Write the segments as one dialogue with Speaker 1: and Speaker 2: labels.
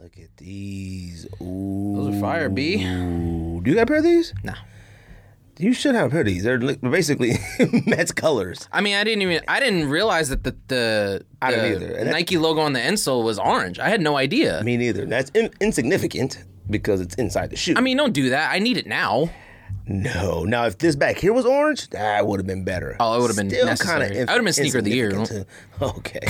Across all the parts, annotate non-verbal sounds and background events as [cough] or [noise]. Speaker 1: Look at these. Ooh.
Speaker 2: Those are fire, B.
Speaker 1: Do you got a pair of these?
Speaker 2: No.
Speaker 1: You should have a pair of these. They're li- basically [laughs] Mets colors.
Speaker 2: I mean, I didn't even I didn't realize that the the,
Speaker 1: I didn't
Speaker 2: the
Speaker 1: either. And that-
Speaker 2: Nike logo on the insole was orange. I had no idea.
Speaker 1: Me neither. That's in- insignificant because it's inside the shoe.
Speaker 2: I mean, don't do that. I need it now.
Speaker 1: no. Now, if this back here was orange, that would have been better.
Speaker 2: Oh, it would've been necessary.
Speaker 1: kinda
Speaker 2: That would've been sneaker of the year.
Speaker 1: insignificant, too. [laughs] Okay.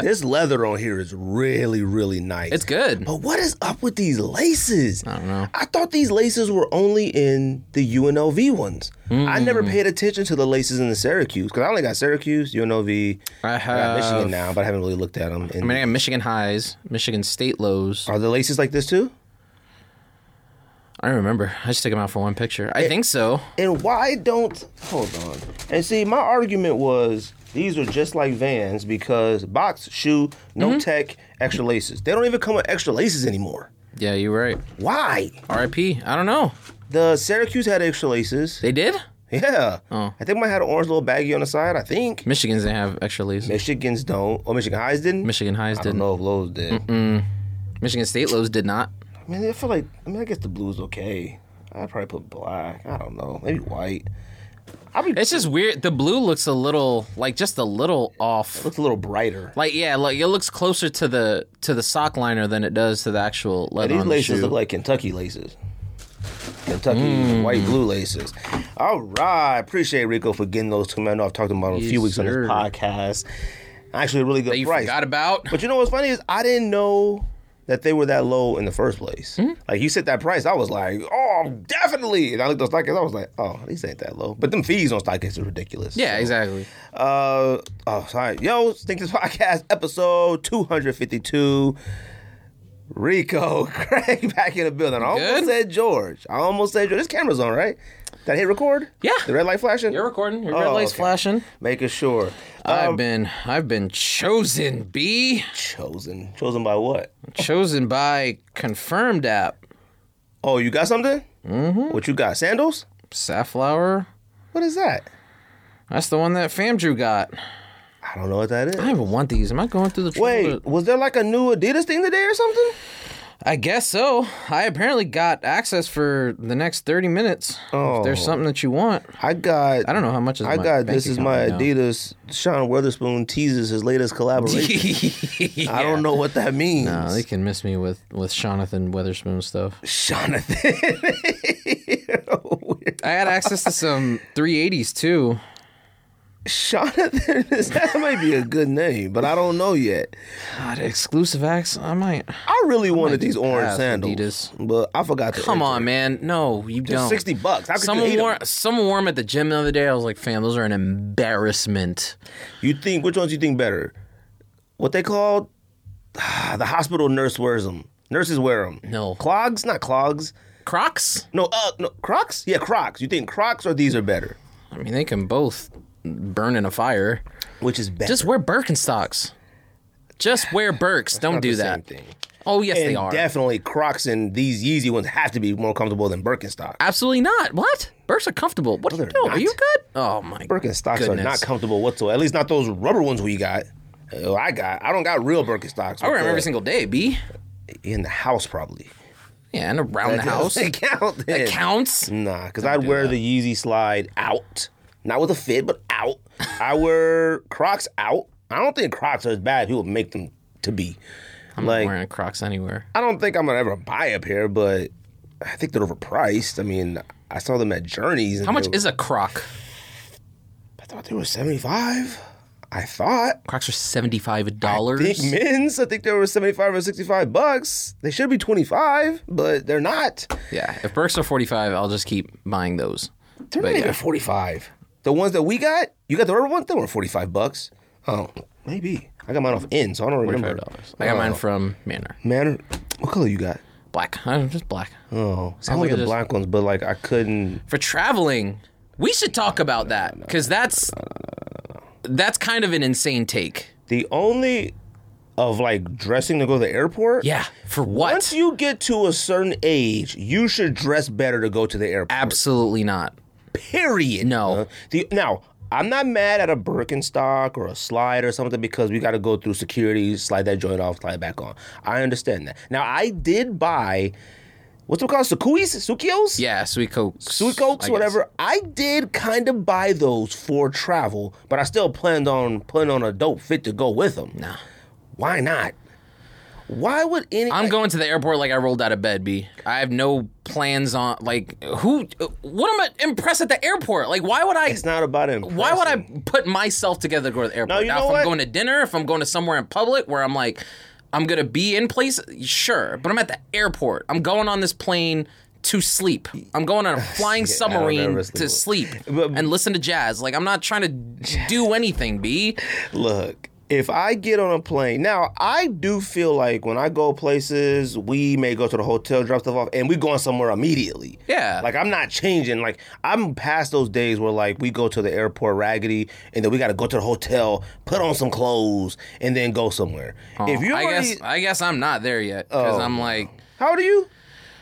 Speaker 1: this leather on here is really, really nice.
Speaker 2: It's good.
Speaker 1: But what is up with these laces? I
Speaker 2: don't know.
Speaker 1: I thought these laces were only in the UNLV ones. I never paid attention to the laces in the Syracuse because I only got Syracuse, UNLV.
Speaker 2: I
Speaker 1: got
Speaker 2: have-
Speaker 1: Michigan now, but I haven't really looked at them.
Speaker 2: Uh, I mean, I got Michigan highs, Michigan state lows.
Speaker 1: are the laces like this too?
Speaker 2: I don't remember. I just took them out for one picture. I think so.
Speaker 1: And why don't hold on? And see, my argument was these are just like Vans because box shoe, no
Speaker 2: Mm-hmm.
Speaker 1: tech, extra laces. They don't even come with extra laces anymore.
Speaker 2: Yeah, you're right.
Speaker 1: Why?
Speaker 2: R.I.P. I don't know.
Speaker 1: The Syracuse had extra laces.
Speaker 2: They did.
Speaker 1: Yeah.
Speaker 2: Oh.
Speaker 1: I think mine had an orange little baggie on the side. I think.
Speaker 2: Michigan's didn't have extra leaves.
Speaker 1: Michigan's don't. Oh, Michigan Highs didn't.
Speaker 2: Michigan highs
Speaker 1: I don't
Speaker 2: did.
Speaker 1: know if Lowe's did.
Speaker 2: Michigan state lows did not.
Speaker 1: I mean, I feel like. I mean, I guess the blue's okay. I'd probably put black. I don't know. Maybe white. I mean,
Speaker 2: It's just weird. The blue looks a little like just a little off.
Speaker 1: looks a little brighter.
Speaker 2: Like yeah, like it looks closer to the to the sock liner than it does to the actual leather
Speaker 1: These
Speaker 2: on the
Speaker 1: laces
Speaker 2: shoe.
Speaker 1: look like Kentucky laces. Kentucky
Speaker 2: Mm.
Speaker 1: white blue laces. All right. Appreciate Rico for getting those to me. I know I've talked about them a few
Speaker 2: Yes,
Speaker 1: weeks on
Speaker 2: sir.
Speaker 1: this podcast. Actually, a really good
Speaker 2: that you
Speaker 1: price.
Speaker 2: forgot about.
Speaker 1: [laughs]
Speaker 2: [laughs]
Speaker 1: But you know what's funny is I didn't know that they were that low in the first place.
Speaker 2: Hmm?
Speaker 1: Like you said that price, I was like, oh, definitely. And I looked at StockX, I was like, oh, these ain't that low. But them fees on StockX are ridiculous.
Speaker 2: Yeah,
Speaker 1: So,
Speaker 2: exactly.
Speaker 1: Uh, oh, sorry. Yo, Stink This Podcast, episode 252. Rico, [laughs] Craig back in the building. I almost
Speaker 2: Good?
Speaker 1: said George. I almost said George. This camera's on, right? Did I hit record?
Speaker 2: Yeah.
Speaker 1: The red light flashing?
Speaker 2: You're Uh, recording. Your red
Speaker 1: Oh,
Speaker 2: light's
Speaker 1: okay. Um,
Speaker 2: flashing.
Speaker 1: Making sure.
Speaker 2: I've been I've been chosen, B.
Speaker 1: Chosen. Chosen by what?
Speaker 2: Chosen by confirmed app.
Speaker 1: Oh, you got something? Mm-hmm. What you got? Sandals?
Speaker 2: Safflower.
Speaker 1: What is that?
Speaker 2: That's the one that Famdrew got.
Speaker 1: I don't know what that
Speaker 2: I
Speaker 1: is.
Speaker 2: haven't want these. Am I going through the trouble
Speaker 1: Wait,
Speaker 2: to-
Speaker 1: was there like a new Adidas thing today or something?
Speaker 2: I guess so. I apparently got access for the next thirty minutes.
Speaker 1: Oh.
Speaker 2: If there's something that you want.
Speaker 1: I got.
Speaker 2: I don't know how much is
Speaker 1: I
Speaker 2: my
Speaker 1: got.
Speaker 2: bank
Speaker 1: This is
Speaker 2: account
Speaker 1: my
Speaker 2: right now.
Speaker 1: Adidas. Sean Witherspoon teases his latest
Speaker 2: [laughs]
Speaker 1: collaboration. I
Speaker 2: Yeah.
Speaker 1: don't know what that means.
Speaker 2: No, they can miss me with with Jonathan Weatherspoon stuff.
Speaker 1: Jonathan. [laughs] Weird.
Speaker 2: I had access to some 380s too.
Speaker 1: Jonathan. [laughs] That might be a good name, but I don't know yet.
Speaker 2: God, exclusive access. I might.
Speaker 1: I really wanted
Speaker 2: do
Speaker 1: these orange
Speaker 2: pass
Speaker 1: sandals,
Speaker 2: Adidas.
Speaker 1: but I forgot to.
Speaker 2: Come
Speaker 1: enter.
Speaker 2: on, man. No, you don't.
Speaker 1: sixty bucks. How could you
Speaker 2: Someone
Speaker 1: hate 'em?
Speaker 2: wore someone wore 'em at the gym the other day. I was like, fam, those are an embarrassment.
Speaker 1: You think which ones you think better? What they called ah, the hospital nurse wears them. Nurses wear them.
Speaker 2: No.
Speaker 1: clogs, not clogs.
Speaker 2: Crocs.
Speaker 1: No, uh, no Crocs. Yeah, Crocs. You think Crocs or these are better?
Speaker 2: I mean, they can both burn in a fire.
Speaker 1: Which is better?
Speaker 2: Just wear Birkenstocks. Just wear Birks. Don't
Speaker 1: Not
Speaker 2: do
Speaker 1: the
Speaker 2: that.
Speaker 1: Same thing.
Speaker 2: Oh yes,
Speaker 1: And
Speaker 2: they are.
Speaker 1: definitely Crocs and these Yeezy ones have to be more comfortable than Birkenstock.
Speaker 2: Absolutely not. What? Birks are comfortable. What are you
Speaker 1: they're
Speaker 2: doing? Are
Speaker 1: not.
Speaker 2: you good? Oh my.
Speaker 1: Birkenstocks are
Speaker 2: goodness.
Speaker 1: not comfortable whatsoever. At least not those rubber ones we got. Oh, I got. I don't got real Birkenstocks.
Speaker 2: I wear 'em every single day, b.
Speaker 1: in the house probably.
Speaker 2: Yeah, and around
Speaker 1: [laughs]
Speaker 2: the house.
Speaker 1: It count.
Speaker 2: That
Speaker 1: then.
Speaker 2: counts.
Speaker 1: Nah, because I'd wear the Yeezy slide out. Not with a fit, but out. I wear Crocs out. I don't think Crocs are as bad as people make them to be. like,
Speaker 2: Wearing Crocs anywhere.
Speaker 1: I don't think I'm going to ever buy a pair, but I think they're overpriced. I mean, I saw them at Journeys. And
Speaker 2: How much
Speaker 1: they were-
Speaker 2: is a Croc?
Speaker 1: I thought they were 75 I thought.
Speaker 2: Crocs are seventy-five
Speaker 1: I think
Speaker 2: dollars.
Speaker 1: men's, I think they were 75 or 65 bucks. They should be 25 but they're not.
Speaker 2: Yeah, if Birks are forty-five, I'll just keep buying those.
Speaker 1: They're not even 45. The ones that we got, you got the rubber ones, they were 45 bucks. Oh, maybe. I got mine off in, so I don't remember.
Speaker 2: $45. I got
Speaker 1: Oh.
Speaker 2: mine from Manor.
Speaker 1: Man, what color you got?
Speaker 2: Black. I'm just black.
Speaker 1: Oh, I
Speaker 2: like
Speaker 1: only
Speaker 2: I
Speaker 1: the
Speaker 2: just-
Speaker 1: black ones, but like I couldn't.
Speaker 2: For traveling, we should talk about that because that's that's kind of an insane take.
Speaker 1: The only of like dressing to go to the airport.
Speaker 2: Yeah. For what?
Speaker 1: Once you get to a certain age, you should dress better to go to the airport.
Speaker 2: Absolutely not.
Speaker 1: Period.
Speaker 2: No.
Speaker 1: Uh, Uh-huh. the, now, I'm not mad at a Birkenstock or a slide or something because we got to go through security, slide that joint off, slide back on. I understand that. Now I did buy what's it called, Sukuis, Sukios,
Speaker 2: Yeah, sweet cokes. I
Speaker 1: Suikokes,
Speaker 2: guess.
Speaker 1: whatever. I did kind of buy those for travel, but I still planned on putting on a dope fit to go with them.
Speaker 2: Nah.
Speaker 1: Why not? Why would any?
Speaker 2: I'm going to the airport like I rolled out of bed, B. I have no plans on like who what am I impressed at the airport? Like why would I
Speaker 1: it's not about it.
Speaker 2: why would I put myself together to go to the airport?
Speaker 1: you
Speaker 2: now
Speaker 1: know
Speaker 2: if
Speaker 1: what?
Speaker 2: I'm going to dinner, if I'm going to somewhere in public where I'm like I'm gonna be in place, sure, but I'm at the airport. I'm going on this plane to sleep. I'm going
Speaker 1: [laughs]
Speaker 2: on a
Speaker 1: Yeah,
Speaker 2: flying
Speaker 1: I don't
Speaker 2: submarine
Speaker 1: ever
Speaker 2: to
Speaker 1: sleep.
Speaker 2: sleep
Speaker 1: But-
Speaker 2: and listen to jazz. Like I'm not trying to do anything, B.
Speaker 1: Look, if I get on a plane now, I do feel like when I go places, we may go to the hotel, drop stuff off, and we going somewhere immediately.
Speaker 2: Yeah.
Speaker 1: like I'm not changing. Like I'm past those days where like we go to the airport raggedy, and then we got to go to the hotel, put on some clothes, and then go somewhere. if you,
Speaker 2: I
Speaker 1: already- Oh,
Speaker 2: guess I guess I'm not there yet because I'm like
Speaker 1: how old are you?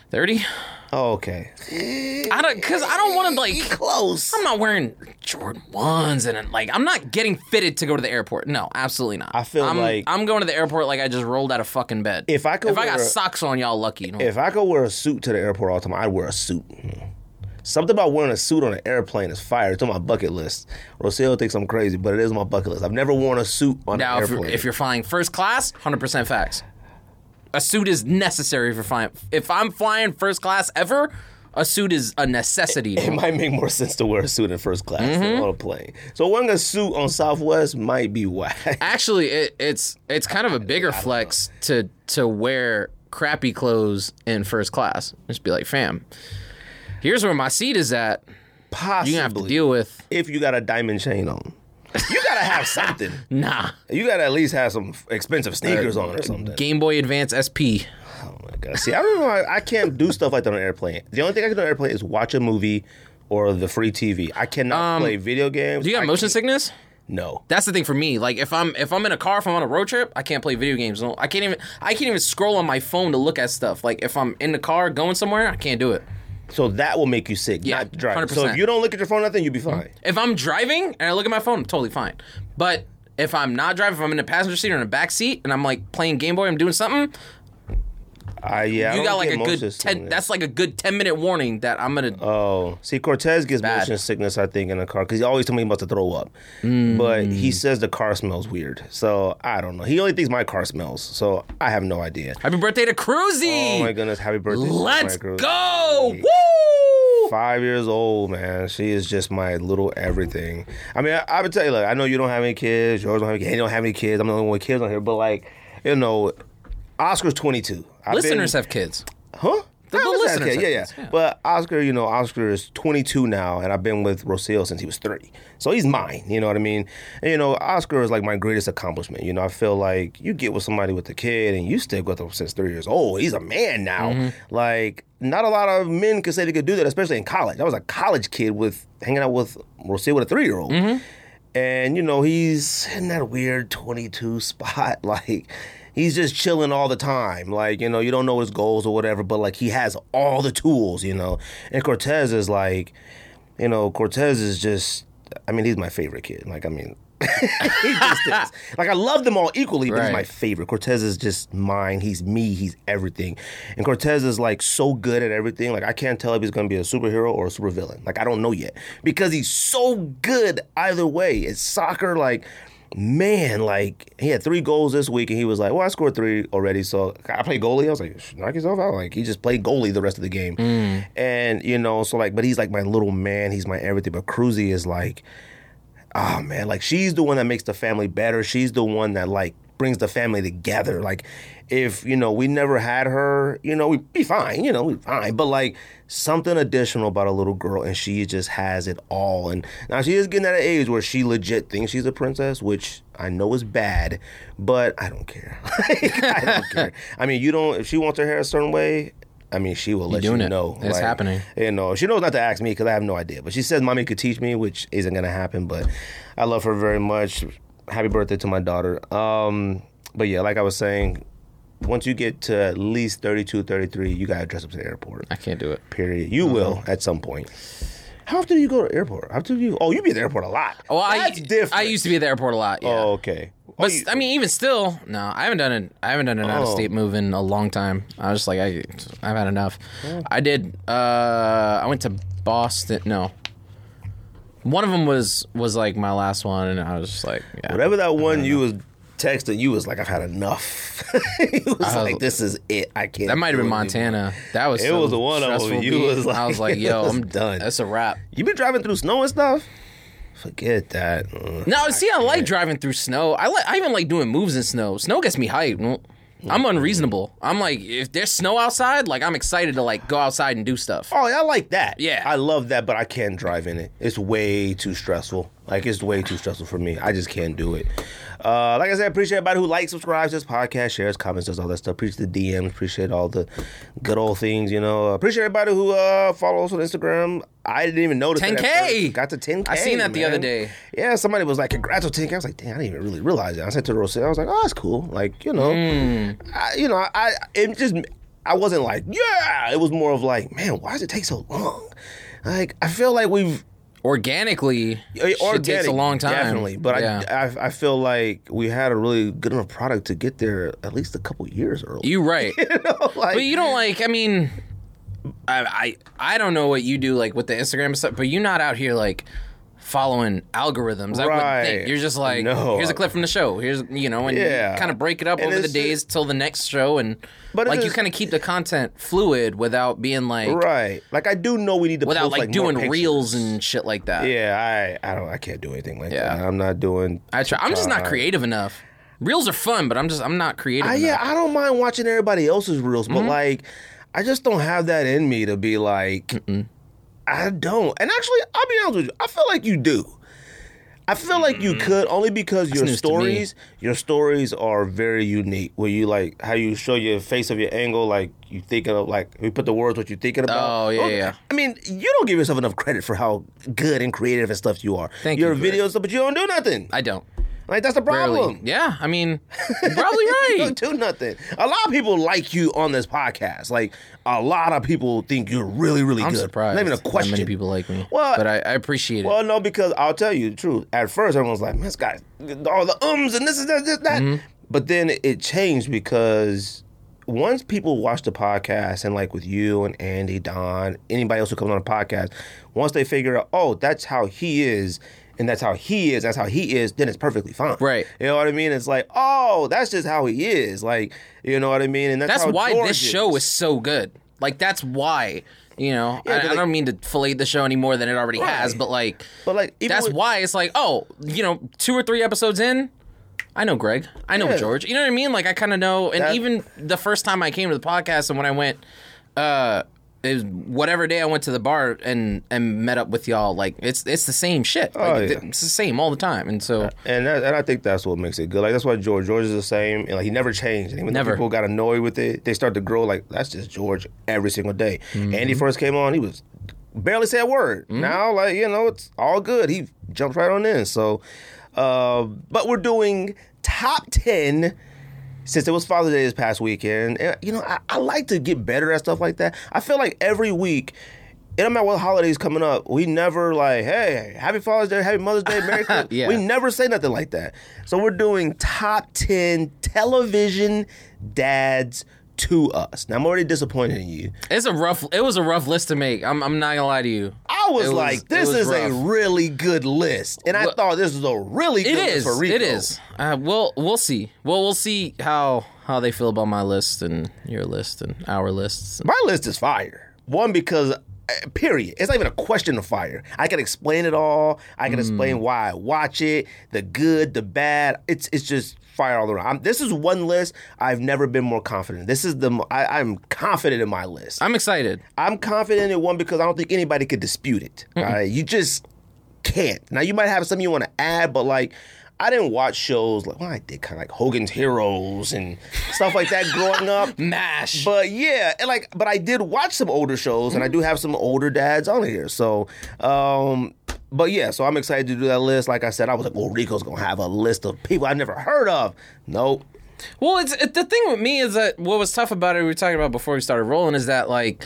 Speaker 2: 30.
Speaker 1: Oh, okay, [laughs]
Speaker 2: I don't because I don't want to like.
Speaker 1: close.
Speaker 2: I'm not wearing Jordan ones and like I'm not getting fitted to go to the airport. No, absolutely not. I
Speaker 1: feel
Speaker 2: am
Speaker 1: like-
Speaker 2: I'm going to the airport like I just rolled out of fucking bed.
Speaker 1: If I could
Speaker 2: if I got
Speaker 1: wear a-
Speaker 2: socks on, y'all lucky.
Speaker 1: If I could wear a suit to the airport all the time, I'd wear a suit. Something about wearing a suit on an airplane is fire. It's on my bucket list. Rocio thinks I'm crazy, but it is my bucket list. I've never worn a suit on
Speaker 2: now,
Speaker 1: an
Speaker 2: if you're,
Speaker 1: airplane.
Speaker 2: if you're flying first class, 100 percent facts. A suit is necessary for flying. If I'm flying first class ever, a suit is a necessity.
Speaker 1: [laughs] [laughs] it might make more sense to wear a suit in first class
Speaker 2: Mm-hmm.
Speaker 1: than on a plane. So wearing a suit on Southwest might be whack. [laughs]
Speaker 2: Actually, it, it's it's kind of a bigger flex to to wear crappy clothes in first class. Just be like, fam, here's where my seat is at.
Speaker 1: Possibly.
Speaker 2: You gonna have to deal with
Speaker 1: if you got a diamond chain on. You gotta have
Speaker 2: [laughs]
Speaker 1: something.
Speaker 2: nah
Speaker 1: You gotta at least have some expensive sneakers on or something.
Speaker 2: Game Boy Advance SP.
Speaker 1: Oh my god! See, I don't know. I, I can't do stuff like that on an airplane. The only thing I can do on an airplane is watch a movie or the free TV. I cannot play video games.
Speaker 2: Um, Do you got
Speaker 1: I-
Speaker 2: motion sickness?
Speaker 1: No.
Speaker 2: That's the thing for me. Like if I'm if I'm in a car, if I'm on a road trip, I can't play video games. No, I can't even I can't even scroll on my phone to look at stuff. Like if I'm in the car going somewhere, I can't do it.
Speaker 1: So that will make you sick,
Speaker 2: Yeah, Mm-hmm.
Speaker 1: not driving. So if
Speaker 2: 100%.
Speaker 1: you don't look at your phone, nothing, you'll be fine.
Speaker 2: If I'm driving and I look at my phone, I'm totally fine. But if I'm not driving, if I'm in the passenger seat or in the back seat and I'm like playing Game Boy, I'm doing something,
Speaker 1: I yeah. I
Speaker 2: you
Speaker 1: don't
Speaker 2: got like
Speaker 1: get
Speaker 2: a
Speaker 1: motion
Speaker 2: good ten
Speaker 1: sickness.
Speaker 2: that's like a good ten minute warning that I'm gonna
Speaker 1: Oh, see, Cortez gets
Speaker 2: Bad.
Speaker 1: motion sickness, I think, in the car because he always told me about to throw up.
Speaker 2: Mm.
Speaker 1: But he says the car smells weird, so I don't know. He only thinks my car smells, so I have no idea.
Speaker 2: Happy birthday to Cruzy!
Speaker 1: Oh my goodness! Happy birthday! to
Speaker 2: Let's
Speaker 1: Mike Cruz.
Speaker 2: go! Woo!
Speaker 1: five years old, man. She is just my little everything. I mean, I, I would tell you, like, I know you don't have any kids. George don't have any kids. He don't have any kids. I'm the only one with kids on here. But like, you know, Oscar's 22. I've
Speaker 2: Listeners
Speaker 1: been,
Speaker 2: have kids.
Speaker 1: huh?
Speaker 2: the
Speaker 1: I was that
Speaker 2: listeners
Speaker 1: kid.
Speaker 2: have
Speaker 1: yeah, yeah,
Speaker 2: kids, yeah.
Speaker 1: But Oscar, you know, Oscar is 22 now, and I've been with Rocio since he was three. So he's mine. You know what I mean? And, you know, Oscar is like my greatest accomplishment. You know, I feel like you get with somebody with a kid, and you stick with them since three years old. He's a man now.
Speaker 2: Mm-hmm.
Speaker 1: Like, not a lot of men could say they could do that, especially in college. I was a college kid with hanging out with Rocio with a three year old.
Speaker 2: Mm-hmm.
Speaker 1: And you know he's in that weird twenty-two spot, [laughs] like he's just chilling all the time. Like, you know, you don't know his goals or whatever, but like he has all the tools, you know. And Cortez is like, you know, Cortez is just I mean, he's my favorite kid. Like, I mean, [laughs] he just is. Like, I love them all equally, but he's
Speaker 2: Right.
Speaker 1: my favorite. Cortez is just mine. He's me. He's everything. And Cortez is like so good at everything. Like, I can't tell if he's gonna be a superhero or a supervillain. Like, I don't know yet because he's so good either way. It's soccer, like. Man, like he had three goals this week, and he was like, "Well, I scored three already, so I play goalie." I was like, "Knock yourself out!" Like he just played goalie the rest of the game, and you know, so like, but he's like my little man. He's my everything. But Cruzy is like, oh man, like she's the one that makes the family better. She's the one that like brings the family together. Like if you know we never had her, you know we'd be fine. You know we'd be fine. But like something additional about a little girl, and she just has it all. And now she is getting at an age where she legit thinks she's a princess, which I know is bad, but I don't care. [laughs] I don't
Speaker 2: [laughs]
Speaker 1: care. I mean, you don't. If she wants her hair a certain way. I mean, she will let
Speaker 2: doing
Speaker 1: you
Speaker 2: it.
Speaker 1: know.
Speaker 2: It's happening.
Speaker 1: You know, she knows not to ask me because I have no idea. But she says mommy could teach me, which isn't gonna happen. But I love her very much. Happy birthday to my daughter. Um, but yeah, like I was saying, once you get to at least 32, 33, you gotta dress up to the airport.
Speaker 2: I can't do it.
Speaker 1: Period. You will at some point. How often do you go to the airport? How often do you? Oh, you be at the airport a lot.
Speaker 2: Well,
Speaker 1: That's
Speaker 2: Oh, I
Speaker 1: different.
Speaker 2: I used to be at the airport a lot. Yeah.
Speaker 1: Oh, okay. Oh,
Speaker 2: But
Speaker 1: you-
Speaker 2: I mean, even still, no, I haven't done an I haven't
Speaker 1: Oh.
Speaker 2: done an out of state move in a long time. I was just like, I, I've had enough. I did. Uh, I went to Boston. No, one of them was was like my last one, and I was just like, yeah.
Speaker 1: Whatever that one you was texting, you was like, I've had enough. [laughs] you was like, this is it. I can't.
Speaker 2: That might
Speaker 1: do
Speaker 2: have been
Speaker 1: it anymore."
Speaker 2: Montana. That was
Speaker 1: It
Speaker 2: so
Speaker 1: was the one of 'em.
Speaker 2: stressful
Speaker 1: You
Speaker 2: beat.
Speaker 1: was
Speaker 2: I was
Speaker 1: like, [laughs]
Speaker 2: like, yo,
Speaker 1: it's
Speaker 2: I'm
Speaker 1: done.
Speaker 2: done. That's a wrap.
Speaker 1: You been driving through snow and stuff? Forget that. Ugh.
Speaker 2: No, see, I like driving through snow. I like, I even like doing moves in snow. Snow gets me hyped. I'm unreasonable. I'm like, if there's snow outside, like I'm excited to like go outside and do stuff.
Speaker 1: Oh, yeah, I like that.
Speaker 2: Yeah.
Speaker 1: I love that, but I can't drive in it. It's way too stressful. Like, it's way too stressful for me. I just can't do it. Uh, like I said, I appreciate everybody who likes, subscribes to this podcast, shares, comments, does all that stuff. Appreciate the DMs. Appreciate all the good old things, you know. Appreciate everybody who uh, follows us on Instagram. I didn't even notice that at
Speaker 2: 10K.
Speaker 1: first. Got to 10K.
Speaker 2: I seen that the
Speaker 1: man.
Speaker 2: other day.
Speaker 1: Yeah, somebody was like, "Congrats on 10K." I was like, "Damn, I didn't even really realize that." I said to Rosé, "I was like, oh, that's cool." Like, you know,
Speaker 2: Hmm.
Speaker 1: I, you know, I it just I wasn't like, "Yeah." It was more of like, "Man, why does it take so long?" Like, I feel like we've eh,
Speaker 2: Organically, shit takes a long time.
Speaker 1: Uh, definitely. But
Speaker 2: yeah.
Speaker 1: [laughs] I, I I feel like we had a really good enough product to get there at least a couple years early.
Speaker 2: you right.
Speaker 1: You know, [laughs] like,
Speaker 2: But
Speaker 1: [laughs]
Speaker 2: you don't like. I mean, I, I I don't know what you do like with the Instagram stuff, but you're not out here like following algorithms. I wouldn't
Speaker 1: Right.
Speaker 2: think you're just like,
Speaker 1: No.
Speaker 2: here's a clip from the show. Here's you know, and
Speaker 1: Yeah.
Speaker 2: you kind of break it up
Speaker 1: And
Speaker 2: over the
Speaker 1: it's
Speaker 2: days till the next show, and
Speaker 1: But it's
Speaker 2: like you
Speaker 1: just-
Speaker 2: kind of keep the content fluid without being like
Speaker 1: right? Like, I do know we need to
Speaker 2: without
Speaker 1: post,
Speaker 2: like,
Speaker 1: like, more
Speaker 2: doing
Speaker 1: pictures.
Speaker 2: reels and shit like that.
Speaker 1: Yeah, I I don't I can't do anything like
Speaker 2: Yeah.
Speaker 1: that. I'm not doing.
Speaker 2: I try. I'm just not creative enough. Reels are fun, but I'm just I'm not creative.
Speaker 1: I, uh,
Speaker 2: enough.
Speaker 1: yeah, I don't mind watching everybody else's reels,
Speaker 2: Mm-hmm.
Speaker 1: but like, I just don't have that in me to be like, I don't. And actually, I'll be honest with you, I feel like you do. I feel like you could only because your
Speaker 2: Mm-hmm. news to me.
Speaker 1: stories, your stories are very unique. Where you like how you show your face of your angle, like you thinking of like we put the words what you're thinking about.
Speaker 2: Oh, yeah,
Speaker 1: Those-
Speaker 2: yeah.
Speaker 1: I mean, you don't give yourself enough credit for how good and creative and stuff you are.
Speaker 2: Thank
Speaker 1: your
Speaker 2: you, Greg.
Speaker 1: videos, but you don't do nothing.
Speaker 2: I don't.
Speaker 1: Like that's the
Speaker 2: Barely.
Speaker 1: problem.
Speaker 2: Yeah,
Speaker 1: [laughs]
Speaker 2: I mean, you're probably
Speaker 1: You
Speaker 2: right.
Speaker 1: don't do nothing. A lot of people like you on this podcast. Like a lot of people think you're really, really
Speaker 2: I'm
Speaker 1: good.
Speaker 2: surprised.
Speaker 1: Not even a
Speaker 2: that
Speaker 1: question.
Speaker 2: many people like me.
Speaker 1: Well-
Speaker 2: but I, I appreciate it.
Speaker 1: well, no, because I'll tell you the truth. At first, everyone's like, "Man, "This guy, all the ums and this is that, this that."
Speaker 2: Mm-hmm.
Speaker 1: But then it changed because once people watch the podcast and like with you and Andy, Don, anybody else who comes on the podcast, once they figure out, oh, that's how he is. And that's how he is. That's how he is. Then it's perfectly fine,
Speaker 2: Right.
Speaker 1: You know what I mean? It's like, oh, that's just how he is. Like, you know what I mean? And that's,
Speaker 2: that's
Speaker 1: how
Speaker 2: why
Speaker 1: George
Speaker 2: this show
Speaker 1: is.
Speaker 2: is so good. Like that's why. You know, I,
Speaker 1: 'cause,
Speaker 2: I
Speaker 1: like-
Speaker 2: don't mean to fillet the show any more than it already has,
Speaker 1: Right.
Speaker 2: but like,
Speaker 1: But like, even
Speaker 2: that's
Speaker 1: with-
Speaker 2: why it's like, oh, you know, two or three episodes in, I know Greg, I know
Speaker 1: Yeah.
Speaker 2: George. You know what I mean? Like, I kind of know. And
Speaker 1: That-
Speaker 2: even the first time I came to the podcast and when I went, uh, it was whatever day I went to the bar and and met up with y'all, like it's it's the same shit. Like,
Speaker 1: Oh, yeah.
Speaker 2: th- It's the same all the time, and so
Speaker 1: And that, and I think that's what makes it good. Like that's why George George is the same, and like he never changed. And even though
Speaker 2: Never.
Speaker 1: people got annoyed with it, they start to grow. Like that's just George every single day. Andy first came on, he was barely said a word. Now like you know it's all good. He jumps right on in. So, uh, but we're doing top ten since it was Father's Day this past weekend, and, you know, I, I like to get better at stuff like that. I feel like every week, it don't matter what holidays coming up, we never like, hey, happy Father's Day, happy Mother's Day,
Speaker 2: [laughs]
Speaker 1: Merry Christmas.
Speaker 2: Yeah.
Speaker 1: We never say nothing like that. So we're doing top 10 television dads to us. Now, I'm already disappointed in you.
Speaker 2: it's a rough. It was a rough list to make. I'm I'm not gonna lie to you.
Speaker 1: I was,
Speaker 2: It was-
Speaker 1: like,
Speaker 2: it
Speaker 1: this
Speaker 2: was
Speaker 1: is a
Speaker 2: rough.
Speaker 1: really good list. And I
Speaker 2: Well,
Speaker 1: thought this was a really good
Speaker 2: It
Speaker 1: list
Speaker 2: is.
Speaker 1: for Rico.
Speaker 2: It is. Uh, we'll we'll see. Well, we'll see how how they feel about my list and your list and our lists.
Speaker 1: My list is fire. One because uh, period. It's not even a question of fire. I can explain it all. I can explain why I watch it, the good, the bad. It's it's just fire all around. I'm, this is one list I've never been more confident. This is the mo- I, I'm confident in my list.
Speaker 2: I'm excited.
Speaker 1: I'm confident in one because I don't think anybody could dispute it. All right, you just can't. Now you might have something you want to add, but like I didn't watch shows like well I did kind of like Hogan's Heroes and stuff like that growing up.
Speaker 2: Mash.
Speaker 1: But yeah, and like, but I did watch some older shows, and I
Speaker 2: Mm-hmm.
Speaker 1: do have some older dads on here. So, um, but yeah, so I'm excited to do that list. Like I said, I was like, well, Rico's gonna have a list of people I've never heard of. Nope.
Speaker 2: Well, it's it, the thing with me is that what was tough about it we were talking about before we started rolling is that like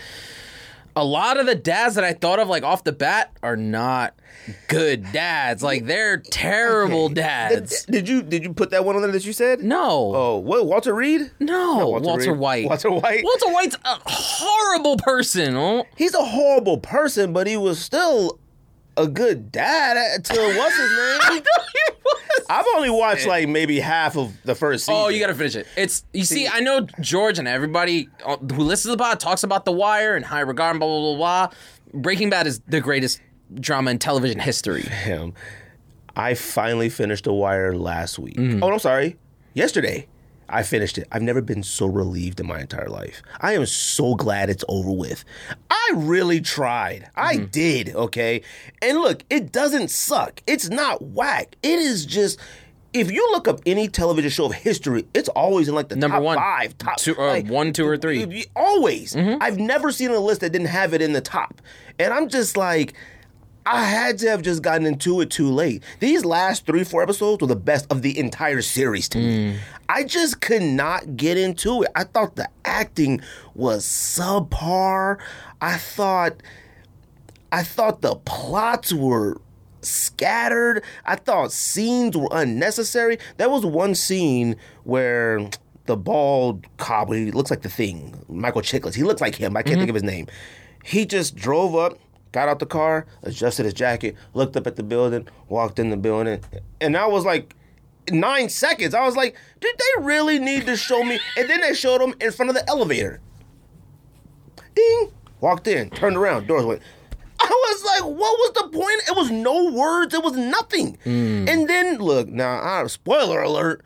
Speaker 2: a lot of the dads that I thought of like off the bat are not good dads. Like they're terrible dads.
Speaker 1: Did you did you put that one on there that you said?
Speaker 2: No.
Speaker 1: Oh, what Walter Reed?
Speaker 2: No, Walter,
Speaker 1: Reed.
Speaker 2: White.
Speaker 1: Walter White.
Speaker 2: Walter White's a horrible person. [laughs] Oh,
Speaker 1: He's a horrible person, but he was still a good dad until what's
Speaker 2: [laughs]
Speaker 1: his name?
Speaker 2: he was.
Speaker 1: I've only watched like maybe half of the first season.
Speaker 2: Oh, you got to finish it. It's you see, I know George and everybody uh, who listens to the pod talks about The Wire and High Regard and blah blah blah blah. Breaking Bad is the greatest drama in television history.
Speaker 1: him. I finally finished The Wire last week.
Speaker 2: Mm-hmm.
Speaker 1: Oh, no, I'm sorry. Yesterday, I finished it. I've never been so relieved in my entire life. I am so glad it's over with. I really tried. I
Speaker 2: Mm-hmm.
Speaker 1: did, okay? And look, it doesn't suck. It's not whack. It is just. If you look up any television show of history, it's always in like the
Speaker 2: Number
Speaker 1: top
Speaker 2: one,
Speaker 1: five, top
Speaker 2: two, uh,
Speaker 1: like,
Speaker 2: one, two, or three.
Speaker 1: Y- Always. I've never seen a list that didn't have it in the top. And I'm just like, I had to have just gotten into it too late. These last three, four episodes were the best of the entire series to me. I just could not get into it. I thought the acting was subpar. I thought I thought the plots were scattered. I thought scenes were unnecessary. There was one scene where the bald cop, he looks like the thing, Michael Chiklis. He looks like him. I can't think of his name. He just drove up, got out the car, adjusted his jacket, looked up at the building, walked in the building, and I was like. Nine seconds. I was like, did they really need to show me? And then they showed him in front of the elevator. Ding. Walked in, turned around, doors went. I was like, what was the point? It was no words, it was nothing. And then, look, now, I, spoiler alert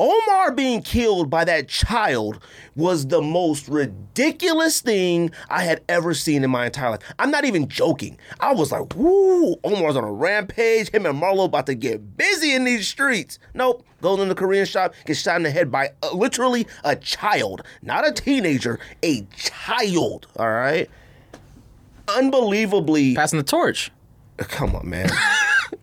Speaker 1: Omar being killed by that child was the most ridiculous thing I had ever seen in my entire life. I'm not even joking. I was like, woo, Omar's on a rampage. Him and Marlo about to get busy in these streets. Nope. Goes in the Korean shop, gets shot in the head by uh, literally a child, not a teenager, a child. All right unbelievably.
Speaker 2: Passing the torch.
Speaker 1: Come on, man.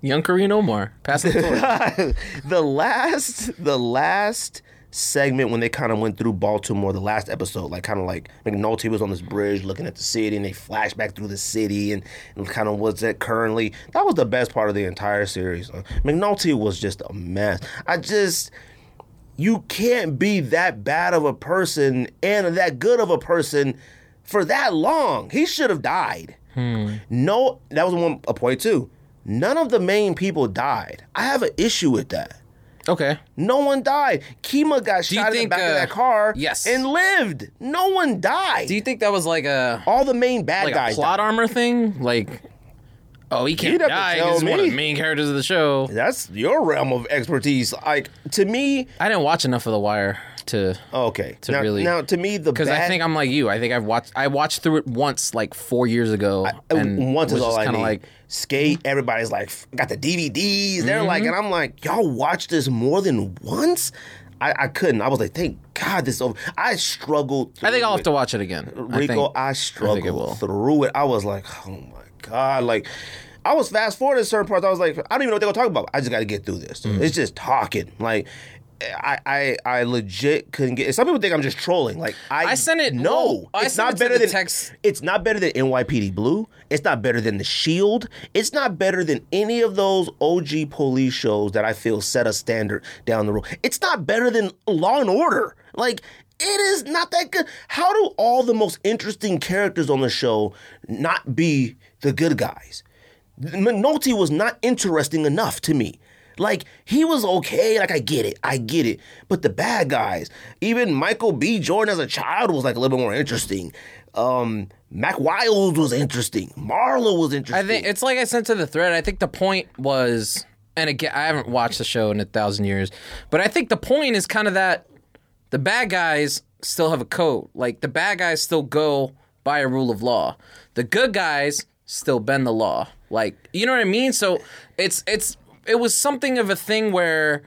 Speaker 2: Young Korean Omar. Passing the
Speaker 1: [laughs]
Speaker 2: torch.
Speaker 1: the last, the last segment when they kind of went through Baltimore, the last episode, like kind of like McNulty was on this bridge looking at the city, and they flashed back through the city and, and kind of what's that currently. That was the best part of the entire series. Uh, McNulty was just a mess. I just. You can't be that bad of a person and that good of a person for that long. He should have died.
Speaker 2: Hmm.
Speaker 1: No, that was one a point too. None of the main people died. I have an issue with that.
Speaker 2: Okay.
Speaker 1: No one died. Kima got
Speaker 2: you
Speaker 1: shot in the
Speaker 2: think,
Speaker 1: back
Speaker 2: uh,
Speaker 1: of that car.
Speaker 2: yes.
Speaker 1: and lived. No one died.
Speaker 2: Do you think that was like a
Speaker 1: All the main bad
Speaker 2: like a
Speaker 1: guys.
Speaker 2: plot
Speaker 1: died.
Speaker 2: armor thing? Like, oh, he can't
Speaker 1: You'd have to
Speaker 2: die.
Speaker 1: tell
Speaker 2: He's one of
Speaker 1: me.
Speaker 2: the main characters of the show.
Speaker 1: That's your realm of expertise. Like to me,
Speaker 2: I didn't watch enough of The Wire to
Speaker 1: okay. now,
Speaker 2: really-
Speaker 1: now to me, the
Speaker 2: because
Speaker 1: bad.
Speaker 2: I think I'm like you. I think I've watched I watched through it once like four years ago. and
Speaker 1: uh, once is
Speaker 2: was
Speaker 1: all
Speaker 2: just
Speaker 1: I
Speaker 2: kinda
Speaker 1: need.
Speaker 2: Like
Speaker 1: Skate. Everybody's like, "F- got the DVDs. They're like,
Speaker 2: Mm-hmm.
Speaker 1: and I'm like, y'all watched this more than once. I, I couldn't. I was like, thank God this is over. I struggled.
Speaker 2: I think
Speaker 1: through
Speaker 2: I'll
Speaker 1: it.
Speaker 2: have to watch it again. I
Speaker 1: Rico,
Speaker 2: think,
Speaker 1: I,
Speaker 2: will.
Speaker 1: struggled through it. I was like, oh my God. Like, I was fast forwarding certain parts. I was like, I don't even know what they're gonna talk about. I just gotta get through this.
Speaker 2: Mm-hmm.
Speaker 1: It's just talking. Like, I, I I legit couldn't get. Some people think I'm just trolling. Like I,
Speaker 2: I sent it-
Speaker 1: No,
Speaker 2: well, I
Speaker 1: it's
Speaker 2: sent
Speaker 1: not
Speaker 2: it to
Speaker 1: better
Speaker 2: the
Speaker 1: than
Speaker 2: text-
Speaker 1: It's not better than NYPD Blue. It's not better than The Shield. It's not better than any of those OG police shows that I feel set a standard down the road. It's not better than Law and Order. Like it is not that good. How do all the most interesting characters on the show not be the good guys? Minotti was not interesting enough to me. Like he was okay, like I get it, I get it. But the bad guys, even Michael B. Jordan as a child was like a little bit more interesting. Um, Mac Wild was interesting. Marlo was
Speaker 2: I
Speaker 1: interesting.
Speaker 2: think it's like I sent to the thread. I think the point was, and again, I haven't watched the show in a thousand years, but I think the point is kind of that the bad guys still have a code. Like the bad guys still go by a rule of law. The good guys still bend the law. Like you know what I mean? So it's it's it was something of a thing where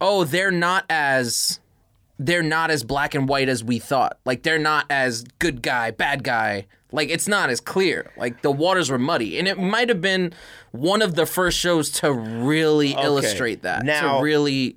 Speaker 2: oh they're not as they're not as black and white as we thought. Like they're not as good guy, bad guy. Like it's not as clear. Like the waters were muddy, and it might have been one of the first shows to really illustrate that.
Speaker 1: Now-
Speaker 2: to really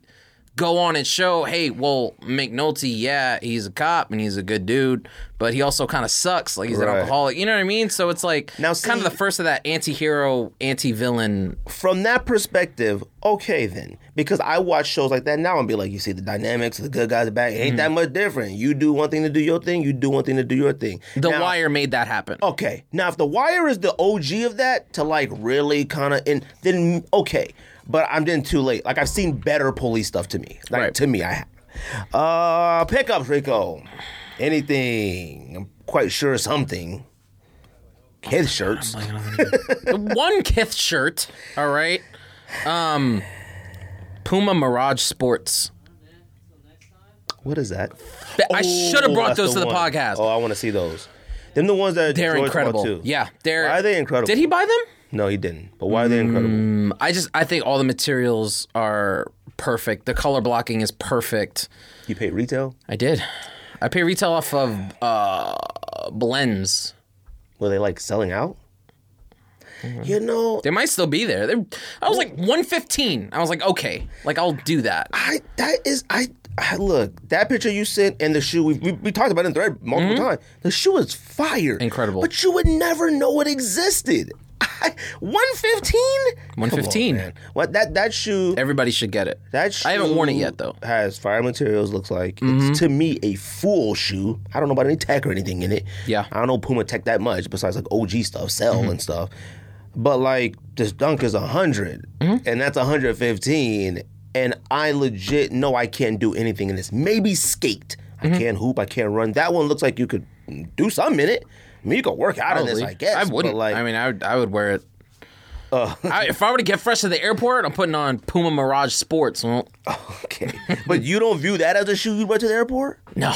Speaker 2: go on and show, hey, well, McNulty, yeah, he's a cop and he's a good dude, but he also kind of sucks. Like he's an
Speaker 1: Right.
Speaker 2: alcoholic. You know what I mean? So it's like
Speaker 1: Now,
Speaker 2: kind
Speaker 1: see-
Speaker 2: of the first of that anti-hero, anti-villain.
Speaker 1: from that perspective, okay then. Because I watch shows like that now and be like, you see the dynamics, the good guys, the bad,
Speaker 2: Mm-hmm.
Speaker 1: it ain't that much different. You do one thing to do your thing, you do one thing to do your thing.
Speaker 2: The
Speaker 1: Now-
Speaker 2: Wire made that happen.
Speaker 1: Okay. Now, if The Wire is the OG of that, to like really kind of, and then okay. But I'm then too late. Like I've seen better police stuff to me. Like
Speaker 2: Right.
Speaker 1: to me, I have. Uh, pickups, Rico. Anything? I'm quite sure something. His shirts.
Speaker 2: Oh One Kith shirt. All right. Um, Puma Mirage Sports.
Speaker 1: What is that?
Speaker 2: Th- I
Speaker 1: Oh,
Speaker 2: should have brought
Speaker 1: that's
Speaker 2: those to the
Speaker 1: one.
Speaker 2: podcast.
Speaker 1: Oh, I want to see those. Them the ones that
Speaker 2: they're
Speaker 1: George
Speaker 2: incredible.
Speaker 1: Bought too.
Speaker 2: Yeah, they're.
Speaker 1: Why are they incredible?
Speaker 2: Did he buy them?
Speaker 1: No, he didn't. But why are they incredible?
Speaker 2: Um, I just I think all the materials are perfect. The color blocking is perfect.
Speaker 1: You paid retail.
Speaker 2: I did. I pay retail off of uh, blends.
Speaker 1: Were they like selling out?
Speaker 2: Mm-hmm.
Speaker 1: You know,
Speaker 2: They might still be there. They're, I was like 115. I was like, okay, like I'll do that.
Speaker 1: I that is I, I look that picture you sent and the shoe we we, we talked about it in thread multiple times. The shoe is fire,
Speaker 2: Incredible.
Speaker 1: but you would never know it existed. [laughs] One fifteen.
Speaker 2: 115.
Speaker 1: What that that shoe?
Speaker 2: Everybody should get it.
Speaker 1: That shoe
Speaker 2: I haven't worn it yet though. Mm-hmm.
Speaker 1: Has fire materials looks like it's to me a full shoe. I don't know about any tech or anything in it.
Speaker 2: Yeah. Mm-hmm.
Speaker 1: I don't know Puma tech that much besides like OG stuff, sell and stuff. But like this dunk is 100
Speaker 2: Mm-hmm.
Speaker 1: and that's 115 and I legit know I can't do anything in this. Maybe skate.
Speaker 2: Mm-hmm.
Speaker 1: I can't hoop, I can't run. That one looks like you could do something in it. I mean, you could work out in this, I guess. but,
Speaker 2: wouldn't.
Speaker 1: like, Oh.
Speaker 2: I mean, I would, I would wear it. I, if I were to get fresh to the airport, I'm putting on Puma Mirage Sports. Well,
Speaker 1: [laughs] okay. but you don't view that as a shoe you wear to the airport?
Speaker 2: no,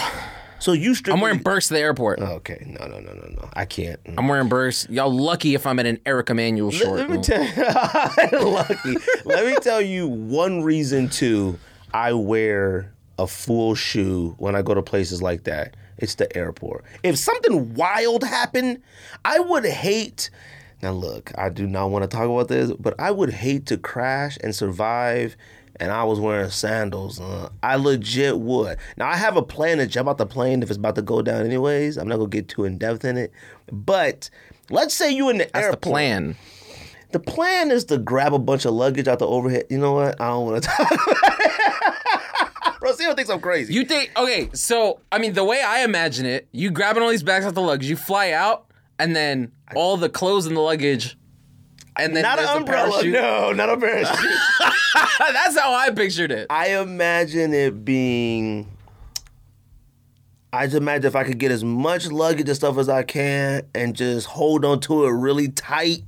Speaker 1: So you strictly
Speaker 2: I'm wearing Burks to the airport.
Speaker 1: Okay, no, no, no, no, no. I can't.
Speaker 2: I'm wearing Burks. Y'all lucky if I'm in an Eric Emanuel short.
Speaker 1: Let me [laughs] tell lucky. Let me tell you one reason too. I wear a full shoe when I go to places like that. It's the airport. If something wild happened, I would hate. Now look, I do not want to talk about this, but I would hate to crash and survive. And I was wearing sandals. Uh, I legit would. Now I have a plan to jump out the plane if it's about to go down. Anyways, I'm not gonna get too in depth in it. But let's say you in the
Speaker 2: That's the
Speaker 1: airport.
Speaker 2: plan.
Speaker 1: The plan is to grab a bunch of luggage out the overhead. You know what? I don't want to [laughs] talk about it. Rocio thinks I'm crazy.
Speaker 2: You think okay? So I mean, the way I imagine it, you grabbing all these bags out the luggage, you fly out, and then all the clothes in the luggage, and then
Speaker 1: not an
Speaker 2: there's a
Speaker 1: umbrella.
Speaker 2: parachute.
Speaker 1: No, not a parachute.
Speaker 2: [laughs] That's how I pictured it.
Speaker 1: I imagine it being. I just imagine if I could get as much luggage and stuff as I can and just hold on to it really tight,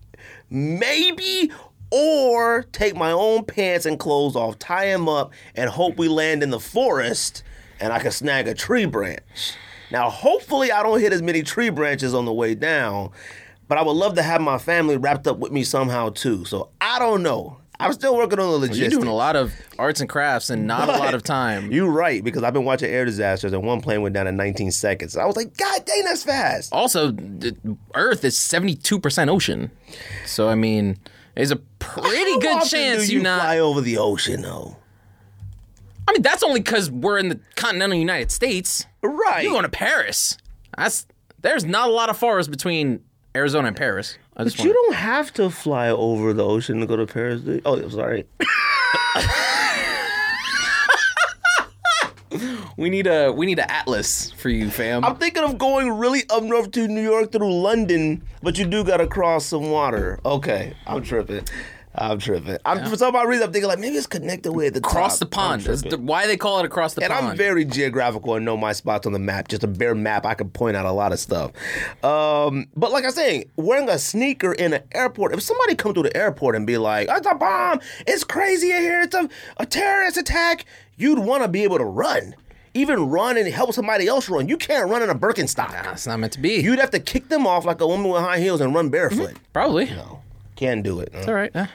Speaker 1: maybe, or take my own pants and clothes off, tie them up, and hope we land in the forest and I can snag a tree branch. Now, hopefully, I don't hit as many tree branches on the way down, but I would love to have my family wrapped up with me somehow, too. So I don't know. I'm still working on the logistics.
Speaker 2: You're doing a lot of arts and crafts and not a lot of time.
Speaker 1: You're right because I've been watching air disasters and one plane went down in 19 seconds. I was like, God dang, that's fast.
Speaker 2: also the Earth is seventy two percent ocean, so I mean, there's a pretty
Speaker 1: How
Speaker 2: good
Speaker 1: often
Speaker 2: chance
Speaker 1: do
Speaker 2: you
Speaker 1: you
Speaker 2: not.
Speaker 1: fly over the ocean though.
Speaker 2: I mean, that's only because we're in the continental United States.
Speaker 1: Right.
Speaker 2: You going to Paris? That's there's not a lot of forest between Arizona and Paris. I just
Speaker 1: But you don't have to fly over the ocean to go to Paris. do you? Oh, I'm sorry.
Speaker 2: [laughs] We need a we need an atlas for you, fam.
Speaker 1: I'm thinking of going really up north to New York through London, but you do gotta cross some water. Okay, I'm tripping. I'm tripping. I'm, For some odd reason, I'm thinking like maybe it's connected with the top.
Speaker 2: across the pond.
Speaker 1: I'm
Speaker 2: That's
Speaker 1: tripping.
Speaker 2: the- why they call it across the
Speaker 1: And
Speaker 2: pond.
Speaker 1: I'm very geographical and know my spots on the map. Just a bare map, I can point out a lot of stuff. Um, but like I was saying, wearing a sneaker in an airport, if somebody come through the airport and be like, it's a bomb, it's crazy in here, it's a, a terrorist attack, you'd want to be able to run. Even run and help somebody else run. You can't run in a Birkenstock.
Speaker 2: That's not meant to be.
Speaker 1: You'd have to kick them off like a woman with high heels and run barefoot.
Speaker 2: Probably.
Speaker 1: No, can't do it.
Speaker 2: All right. Yeah.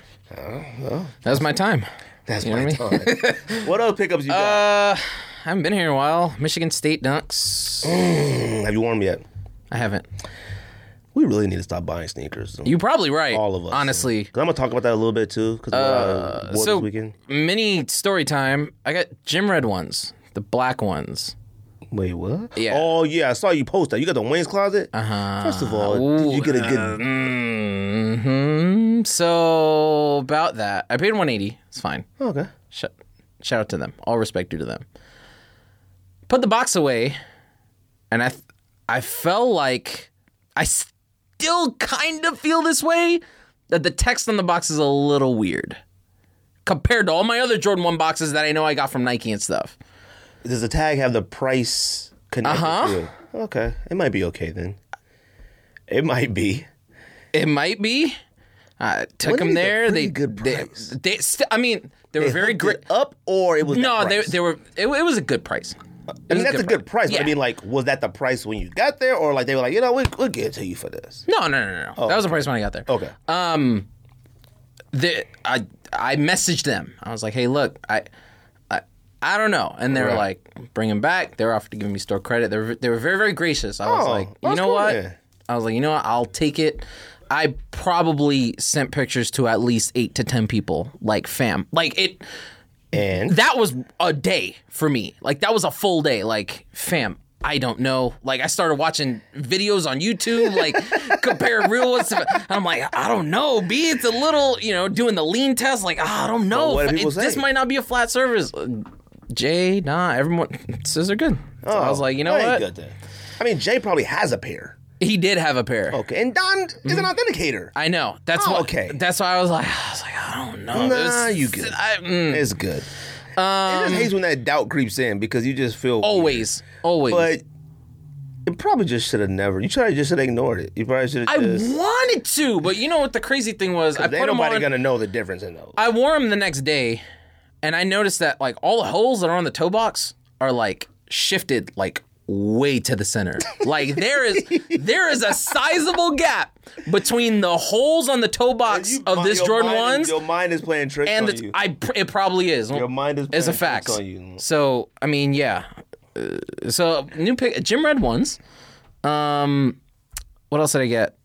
Speaker 2: That was my time.
Speaker 1: That's
Speaker 2: know
Speaker 1: my
Speaker 2: what
Speaker 1: time. what other pickups you got?
Speaker 2: Uh, I haven't been here in a while. Michigan State dunks.
Speaker 1: have you worn them yet?
Speaker 2: I haven't.
Speaker 1: We really need to stop buying sneakers.
Speaker 2: You're probably right.
Speaker 1: all of us.
Speaker 2: Honestly.
Speaker 1: 'Cause I'm gonna talk about that a little bit too. Because uh,
Speaker 2: so
Speaker 1: this weekend.
Speaker 2: mini story time. I got gym red ones, the black ones.
Speaker 1: Wait, what?
Speaker 2: Yeah.
Speaker 1: Oh yeah, I saw you post that. You got the Wayne's closet. Uh
Speaker 2: Uh-huh.
Speaker 1: huh. First of all, did you get a good.
Speaker 2: hmm So about that, I paid 180. It's fine.
Speaker 1: Oh, okay.
Speaker 2: Sh- shout out to them. All respect due to them. Put the box away, and I, th- I felt like I still kind of feel this way that the text on the box is a little weird compared to all my other Jordan One boxes that I know I got from Nike and stuff.
Speaker 1: Does the tag have the price connected to it? Okay, it might be okay then. It might be.
Speaker 2: It might be. I took
Speaker 1: Wasn't
Speaker 2: them
Speaker 1: it a
Speaker 2: there.
Speaker 1: pretty
Speaker 2: they,
Speaker 1: good
Speaker 2: they,
Speaker 1: price?
Speaker 2: they, st- I mean, they were
Speaker 1: Hooked
Speaker 2: very
Speaker 1: it
Speaker 2: great.
Speaker 1: Up or it was
Speaker 2: No,
Speaker 1: that
Speaker 2: they,
Speaker 1: price?
Speaker 2: they were. It, it was a good price.
Speaker 1: I mean, that's a good price. But I
Speaker 2: Yeah.
Speaker 1: mean, like, was that the price when you got there, or like they were like, you know, we, we'll get it to you for this?
Speaker 2: No, no, no, no. no. that was the price when I got there.
Speaker 1: Oh, Okay.
Speaker 2: the, I I messaged them. I was like, "Hey, look, I I, I don't know," and they were
Speaker 1: Right.
Speaker 2: like, "Bring him back." They were offered to give me store credit. They were they were very very gracious. I was
Speaker 1: Oh,
Speaker 2: like, "You
Speaker 1: that's
Speaker 2: know
Speaker 1: cool
Speaker 2: what?"
Speaker 1: then.
Speaker 2: I was like, "You know what? I'll take it." I probably sent pictures to at least eight to ten people. Like, fam, like it.
Speaker 1: and
Speaker 2: That was a day for me. Like, that was a full day. Like, fam. I don't know. Like I started watching videos on YouTube, like
Speaker 1: [laughs]
Speaker 2: compare real ones. To, and I'm like, I don't know. B, it's a little, you know, doing the lean test. Like, ah, I don't know.
Speaker 1: what do
Speaker 2: It-
Speaker 1: people
Speaker 2: this
Speaker 1: say?
Speaker 2: might not be a flat surface. Uh, Jay, nah, everyone says they're good. So I was like, you know
Speaker 1: oh, that ain't
Speaker 2: what?
Speaker 1: Good then. I mean, Jay probably has a pair.
Speaker 2: He did have a pair.
Speaker 1: Okay, and Don is
Speaker 2: Mm-hmm.
Speaker 1: an authenticator.
Speaker 2: I know. That's
Speaker 1: Oh,
Speaker 2: why.
Speaker 1: okay.
Speaker 2: That's why I was like, [sighs] I was like, I don't know.
Speaker 1: Nah,
Speaker 2: It's-
Speaker 1: you good.
Speaker 2: I, mm,
Speaker 1: it's good. Um, it just hates when that doubt creeps in because you just feel
Speaker 2: always, always.
Speaker 1: But it probably just should have never. You probably just should have ignored it. You probably should
Speaker 2: I
Speaker 1: have just.
Speaker 2: wanted to, but you know what the crazy thing was? I
Speaker 1: Ain't
Speaker 2: put him
Speaker 1: nobody
Speaker 2: on.
Speaker 1: gonna know the difference in those.
Speaker 2: I wore them the next day, and I noticed that like all the holes that are on the toe box are like shifted like way to
Speaker 1: [laughs]
Speaker 2: the center. Like there is there is a sizable gap between the holes on the toe box
Speaker 1: You-
Speaker 2: of
Speaker 1: my-
Speaker 2: this
Speaker 1: your
Speaker 2: Jordan
Speaker 1: mind is-
Speaker 2: ones
Speaker 1: Your mind is playing tricks
Speaker 2: and
Speaker 1: on
Speaker 2: the,
Speaker 1: you.
Speaker 2: I pr- it probably is.
Speaker 1: your mind is.
Speaker 2: it's a
Speaker 1: playing tricks
Speaker 2: fact.
Speaker 1: on you.
Speaker 2: So I mean, yeah. Uh, so new pick, Jim Red ones. Um, what else did I get?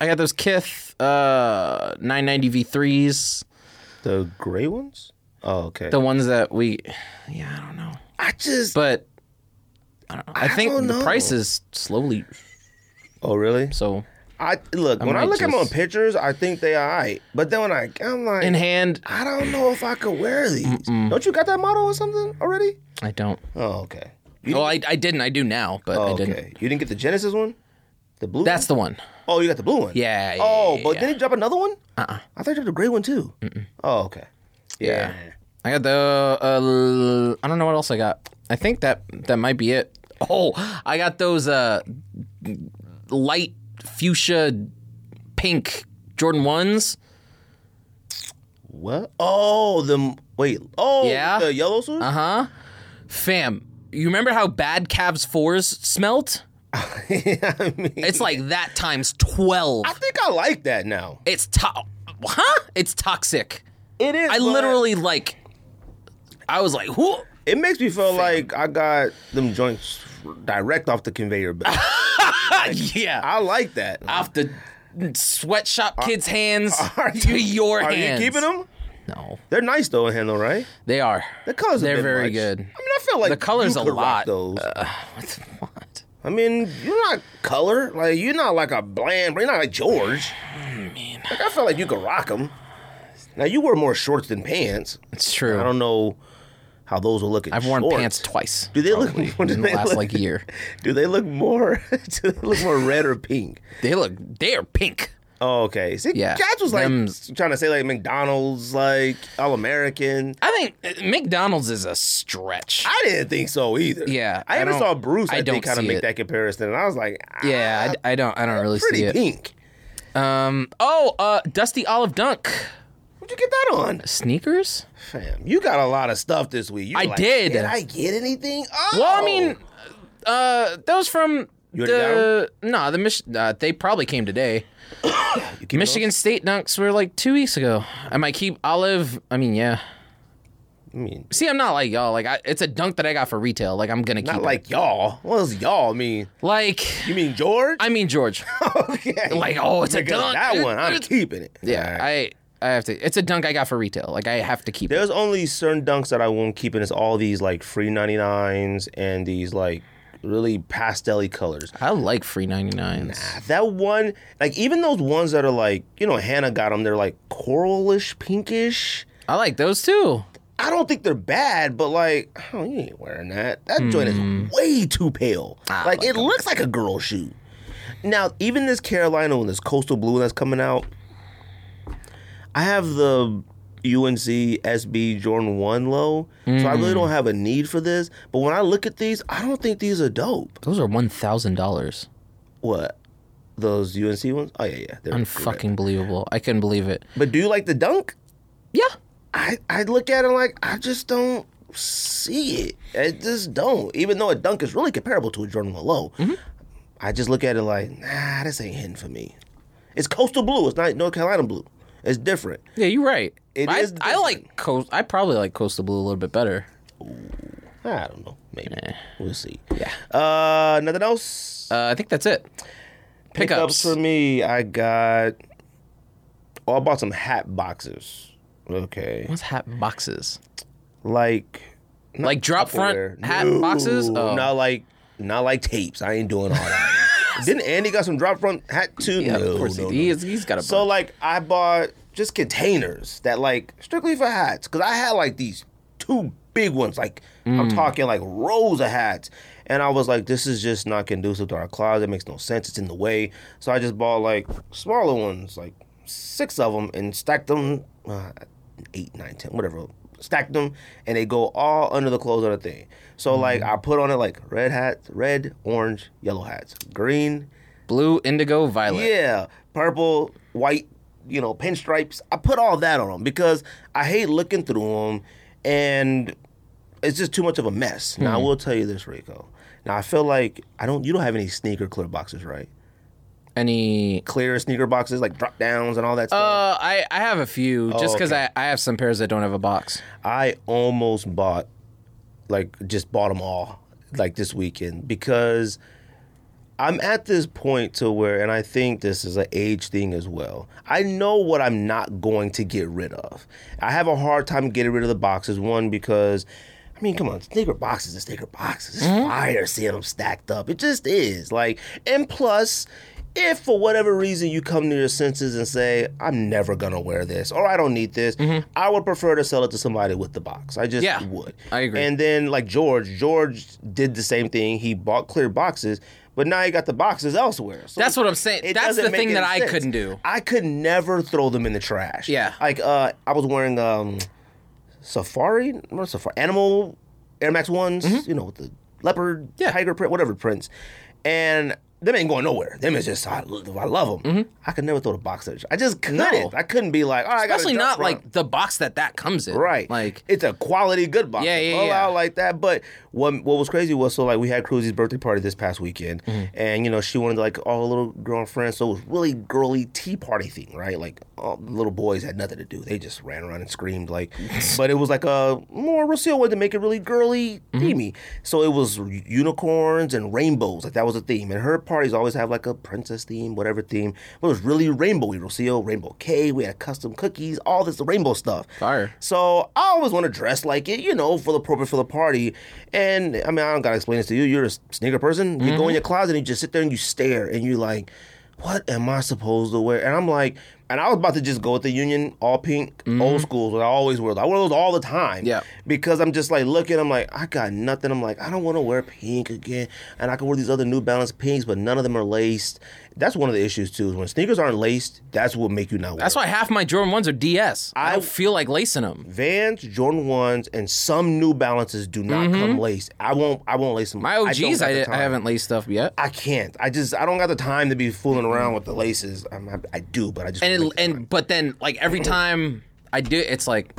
Speaker 2: I got those Kith uh 990 V3s.
Speaker 1: The gray ones. Oh, okay.
Speaker 2: the ones that we yeah i don't know
Speaker 1: I just.
Speaker 2: but i, don't know. I, think
Speaker 1: don't
Speaker 2: the
Speaker 1: know.
Speaker 2: price is slowly
Speaker 1: oh, really?
Speaker 2: so
Speaker 1: I look when I
Speaker 2: might
Speaker 1: look at them on
Speaker 2: just-
Speaker 1: pictures, I think they are alright. But then when I, I'm like,
Speaker 2: in hand
Speaker 1: I don't know if I could wear these. Don't you got that model or something already?
Speaker 2: i don't
Speaker 1: Oh, okay. You
Speaker 2: well I, I didn't i do now but
Speaker 1: oh,
Speaker 2: i didn't
Speaker 1: okay. You didn't get the Genesis one, the blue.
Speaker 2: that's the one
Speaker 1: one? oh, you got the blue one.
Speaker 2: yeah, yeah,
Speaker 1: Oh,
Speaker 2: yeah,
Speaker 1: but
Speaker 2: yeah. Uh-uh.
Speaker 1: didn't he drop another one? Uh. uh I thought he dropped a gray one too. Oh, okay. Yeah.
Speaker 2: i got the uh, i don't know what else i got i think that that might be it oh i got those uh light fuchsia pink jordan ones
Speaker 1: What? Oh, the wait. Oh,
Speaker 2: Yeah. Uh-huh.
Speaker 1: The yellow suit. [laughs] Uh huh.
Speaker 2: fam you remember how bad cavs fours smelt
Speaker 1: I mean,
Speaker 2: It's like that times 12.
Speaker 1: I think I like that now.
Speaker 2: It's to- huh? It's toxic.
Speaker 1: It is.
Speaker 2: I
Speaker 1: but
Speaker 2: literally like I was like,
Speaker 1: [laughs]
Speaker 2: "Who?"
Speaker 1: It makes me feel like I got them joints direct off the conveyor
Speaker 2: [laughs]
Speaker 1: belt.
Speaker 2: yeah.
Speaker 1: I like that.
Speaker 2: [laughs] Off the sweatshop kids' hands to
Speaker 1: [laughs]
Speaker 2: your
Speaker 1: Are
Speaker 2: hands.
Speaker 1: you keeping them?
Speaker 2: No.
Speaker 1: They're nice though, handle right?
Speaker 2: They are.
Speaker 1: The colors.
Speaker 2: They're
Speaker 1: a bit
Speaker 2: very
Speaker 1: much.
Speaker 2: good.
Speaker 1: I mean, I feel like
Speaker 2: The color's
Speaker 1: you
Speaker 2: a
Speaker 1: could rock
Speaker 2: lot.
Speaker 1: Those.
Speaker 2: Uh, [laughs] what the- what?
Speaker 1: I mean, you're not color. Like you're not like a bland. You're not like
Speaker 2: [sighs]
Speaker 1: George. like, I felt like you could rock them. Now you wear more shorts than pants.
Speaker 2: It's true.
Speaker 1: I don't know how those will look.
Speaker 2: I've worn pants
Speaker 1: [laughs]
Speaker 2: twice.
Speaker 1: Do they look?
Speaker 2: probably,
Speaker 1: do
Speaker 2: in the
Speaker 1: they
Speaker 2: last
Speaker 1: look-
Speaker 2: like year?
Speaker 1: [laughs] Do they look more? [laughs] do they look more red or pink?
Speaker 2: They look they are pink.
Speaker 1: Oh, okay. See,
Speaker 2: Yeah.
Speaker 1: Cats was like
Speaker 2: Them's-
Speaker 1: trying to say like McDonald's, like all American.
Speaker 2: I think uh, McDonald's is a stretch.
Speaker 1: I didn't think so either.
Speaker 2: Yeah,
Speaker 1: I,
Speaker 2: I
Speaker 1: ever
Speaker 2: don't-
Speaker 1: saw Bruce. I,
Speaker 2: I
Speaker 1: think
Speaker 2: don't
Speaker 1: kind of
Speaker 2: see
Speaker 1: make
Speaker 2: it.
Speaker 1: that comparison, and I was like, ah,
Speaker 2: yeah, I, I don't I don't really see
Speaker 1: pretty
Speaker 2: it.
Speaker 1: pink.
Speaker 2: Um. Oh, uh, Dusty Olive Dunk
Speaker 1: Where'd you get that on,
Speaker 2: sneakers.
Speaker 1: fam? You got a lot of stuff this week. You
Speaker 2: I
Speaker 1: like,
Speaker 2: did.
Speaker 1: Did I get anything? Oh,
Speaker 2: Well, I mean, uh, those from
Speaker 1: You already
Speaker 2: the no, the Mich- uh, they probably came today.
Speaker 1: [coughs] You keep
Speaker 2: Michigan State dunks were like two weeks ago. I might keep Olive. I mean, yeah.
Speaker 1: those? I mean,
Speaker 2: See, I'm not like y'all. Like, I, it's a dunk that I got for retail. Like, I'm gonna keep
Speaker 1: not
Speaker 2: it.
Speaker 1: like y'all. What does y'all mean?
Speaker 2: Like,
Speaker 1: You mean George?
Speaker 2: I
Speaker 1: [laughs]
Speaker 2: mean George.
Speaker 1: okay.
Speaker 2: like, oh, it's a
Speaker 1: Nigga,
Speaker 2: dunk.
Speaker 1: That one, I'm keeping it.
Speaker 2: yeah,
Speaker 1: Alright.
Speaker 2: I I have to. It's a dunk I got for retail. Like, I have to keep it.
Speaker 1: There's only certain dunks that I won't keep, and it's all these like free 99s and these like really pastel colors.
Speaker 2: I like free 99s.
Speaker 1: That one, like even those ones that are like, you know, Hannah got them, they're like coralish, pinkish.
Speaker 2: I like those too.
Speaker 1: I don't think they're bad, but like, oh, you ain't wearing that. That joint is way too pale. Hmm. Ah, like, it looks like a girl shoe. Now, even this Carolina one, this coastal blue that's coming out, I have the UNC SB Jordan 1 low, so I really don't have a need for this. But when I look at these, I don't think these are dope.
Speaker 2: Those are one thousand dollars.
Speaker 1: What? Those UNC ones? Oh, yeah, yeah. They're they're-
Speaker 2: Unfucking believable. I couldn't believe it.
Speaker 1: But do you like the dunk?
Speaker 2: Yeah.
Speaker 1: I I look at it like I just don't see it. I just don't. Even though a dunk is really comparable to a Jordan One Low,
Speaker 2: Mm-hmm.
Speaker 1: I just look at it like nah, this ain't hitting for me. It's coastal blue. It's not North Carolina blue. It's different.
Speaker 2: Yeah, you're right.
Speaker 1: It
Speaker 2: I,
Speaker 1: is
Speaker 2: I like coast. I probably like coastal blue a little bit better.
Speaker 1: I don't know. Maybe we'll see.
Speaker 2: Yeah.
Speaker 1: Uh, nothing else.
Speaker 2: Uh, I think that's it. Pickups.
Speaker 1: for me. I got. Oh, I bought some hat boxes. Okay.
Speaker 2: What's hat boxes?
Speaker 1: Like. not
Speaker 2: Like drop front
Speaker 1: Tupperware.
Speaker 2: hat
Speaker 1: No,
Speaker 2: boxes? Oh.
Speaker 1: Not like not like tapes. I ain't doing all
Speaker 2: [laughs]
Speaker 1: that. Didn't Andy got some drop front hat too?
Speaker 2: Yeah,
Speaker 1: No,
Speaker 2: of course
Speaker 1: no,
Speaker 2: he,
Speaker 1: no.
Speaker 2: he is, he's got a.
Speaker 1: So
Speaker 2: bunch.
Speaker 1: like I bought just containers that like strictly for hats because I had like these two big ones like I'm talking like rows of hats and I was like this is just not conducive to our closet it makes no sense it's in the way so I just bought like smaller ones like six of them and stacked them uh, eight nine ten whatever stacked them and they go all under the clothes on the thing so like I put on it like red hats red orange yellow hats green
Speaker 2: blue, indigo, violet.
Speaker 1: yeah, purple, white, you know, pinstripes. I put all that on them because I hate looking through them, and it's just too much of a mess. Now I will tell you this, Rico. Now I feel like I don't. You don't have any sneaker clear boxes, right?
Speaker 2: Any?
Speaker 1: Clear sneaker boxes like drop downs and all that stuff.
Speaker 2: Uh, I I have a few
Speaker 1: Oh,
Speaker 2: just because I I have some pairs that don't have a box.
Speaker 1: I almost bought, like, just bought them all, like this weekend because I'm at this point to where, and I think this is an age thing as well. I know what I'm not going to get rid of. I have a hard time getting rid of the boxes. One because. I mean, come on, sneaker boxes and sneaker boxes. It's
Speaker 2: Mm-hmm.
Speaker 1: fire seeing them stacked up. It just is. Like, and plus, if for whatever reason you come to your senses and say, I'm never gonna wear this or I don't need this, I would prefer to sell it to somebody with the box. I just
Speaker 2: Mm-hmm. Yeah,
Speaker 1: would.
Speaker 2: I agree.
Speaker 1: And then like George, George did the same thing. He bought clear boxes, but now he got the boxes elsewhere. So
Speaker 2: That's what I'm saying.
Speaker 1: it
Speaker 2: That's
Speaker 1: doesn't
Speaker 2: the
Speaker 1: make
Speaker 2: thing that
Speaker 1: any
Speaker 2: I
Speaker 1: sense.
Speaker 2: couldn't do.
Speaker 1: I could never throw them in the trash.
Speaker 2: Yeah.
Speaker 1: Like uh I was wearing um Safari, not Safari, Animal Air Max ones, you know, with the leopard,
Speaker 2: Mm-hmm. Yeah.
Speaker 1: tiger print, whatever prints, and them ain't going nowhere. Them is just I, lo- I love them. I could never throw the box out. I just couldn't.
Speaker 2: Mm-hmm. No.
Speaker 1: I couldn't be like, all right,
Speaker 2: Especially
Speaker 1: I gotta
Speaker 2: not
Speaker 1: jump front.
Speaker 2: like the box that that comes in.
Speaker 1: Right.
Speaker 2: Like
Speaker 1: it's a quality good box.
Speaker 2: Yeah, yeah,
Speaker 1: All
Speaker 2: yeah.
Speaker 1: out like that. But what what was crazy was so like we had Cruzy's birthday party this past weekend,
Speaker 2: Mm-hmm.
Speaker 1: and you know she wanted like all her little girlfriends, so it was really girly tea party thing, right? Like all the little boys had nothing to do; they just ran around and screamed
Speaker 2: [laughs]
Speaker 1: like. but it was like a more Rocio wanted to make it really girly
Speaker 2: Mm-hmm.
Speaker 1: themey, so it was unicorns and rainbows, like that was a theme. And her parties always have like a princess theme, whatever theme. But it was really rainbowy, Rocio, rainbow K. We had custom cookies, all this rainbow stuff.
Speaker 2: Fire.
Speaker 1: So I always want to dress like it, you know, for the appropriate for the party. And I mean, I don't gotta explain this to you. You're a sneaker person. You
Speaker 2: Mm-hmm.
Speaker 1: go in your closet and you just sit there and you stare and you're like, "What am I supposed to wear?" And I'm like, and I was about to just go with the Union all pink, old schools that I always wear. I wear those all the time.
Speaker 2: Mm-hmm. Yeah.
Speaker 1: Because I'm just like looking. I'm like, I got nothing. I'm like, I don't want to wear pink again. And I can wear these other New Balance pinks, but none of them are laced. That's one of the issues too. Is when sneakers aren't laced, that's what make you not wear.
Speaker 2: that's why half my Jordan ones are DS. I,
Speaker 1: I-
Speaker 2: don't feel like lacing them.
Speaker 1: Vans, Jordan ones, and some New Balances do not come laced. I won't. I won't lace them.
Speaker 2: Mm-hmm. My
Speaker 1: don't
Speaker 2: OGs,
Speaker 1: got
Speaker 2: I,
Speaker 1: the
Speaker 2: I,
Speaker 1: time.
Speaker 2: haven't laced stuff yet.
Speaker 1: I can't. I just. I don't got the time to be fooling around with the laces. I'm, I, I do, but I just. don't
Speaker 2: and it,
Speaker 1: make the time.
Speaker 2: and but then like every time I do, it's like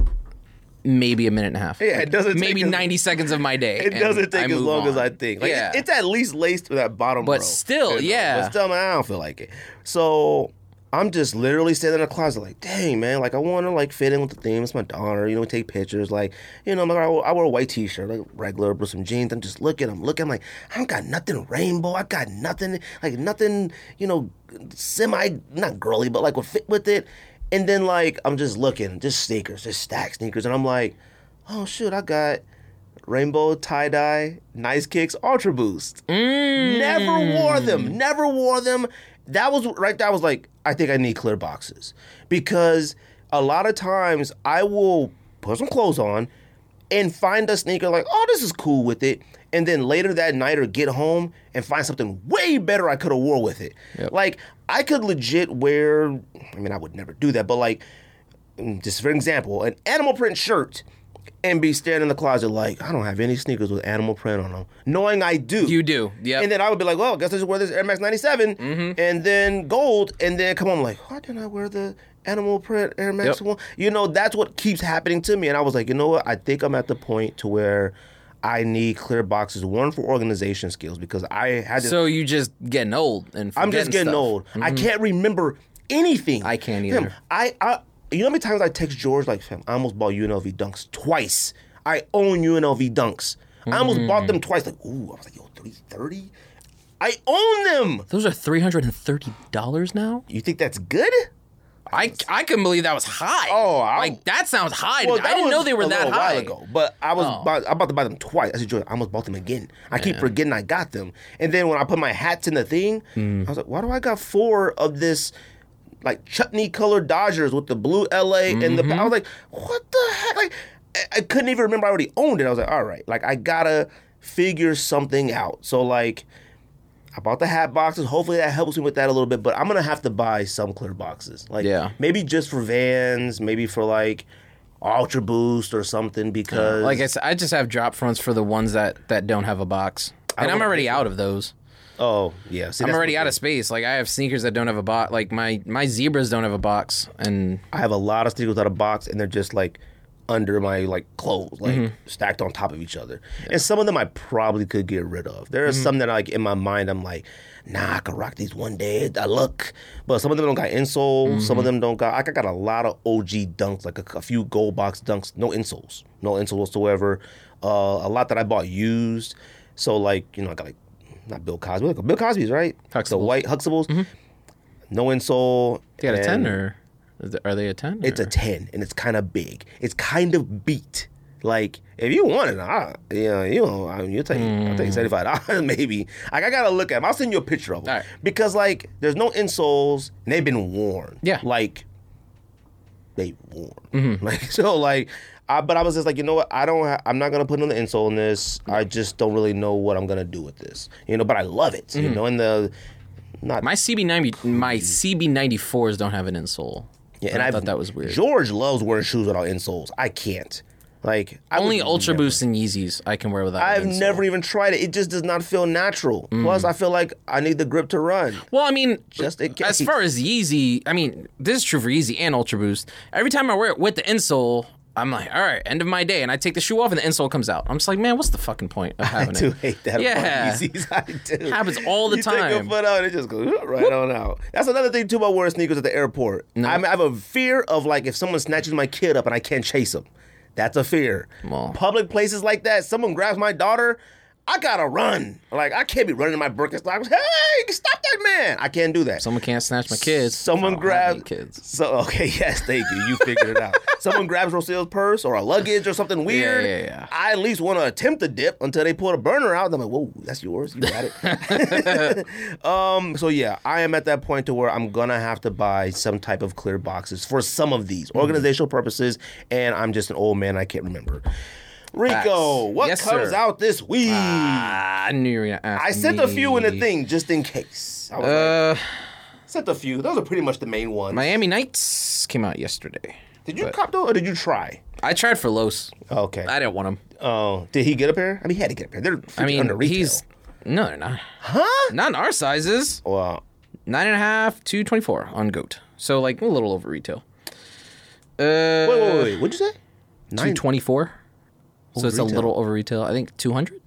Speaker 2: maybe a minute and a half.
Speaker 1: Yeah, it doesn't take
Speaker 2: Maybe
Speaker 1: as-
Speaker 2: ninety seconds of my day.
Speaker 1: [laughs] it
Speaker 2: and
Speaker 1: doesn't
Speaker 2: I
Speaker 1: take as
Speaker 2: move
Speaker 1: long
Speaker 2: on.
Speaker 1: as I think. Like,
Speaker 2: yeah,
Speaker 1: it- it's at least laced with that bottom.
Speaker 2: But
Speaker 1: row,
Speaker 2: still,
Speaker 1: you know?
Speaker 2: yeah.
Speaker 1: But still, man, I don't feel like it. So I'm just literally sitting in the closet, like, dang, man, like I want to like fit in with the theme. It's my daughter, you know. We take pictures, like, you know, I'm like I wear, I wear a white t-shirt, like regular, with some jeans. I'm just looking, I'm looking, I'm like, I don't got nothing rainbow. I got nothing, like nothing, you know, semi not girly, but like would fit with it. And then like I'm just looking, just sneakers, just stack sneakers, and I'm like, oh shoot, I got rainbow tie dye, nice kicks, ultra boost. Never wore
Speaker 2: Mm.
Speaker 1: them. Never wore them. That was right. That was like I think I need clear boxes because a lot of times I will put some clothes on and find a sneaker like oh this is cool with it and then later that night or get home and find something way better I could have wore with it.
Speaker 2: Yep.
Speaker 1: Like I could legit wear. I mean I would never do that, but like mm, just for example, an animal print shirt and be standing in the closet like, I don't have any sneakers with animal print on them, knowing I do.
Speaker 2: You do, yep. Mm-hmm.
Speaker 1: And then I would be like, well, I guess I should wear this Air Max 97 and then gold. And then come on, like, why didn't I wear the animal print Air Max
Speaker 2: Yep.
Speaker 1: one? You know, that's what keeps happening to me. And I was like, you know what? I think I'm at the point to where I need clear boxes, one for organization skills because I had this
Speaker 2: So you just getting old and
Speaker 1: I'm just getting
Speaker 2: stuff. Mm-hmm.
Speaker 1: old. I can't remember anything.
Speaker 2: I can't
Speaker 1: Fam,
Speaker 2: either.
Speaker 1: I, I, you know how many times I text George like, fam, I almost bought UNLV dunks twice. I own UNLV dunks. I almost bought
Speaker 2: Mm.
Speaker 1: them twice. Like, ooh, I was like, yo, three thirty. I own them.
Speaker 2: Those are three hundred and thirty dollars now.
Speaker 1: You think that's good?
Speaker 2: I I couldn't believe that was high.
Speaker 1: Oh, I-
Speaker 2: like that sounds high. to me.
Speaker 1: that
Speaker 2: I didn't
Speaker 1: was
Speaker 2: know they were
Speaker 1: a
Speaker 2: that
Speaker 1: little
Speaker 2: high. Oh.
Speaker 1: While ago, but I was about, I'm about to buy them twice. I said, George, I almost bought them again. I keep forgetting I got them. And then when I put my hats in the thing,
Speaker 2: Mm.
Speaker 1: I was like, why do I got four of this? Like chutney colored Dodgers with the blue LA and the
Speaker 2: Mm-hmm.
Speaker 1: I was like, what the heck? Like, I, I couldn't even remember I already owned it. I was like, all right, like I gotta figure something out. So like, I bought the hat boxes. Hopefully that helps me with that a little bit. But I'm gonna have to buy some clear boxes, like
Speaker 2: Yeah.
Speaker 1: maybe just for Vans, maybe for like Ultra Boost or something. Because
Speaker 2: Like I said, I just have drop fronts for the ones that that don't have a box, and I'm already out of those.
Speaker 1: oh yeah, See,
Speaker 2: I'm
Speaker 1: that's
Speaker 2: already
Speaker 1: what-
Speaker 2: out of space. Like I have sneakers that don't have a box. Like my my zebras don't have a box, and
Speaker 1: I have a lot of sneakers out of box, and they're just like under my like clothes, like
Speaker 2: Mm-hmm.
Speaker 1: stacked on top of each other. And some of them I probably could get rid of. There are
Speaker 2: Mm-hmm.
Speaker 1: some that like in my mind I'm like, nah, I could rock these one day. I look, but some of them don't got insole.
Speaker 2: Mm-hmm.
Speaker 1: Some of them don't got. Like I got a lot of OG dunks, like a, a few gold box dunks, no insoles, no insole whatsoever. Uh, a lot that I bought used. So like you know I got like not Bill Cosby, like Bill Cosby's right, the
Speaker 2: Huxtables. Mm-hmm.
Speaker 1: white Huxtables, no insole.
Speaker 2: they got a
Speaker 1: and-
Speaker 2: ten or is it- are they a ten?
Speaker 1: it's a 10 and it's kind of big it's kind of beat like if you want it I, you know you know I mean, you'll take i'll
Speaker 2: Mm.
Speaker 1: take 75 dollars [laughs] maybe like i gotta look at them i'll send you a picture of them
Speaker 2: All right.
Speaker 1: because like there's no insoles and they've been worn
Speaker 2: Yeah. Mm-hmm.
Speaker 1: like they worn [laughs] like so like I, but I was just like, you know what? I don't. Ha- I'm not gonna put another insole in this. I just don't really know what I'm gonna do with this, you know. But I love it,
Speaker 2: Mm-hmm.
Speaker 1: you know. And the not
Speaker 2: my CB ninety my CB ninety fours don't have an insole.
Speaker 1: Yeah,
Speaker 2: I
Speaker 1: I've-
Speaker 2: thought that was weird.
Speaker 1: George loves wearing shoes without insoles. I can't. Like I
Speaker 2: Only
Speaker 1: would
Speaker 2: Ultra
Speaker 1: never-
Speaker 2: Boosts and Yeezys I can wear without.
Speaker 1: I've
Speaker 2: an insole.
Speaker 1: never even tried it. It just does not feel natural.
Speaker 2: Mm.
Speaker 1: Plus, I feel like I need the grip to run.
Speaker 2: Well, I mean,
Speaker 1: Just in
Speaker 2: as
Speaker 1: case.
Speaker 2: far as Yeezy, I mean, this is true for Yeezy and Ultra Boost. Every time I wear it with the insole, I'm like, all right, end of my day, and I take the shoe off and the insole comes out. I'm just like, man, what's the fucking point of
Speaker 1: [laughs]
Speaker 2: having
Speaker 1: I do
Speaker 2: it?
Speaker 1: hate that.
Speaker 2: Yeah.
Speaker 1: about Yeezys. I do.
Speaker 2: [laughs] Happens all the
Speaker 1: you Take
Speaker 2: time.
Speaker 1: your foot out, it just goes right on out. That's another thing too about wearing sneakers at the airport. I, mean, I have a fear of like if someone snatches my kid up and I can't chase him. That's a fear.
Speaker 2: Well.
Speaker 1: Public places like that, someone grabs my daughter. I gotta run. Like I can't be running in my Birkenstocks. Hey, stop that man! I can't do that.
Speaker 2: Someone can't snatch my kids. I
Speaker 1: Someone
Speaker 2: don't have any
Speaker 1: grabs
Speaker 2: kids.
Speaker 1: So okay, [laughs] yes, thank you. You figured it out. Someone grabs Roselle's purse or a luggage or something weird.
Speaker 2: yeah, yeah.
Speaker 1: I at least want to attempt a dip until they pull the burner out. And I'm like, whoa, that's yours. You got it. [laughs]
Speaker 2: [laughs]
Speaker 1: um. So yeah, I am at that point to where I'm gonna have to buy some type of clear boxes for some of these
Speaker 2: Mm-hmm.
Speaker 1: organizational purposes, and I'm just an old man. I can't remember. Rico,
Speaker 2: Facts.
Speaker 1: what
Speaker 2: Yes,
Speaker 1: comes
Speaker 2: sir.
Speaker 1: out this week?
Speaker 2: Ah, I knew you were gonna ask
Speaker 1: I sent a few in the
Speaker 2: me.
Speaker 1: thing just in case. I was like,
Speaker 2: Uh,
Speaker 1: sent a few. Those are pretty much the main ones.
Speaker 2: Miami Knights came out yesterday.
Speaker 1: Did you cop those or did you try?
Speaker 2: I tried for Los.
Speaker 1: Okay.
Speaker 2: I didn't want him.
Speaker 1: oh, did he get a pair? I mean, he had to get a pair. They're
Speaker 2: I mean,
Speaker 1: under retail.
Speaker 2: he's no, they're not.
Speaker 1: huh?
Speaker 2: Not in our sizes.
Speaker 1: Well,
Speaker 2: Nine and a half to twenty-four on Goat. So like a little over retail. Uh,
Speaker 1: wait, wait, wait, wait. What'd you say?
Speaker 2: two
Speaker 1: Nine.
Speaker 2: twenty-four. So it's a
Speaker 1: retail.
Speaker 2: little over retail. I think two hundred.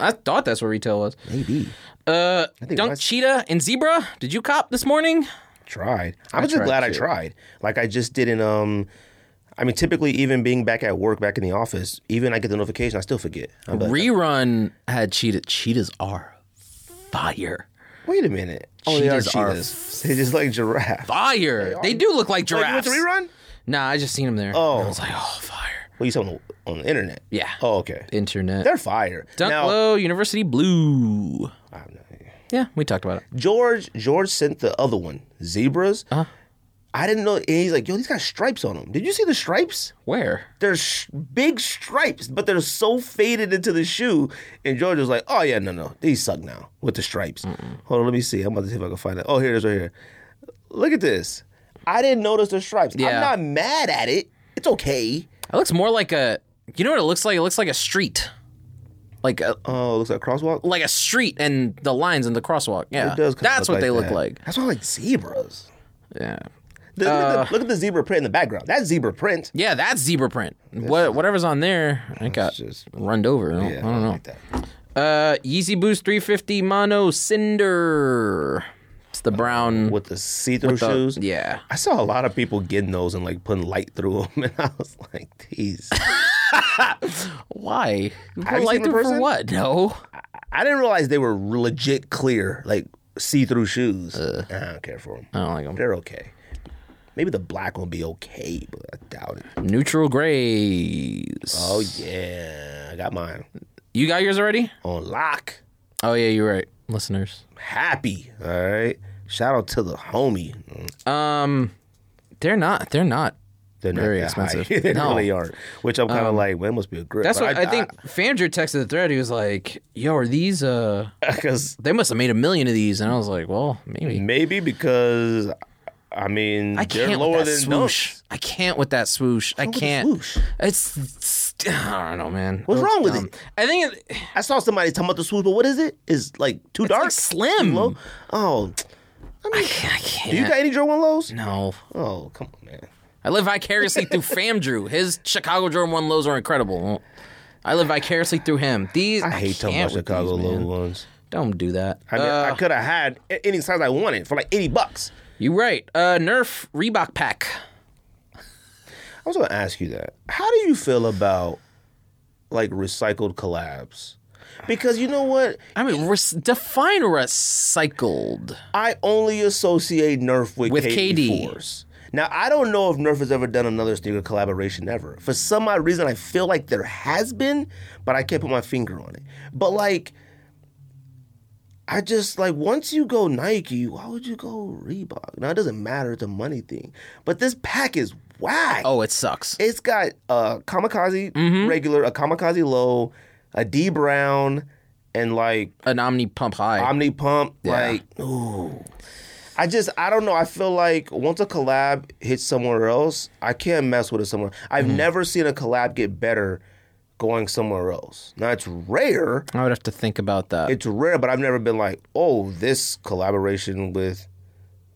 Speaker 2: I thought that's what retail was.
Speaker 1: Maybe.
Speaker 2: Uh,
Speaker 1: it
Speaker 2: Dunk
Speaker 1: was.
Speaker 2: Cheetah and Zebra. Did you cop this morning?
Speaker 1: tried. I'm just
Speaker 2: tried
Speaker 1: glad I
Speaker 2: too.
Speaker 1: tried. Like I just didn't. Um, I mean, typically, even being back at work, back in the office, even I get the notification, I still forget. I'm like,
Speaker 2: Rerun had cheetah. Cheetahs are fire.
Speaker 1: wait a minute. Oh, they are
Speaker 2: Cheetahs are
Speaker 1: cheetahs. [laughs] They just like giraffe.
Speaker 2: Fire. They, do look
Speaker 1: Like,
Speaker 2: like
Speaker 1: you went
Speaker 2: giraffes.
Speaker 1: to rerun?
Speaker 2: Nah, I just seen them there.
Speaker 1: Oh.
Speaker 2: I was like, oh, fire.
Speaker 1: Well, you saw on the, on the internet.
Speaker 2: Yeah.
Speaker 1: Oh, okay.
Speaker 2: Internet.
Speaker 1: They're fire.
Speaker 2: Dunk
Speaker 1: now,
Speaker 2: Low University Blue. Yeah, we talked about it.
Speaker 1: George George sent the other one, zebras.
Speaker 2: Uh-huh.
Speaker 1: I didn't know. And he's like, yo, these got stripes on them. Did you see the stripes?
Speaker 2: Where?
Speaker 1: They're sh- big stripes, but they're so faded into the shoe. And George was like, oh, yeah, no, no. These suck now with the stripes. Hold on, let me see. I'm about to see if I can find it. Oh, here it is right here. Look at this. I didn't notice the stripes. I'm
Speaker 2: Yeah.
Speaker 1: not mad at it. It's okay.
Speaker 2: It looks more like a. You know what it looks like? It looks like a street, like a
Speaker 1: Oh, it looks like a crosswalk.
Speaker 2: like a street, and the lines in the crosswalk. Yeah,
Speaker 1: It does kinda
Speaker 2: that's
Speaker 1: look
Speaker 2: what they look
Speaker 1: that.
Speaker 2: like.
Speaker 1: That's why I like zebras.
Speaker 2: Yeah,
Speaker 1: The- look
Speaker 2: Uh,
Speaker 1: at the- look at the zebra print in the background. That zebra print.
Speaker 2: yeah, that's zebra print. What whatever's on there, I got
Speaker 1: just-
Speaker 2: runned over. I don't,
Speaker 1: Yeah,
Speaker 2: I don't know.
Speaker 1: like that.
Speaker 2: Uh, Yeezy Boost 350 Mono Cinder. It's the brown.
Speaker 1: With the see-through
Speaker 2: the-
Speaker 1: shoes.
Speaker 2: yeah,
Speaker 1: I saw a lot of people getting those and like putting light through them, [laughs] and I was like, "These."
Speaker 2: why? You
Speaker 1: you
Speaker 2: put light
Speaker 1: seen them
Speaker 2: through
Speaker 1: in
Speaker 2: for
Speaker 1: person?
Speaker 2: what? No.
Speaker 1: I didn't realize they were legit clear, like see-through shoes.
Speaker 2: Uh.
Speaker 1: I don't care for them.
Speaker 2: I don't like them.
Speaker 1: They're okay. Maybe the black will be okay, but I doubt it.
Speaker 2: Neutral grays.
Speaker 1: Oh yeah, I got mine
Speaker 2: You got yours already?
Speaker 1: on lock.
Speaker 2: Oh yeah, you're right, listeners.
Speaker 1: Happy. All right. Shout out to the homie. Mm,
Speaker 2: Um, they're not. They're not.
Speaker 1: They're not
Speaker 2: Very
Speaker 1: that high. [laughs]
Speaker 2: expensive.
Speaker 1: they
Speaker 2: No. Um,
Speaker 1: really aren't. Which I'm kind of like, well, it must be a grip.
Speaker 2: That's
Speaker 1: But
Speaker 2: what I, think. Fandra texted the thread. He was like, "Yo, are these? Uh,
Speaker 1: [laughs] because
Speaker 2: they must have made a million of these." And I was like, "Well, maybe."
Speaker 1: Maybe because I mean
Speaker 2: I
Speaker 1: they're
Speaker 2: can't
Speaker 1: lower
Speaker 2: with that
Speaker 1: than
Speaker 2: swoosh.
Speaker 1: Dunks.
Speaker 2: I can't with that swoosh. I
Speaker 1: with the
Speaker 2: can't.
Speaker 1: swoosh?
Speaker 2: It's, it's- I don't know, man.
Speaker 1: What's wrong with it?
Speaker 2: I think it,
Speaker 1: I saw somebody talking about the swoosh, but what is it? Is like too dark,
Speaker 2: like slim.
Speaker 1: Low? Oh,
Speaker 2: I can't.
Speaker 1: do you got any Jordan lows?
Speaker 2: no.
Speaker 1: Oh, come on, man.
Speaker 2: I live vicariously through Famdrew. His Chicago Jordan One lows are incredible. I live vicariously through him. These
Speaker 1: I hate talking
Speaker 2: can't
Speaker 1: about
Speaker 2: with
Speaker 1: Chicago
Speaker 2: these,
Speaker 1: low
Speaker 2: man.
Speaker 1: ones.
Speaker 2: Don't do that.
Speaker 1: I mean,
Speaker 2: Uh,
Speaker 1: I could have had a- any size I wanted for like eighty bucks.
Speaker 2: you right. Uh, Nerf Reebok pack.
Speaker 1: I was going to ask you that. How do you feel about like recycled collabs? Because you know what,
Speaker 2: I mean, res- define recycled.
Speaker 1: I only associate Nerf with,
Speaker 2: With
Speaker 1: KD.
Speaker 2: KD.
Speaker 1: Force. Now I don't know if Nerf has ever done another sneaker collaboration ever. For some odd reason, I feel like there has been, but I can't put my finger on it. But like, I just like once you go Nike, why would you go Reebok? Now it doesn't matter; it's a money thing. But this pack is whack.
Speaker 2: Oh, it sucks.
Speaker 1: It's got a kamikaze regular, a kamikaze low, a D Brown, and like
Speaker 2: An Omni pump high.
Speaker 1: Omni Pump. Like, ooh. I just, I don't know. I feel like once a collab hits somewhere else, I can't mess with it somewhere. I've
Speaker 2: Mm-hmm.
Speaker 1: never seen a collab get better going somewhere else. Now, it's rare.
Speaker 2: I would have to think about that.
Speaker 1: It's rare, but I've never been like, oh, this collaboration with.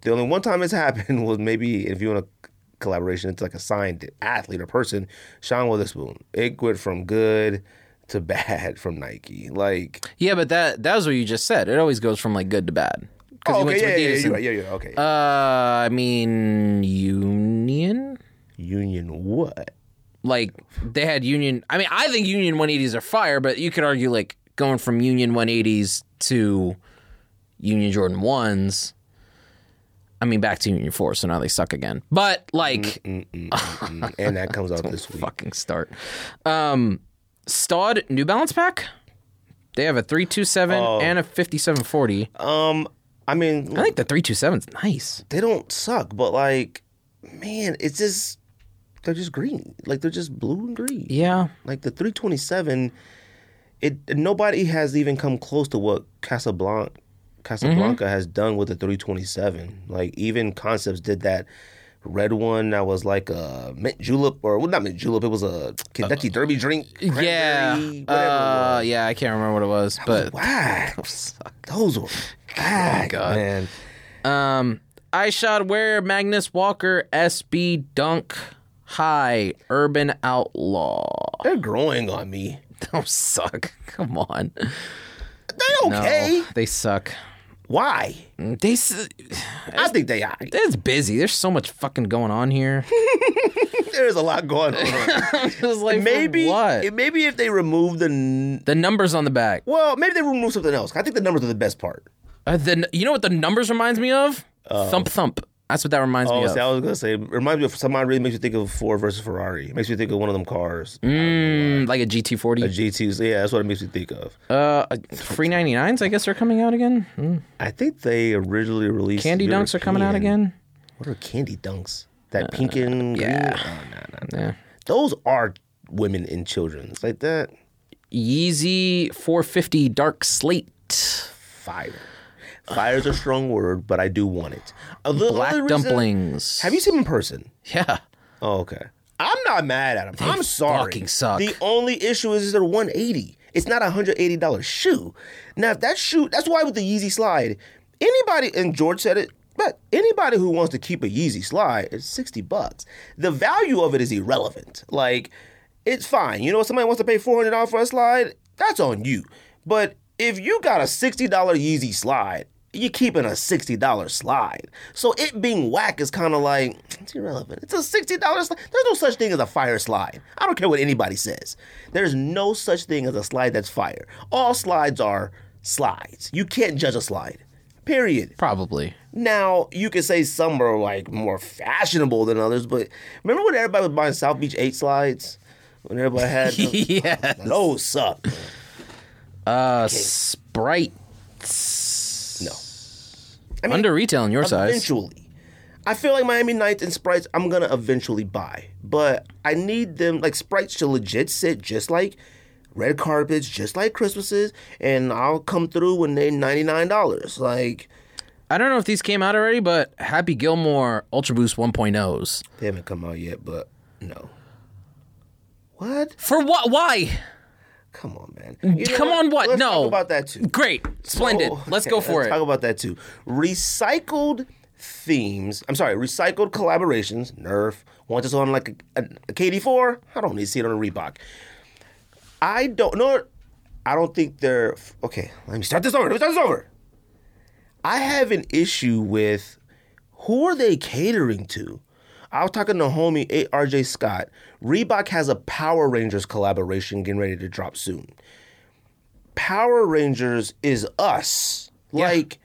Speaker 1: The only one time it's [laughs] happened was maybe if you want a collaboration, it's like a signed athlete or person, Sean Witherspoon. It went from good to [laughs] bad from Nike. Like,
Speaker 2: yeah, but that that was what you just said. It always goes from like good to bad. 'Cause
Speaker 1: oh,
Speaker 2: you
Speaker 1: okay,
Speaker 2: went to
Speaker 1: yeah, yeah,
Speaker 2: Adidas
Speaker 1: yeah, you're
Speaker 2: and-
Speaker 1: right, yeah, yeah, okay.
Speaker 2: Uh, I mean Union.
Speaker 1: Union
Speaker 2: [laughs]
Speaker 1: what?
Speaker 2: Like they had Union. I mean, I think Union 180s are fire, but you could argue like going from Union 180s to Union Jordan ones. I mean, back to Union Four, so now they suck again. But like,
Speaker 1: and that comes out this week.
Speaker 2: fucking start. Um, Stod New Balance pack. They have a three two seven and a fifty seven forty.
Speaker 1: Oh. Um, I mean,
Speaker 2: I think the three two seven's nice.
Speaker 1: they don't suck, but like, man, it's just they're just green. Like they're just blue and green.
Speaker 2: Yeah,
Speaker 1: Like the 327, it nobody has even come close to what Casablanca Casablanca
Speaker 2: Mm-hmm.
Speaker 1: has done with the 327. Like even concepts did that red one that was like a mint julep or well, not mint julep. It was a Kentucky Derby drink.
Speaker 2: Uh, yeah,
Speaker 1: cranberry, whatever it
Speaker 2: uh,
Speaker 1: was.
Speaker 2: yeah. I can't remember what it was,
Speaker 1: [laughs]
Speaker 2: but
Speaker 1: Whack. Those were whack, man.
Speaker 2: Um, I shot where Magnus Walker SB Dunk High Urban Outlaw. [laughs]
Speaker 1: They're growing on me.
Speaker 2: Don't suck. [laughs] Come on.
Speaker 1: They okay.
Speaker 2: No, they Oh, suck.
Speaker 1: Why?
Speaker 2: They, s-
Speaker 1: I think they are.
Speaker 2: it's busy. There's so much fucking going on [laughs] here.
Speaker 1: There's a lot going on.
Speaker 2: It's like, [laughs] for
Speaker 1: [laughs] maybe,
Speaker 2: what?
Speaker 1: maybe if they remove the n-
Speaker 2: the numbers on the back.
Speaker 1: well, maybe they remove something else. I think the numbers are the best part.
Speaker 2: Uh, the, you know what the numbers reminds me of? thump thump. That's what that reminds me
Speaker 1: Oh,
Speaker 2: of.
Speaker 1: see, I was gonna say, it reminds me of some odd reason makes you think of Ford versus Ferrari. It makes you think of one of them cars,
Speaker 2: Mm, like a
Speaker 1: the
Speaker 2: GT40.
Speaker 1: GTs. Yeah, that's what it makes you think of.
Speaker 2: Uh, free 99s, I guess, are coming out again. Mm.
Speaker 1: I think they originally released
Speaker 2: Candy Dunks are coming out
Speaker 1: European-
Speaker 2: again.
Speaker 1: What are candy dunks? That pink and
Speaker 2: Uh, yeah.
Speaker 1: green? Oh, nah, nah, nah.
Speaker 2: Yeah.
Speaker 1: Those are women and children's like that.
Speaker 2: Yeezy 450 Dark Slate.
Speaker 1: Fire. Fire is a strong word, but I do want it. A little,
Speaker 2: Black
Speaker 1: other reason-
Speaker 2: dumplings.
Speaker 1: Have you seen him in person?
Speaker 2: [laughs] Yeah.
Speaker 1: Oh, okay. I'm not mad at him. I'm sorry.
Speaker 2: fucking suck.
Speaker 1: The only issue is they're 180. It's not a hundred eighty dollar shoe. Now if that shoe, that's why with the Yeezy slide, anybody and George said it, but anybody who wants to keep a Yeezy slide is sixty bucks. The value of it is irrelevant. Like it's fine. You know, if somebody wants to pay four hundred dollars for a slide, that's on you. But if you got a sixty dollar Yeezy slide, you're keeping a sixty dollar slide. So it being whack is kind of like it's irrelevant. It's a sixty dollar slide. There's no such thing as a fire slide. I don't care what anybody says. There's no such thing as a slide that's fire. All slides are slides. You can't judge a slide. Period.
Speaker 2: Probably.
Speaker 1: Now you could say some are like more fashionable than others, but remember when everybody was buying South Beach Eight slides? When everybody had them?
Speaker 2: yeah.
Speaker 1: those suck. man.
Speaker 2: Uh, Sprite.
Speaker 1: No.
Speaker 2: I Under retail in your size.
Speaker 1: eventually. I feel like Miami Knights and Sprites, I'm gonna eventually buy, but I need them like Sprites to legit sit just like red carpets, just like Christmases, and I'll come through when they ninety nine dollars. Like
Speaker 2: I don't know if these came out already, but Happy Gilmore Ultra Boost 1.0s.
Speaker 1: they haven't come out yet, but no. What?
Speaker 2: For what? Why?
Speaker 1: Come on, man. You know
Speaker 2: Mm, Come on, what?
Speaker 1: Let's
Speaker 2: No.
Speaker 1: talk about that too.
Speaker 2: Great. Splendid.
Speaker 1: Oh,
Speaker 2: Let's
Speaker 1: okay,
Speaker 2: go for
Speaker 1: let's
Speaker 2: it.
Speaker 1: Talk about that too. Recycled themes. I'm sorry, recycled collaborations. Nerf. Want this on like a, a, a KD4? I don't need to see it on a Reebok. I don't know. I don't think they're okay. Let me start this over. Let me start this over. I have an issue with who are they catering to? I was talking to homie eh, RJ Scott. Reebok has a Power Rangers collaboration getting ready to drop soon. Power Rangers is us. Like,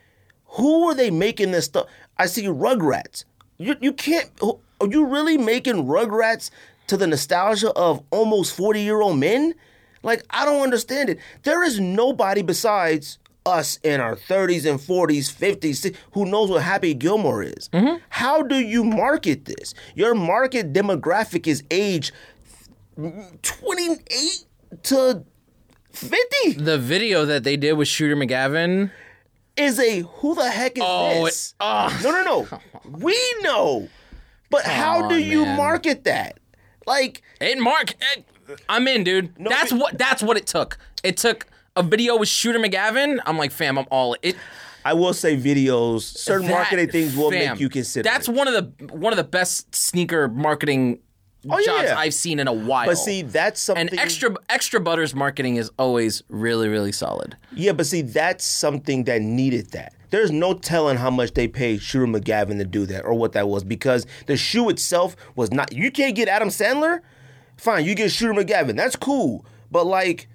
Speaker 1: who are they making this stuff? I see Rugrats. You, you can't. who- Are you really making Rugrats to the nostalgia of almost 40 year old men? Like, I don't understand it. There is nobody besides us in our 30s and 40s, 50s, si- who knows what Happy Gilmore is. How do you market this? Your market demographic is age 28 to 50.
Speaker 2: the video that they did with Shooter McGavin.
Speaker 1: is a who the heck is
Speaker 2: Oh,
Speaker 1: this?
Speaker 2: it- ugh.
Speaker 1: no, no,
Speaker 2: [laughs]
Speaker 1: no. We know, but how do
Speaker 2: on,
Speaker 1: you
Speaker 2: man.
Speaker 1: market that? Like,
Speaker 2: It Mark, it, I'm in, dude. that's
Speaker 1: be-
Speaker 2: what that's what it took. It took a video with Shooter McGavin. I'm like, fam, I'm all it.
Speaker 1: I will say, videos, certain
Speaker 2: that-
Speaker 1: marketing things will
Speaker 2: fam,
Speaker 1: make you consider.
Speaker 2: That's
Speaker 1: it.
Speaker 2: one of the one of the best sneaker marketing
Speaker 1: Oh, yeah,
Speaker 2: jobs
Speaker 1: yeah.
Speaker 2: I've seen in a while.
Speaker 1: but see, that's something.
Speaker 2: and extra extra butters marketing is always really really solid.
Speaker 1: Yeah, but see, that's something that needed that. There's no telling how much they paid Shooter McGavin to do that or what that was because the shoe itself was not. You can't get Adam Sandler? Fine, you get Shooter McGavin. That's cool. But, like,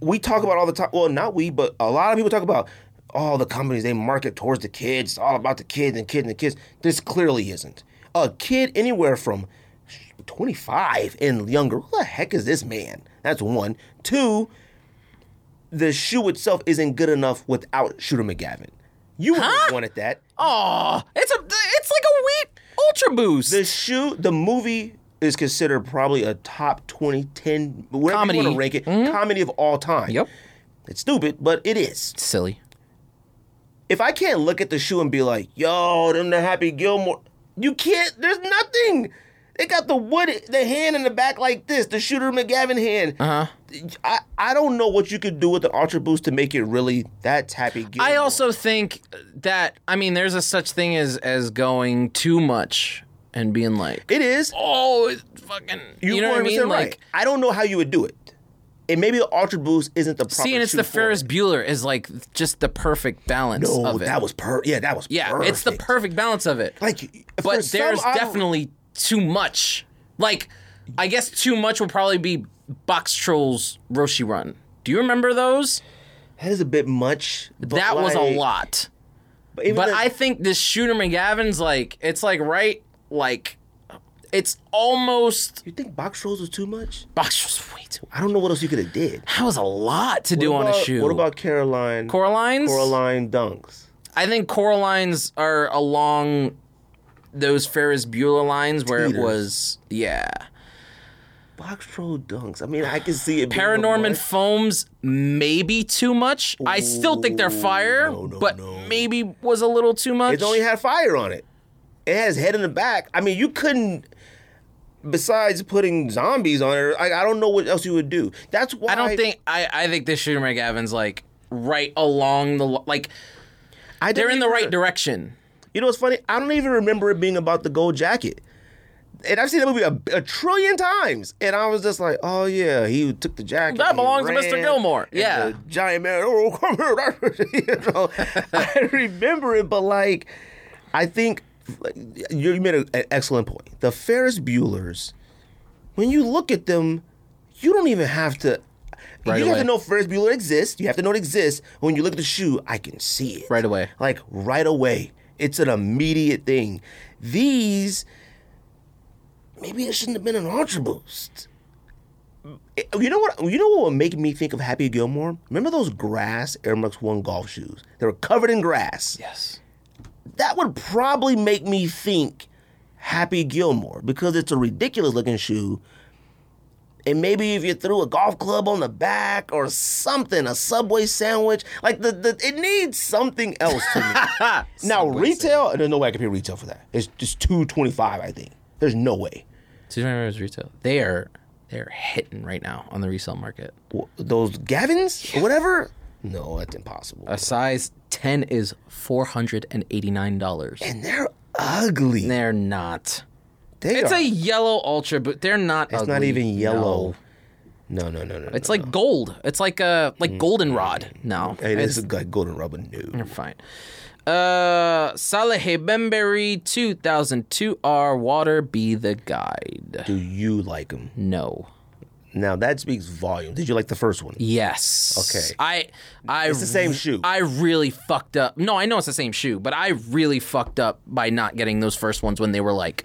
Speaker 1: we talk about all the time. Well, not we, but a lot of people talk about all the companies they market towards the kids. It's all about the kids and kids and kids. This clearly isn't. A kid anywhere from 25 and younger. Who the heck is this man? That's one. Two, the shoe itself isn't good enough without Shooter McGavin. You wouldn't have wanted that.
Speaker 2: Oh, it's a it's like a wheat ultra boost.
Speaker 1: The shoe, the movie is considered probably a top 20, 10, whatever you want
Speaker 2: Comedy. Mm-hmm.
Speaker 1: to rank it, comedy of all time.
Speaker 2: Yep.
Speaker 1: It's stupid, but it is.
Speaker 2: Silly.
Speaker 1: If I can't look at the shoe and be like, yo, them the Happy Gilmore, you can't, there's nothing. They got the wood, the hand in the back like this, the Shooter McGavin hand.
Speaker 2: Uh huh.
Speaker 1: I, I don't know what you could do with an Ultra Boost to make it really that's Happy Gilmore.
Speaker 2: I also think that I mean, there's a such thing as as going too much and being like,
Speaker 1: It is.
Speaker 2: oh, it's fucking. You, know what I mean?
Speaker 1: 100%
Speaker 2: Like,
Speaker 1: right. I don't know how you would do it. and maybe the Ultra Boost isn't the proper
Speaker 2: See, and it's
Speaker 1: shoe
Speaker 2: the
Speaker 1: for
Speaker 2: Ferris
Speaker 1: it.
Speaker 2: Bueller is like just the perfect balance
Speaker 1: No,
Speaker 2: of it.
Speaker 1: that was per. Yeah, that was.
Speaker 2: yeah, it's the perfect balance of it.
Speaker 1: Like, for
Speaker 2: but
Speaker 1: some
Speaker 2: there's
Speaker 1: odd-
Speaker 2: definitely too much. Like, I guess too much will probably be Box Trolls Roshi Run. Do you remember those?
Speaker 1: That is a bit much. but
Speaker 2: that was a
Speaker 1: like-
Speaker 2: lot.
Speaker 1: But, even
Speaker 2: But
Speaker 1: the-
Speaker 2: I think this Shooter McGavin's like it's like right like it's
Speaker 1: [laughs]
Speaker 2: almost
Speaker 1: you think box rolls was too much?
Speaker 2: Box Trolls way too.
Speaker 1: I don't know what else you could have did.
Speaker 2: That was a lot to do on
Speaker 1: What
Speaker 2: a
Speaker 1: about-
Speaker 2: shoe.
Speaker 1: What about Caroline?
Speaker 2: Coraline's?
Speaker 1: Coraline dunks.
Speaker 2: I think core lines are along those Ferris Bueller lines where it
Speaker 1: Teeters.
Speaker 2: was yeah.
Speaker 1: Box troll dunks. I mean, I can see it. being a
Speaker 2: Paranorman
Speaker 1: bunch.
Speaker 2: foams maybe too much. I still think they're fire,
Speaker 1: no, no,
Speaker 2: but
Speaker 1: no.
Speaker 2: maybe was a little too much.
Speaker 1: It's only had fire on it. It has head in the back. I mean, you couldn't. Besides putting zombies on it, I, I don't know what else you would do. That's why
Speaker 2: I don't think I I think this shooter McGavin's like right along the li- like
Speaker 1: I
Speaker 2: they're
Speaker 1: didn't
Speaker 2: in the
Speaker 1: even-
Speaker 2: right direction.
Speaker 1: You know what's funny? I don't even remember it being about the gold jacket. And I've seen that movie a, a trillion times, and I was just like, "Oh yeah, he took the jacket."
Speaker 2: That
Speaker 1: and he
Speaker 2: belongs to
Speaker 1: ran,
Speaker 2: Mr. Gilmore.
Speaker 1: and
Speaker 2: Yeah.
Speaker 1: the giant man. Oh, come here! you know, [laughs] I remember it, but like, I think like, you you made a- an excellent point. The Ferris Bueller's, when you look at them, you don't even have to.
Speaker 2: Right
Speaker 1: you have
Speaker 2: away.
Speaker 1: to know Ferris Bueller exists. You have to know it exists. When you look at the shoe, I can see it
Speaker 2: Right away.
Speaker 1: like right away. It's an immediate thing. These maybe it shouldn't have been an ultra boost. It- You know what? You know what would make me think of Happy Gilmore? Remember those grass Air Max One golf shoes? They were covered in grass.
Speaker 2: Yes.
Speaker 1: That would probably make me think Happy Gilmore because it's a ridiculous looking shoe. And maybe if you threw a golf club on the back or something, a subway sandwich, like the, the it needs something else to
Speaker 2: [laughs]
Speaker 1: me.
Speaker 2: Ah,
Speaker 1: Now retail, there's no way I can pay retail for that. It's just two twenty five, I think. There's no way.
Speaker 2: Supermarkets retail. They are they're hitting right now on the resale market.
Speaker 1: W- Those Gavins or whatever. No, that's impossible.
Speaker 2: A size 10 is $489.
Speaker 1: And they're ugly.
Speaker 2: They're not.
Speaker 1: They
Speaker 2: It's
Speaker 1: are.
Speaker 2: a yellow ultra, but they're not
Speaker 1: it's not even yellow. No, no, no, no.
Speaker 2: It's like gold. It's like uh like goldenrod. No.
Speaker 1: Mm. hey, this is like golden rubber. No.
Speaker 2: You're fine. Uh Saleh Bembury 2002 R Water Be the Guide.
Speaker 1: Do you like them?
Speaker 2: No.
Speaker 1: Now that speaks volume. Did you like the first one?
Speaker 2: Yes.
Speaker 1: Okay.
Speaker 2: I I
Speaker 1: It's the same shoe.
Speaker 2: I really fucked up. No, I know it's the same shoe, but I really fucked up by not getting those first ones when they were like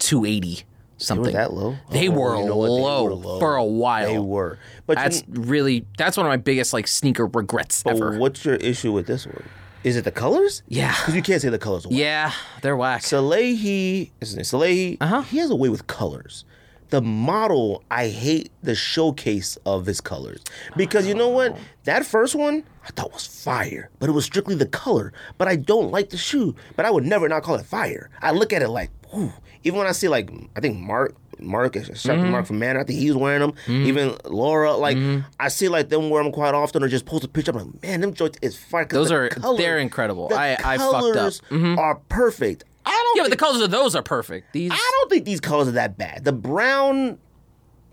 Speaker 2: 280 something.
Speaker 1: that low?
Speaker 2: They,
Speaker 1: Oh,
Speaker 2: were,
Speaker 1: you know what? They
Speaker 2: low
Speaker 1: were low.
Speaker 2: for a while.
Speaker 1: They were, but
Speaker 2: That's
Speaker 1: you,
Speaker 2: really that's one of my biggest like sneaker regrets ever.
Speaker 1: what's your issue with this one? Is it the colors?
Speaker 2: Yeah.
Speaker 1: because you can't say the colors. away.
Speaker 2: Yeah, they're whack.
Speaker 1: Salehi, is his name Salehi,
Speaker 2: Uh-huh.
Speaker 1: he has a way with colors. The model, I hate the showcase of his colors because you know
Speaker 2: Oh.
Speaker 1: what? That first one I thought was fire, but it was strictly the color. But I don't like the shoe, but I would never not call it fire. I look at it like, ooh. Even when I see like, I think Mark, Mark, shout out
Speaker 2: Mm-hmm.
Speaker 1: to Mark from Man, I think he's wearing them. Even Laura, like I see like them wear them quite often or just post a picture. I'm like, man, them joints is fire. 'cause
Speaker 2: Those
Speaker 1: the
Speaker 2: are-
Speaker 1: color-
Speaker 2: they're incredible.
Speaker 1: the
Speaker 2: I- I fucked up.
Speaker 1: colors
Speaker 2: Mm-hmm.
Speaker 1: Are perfect. I don't
Speaker 2: yeah, but the colors of those are perfect. These
Speaker 1: I don't think these colors are that bad. The brown,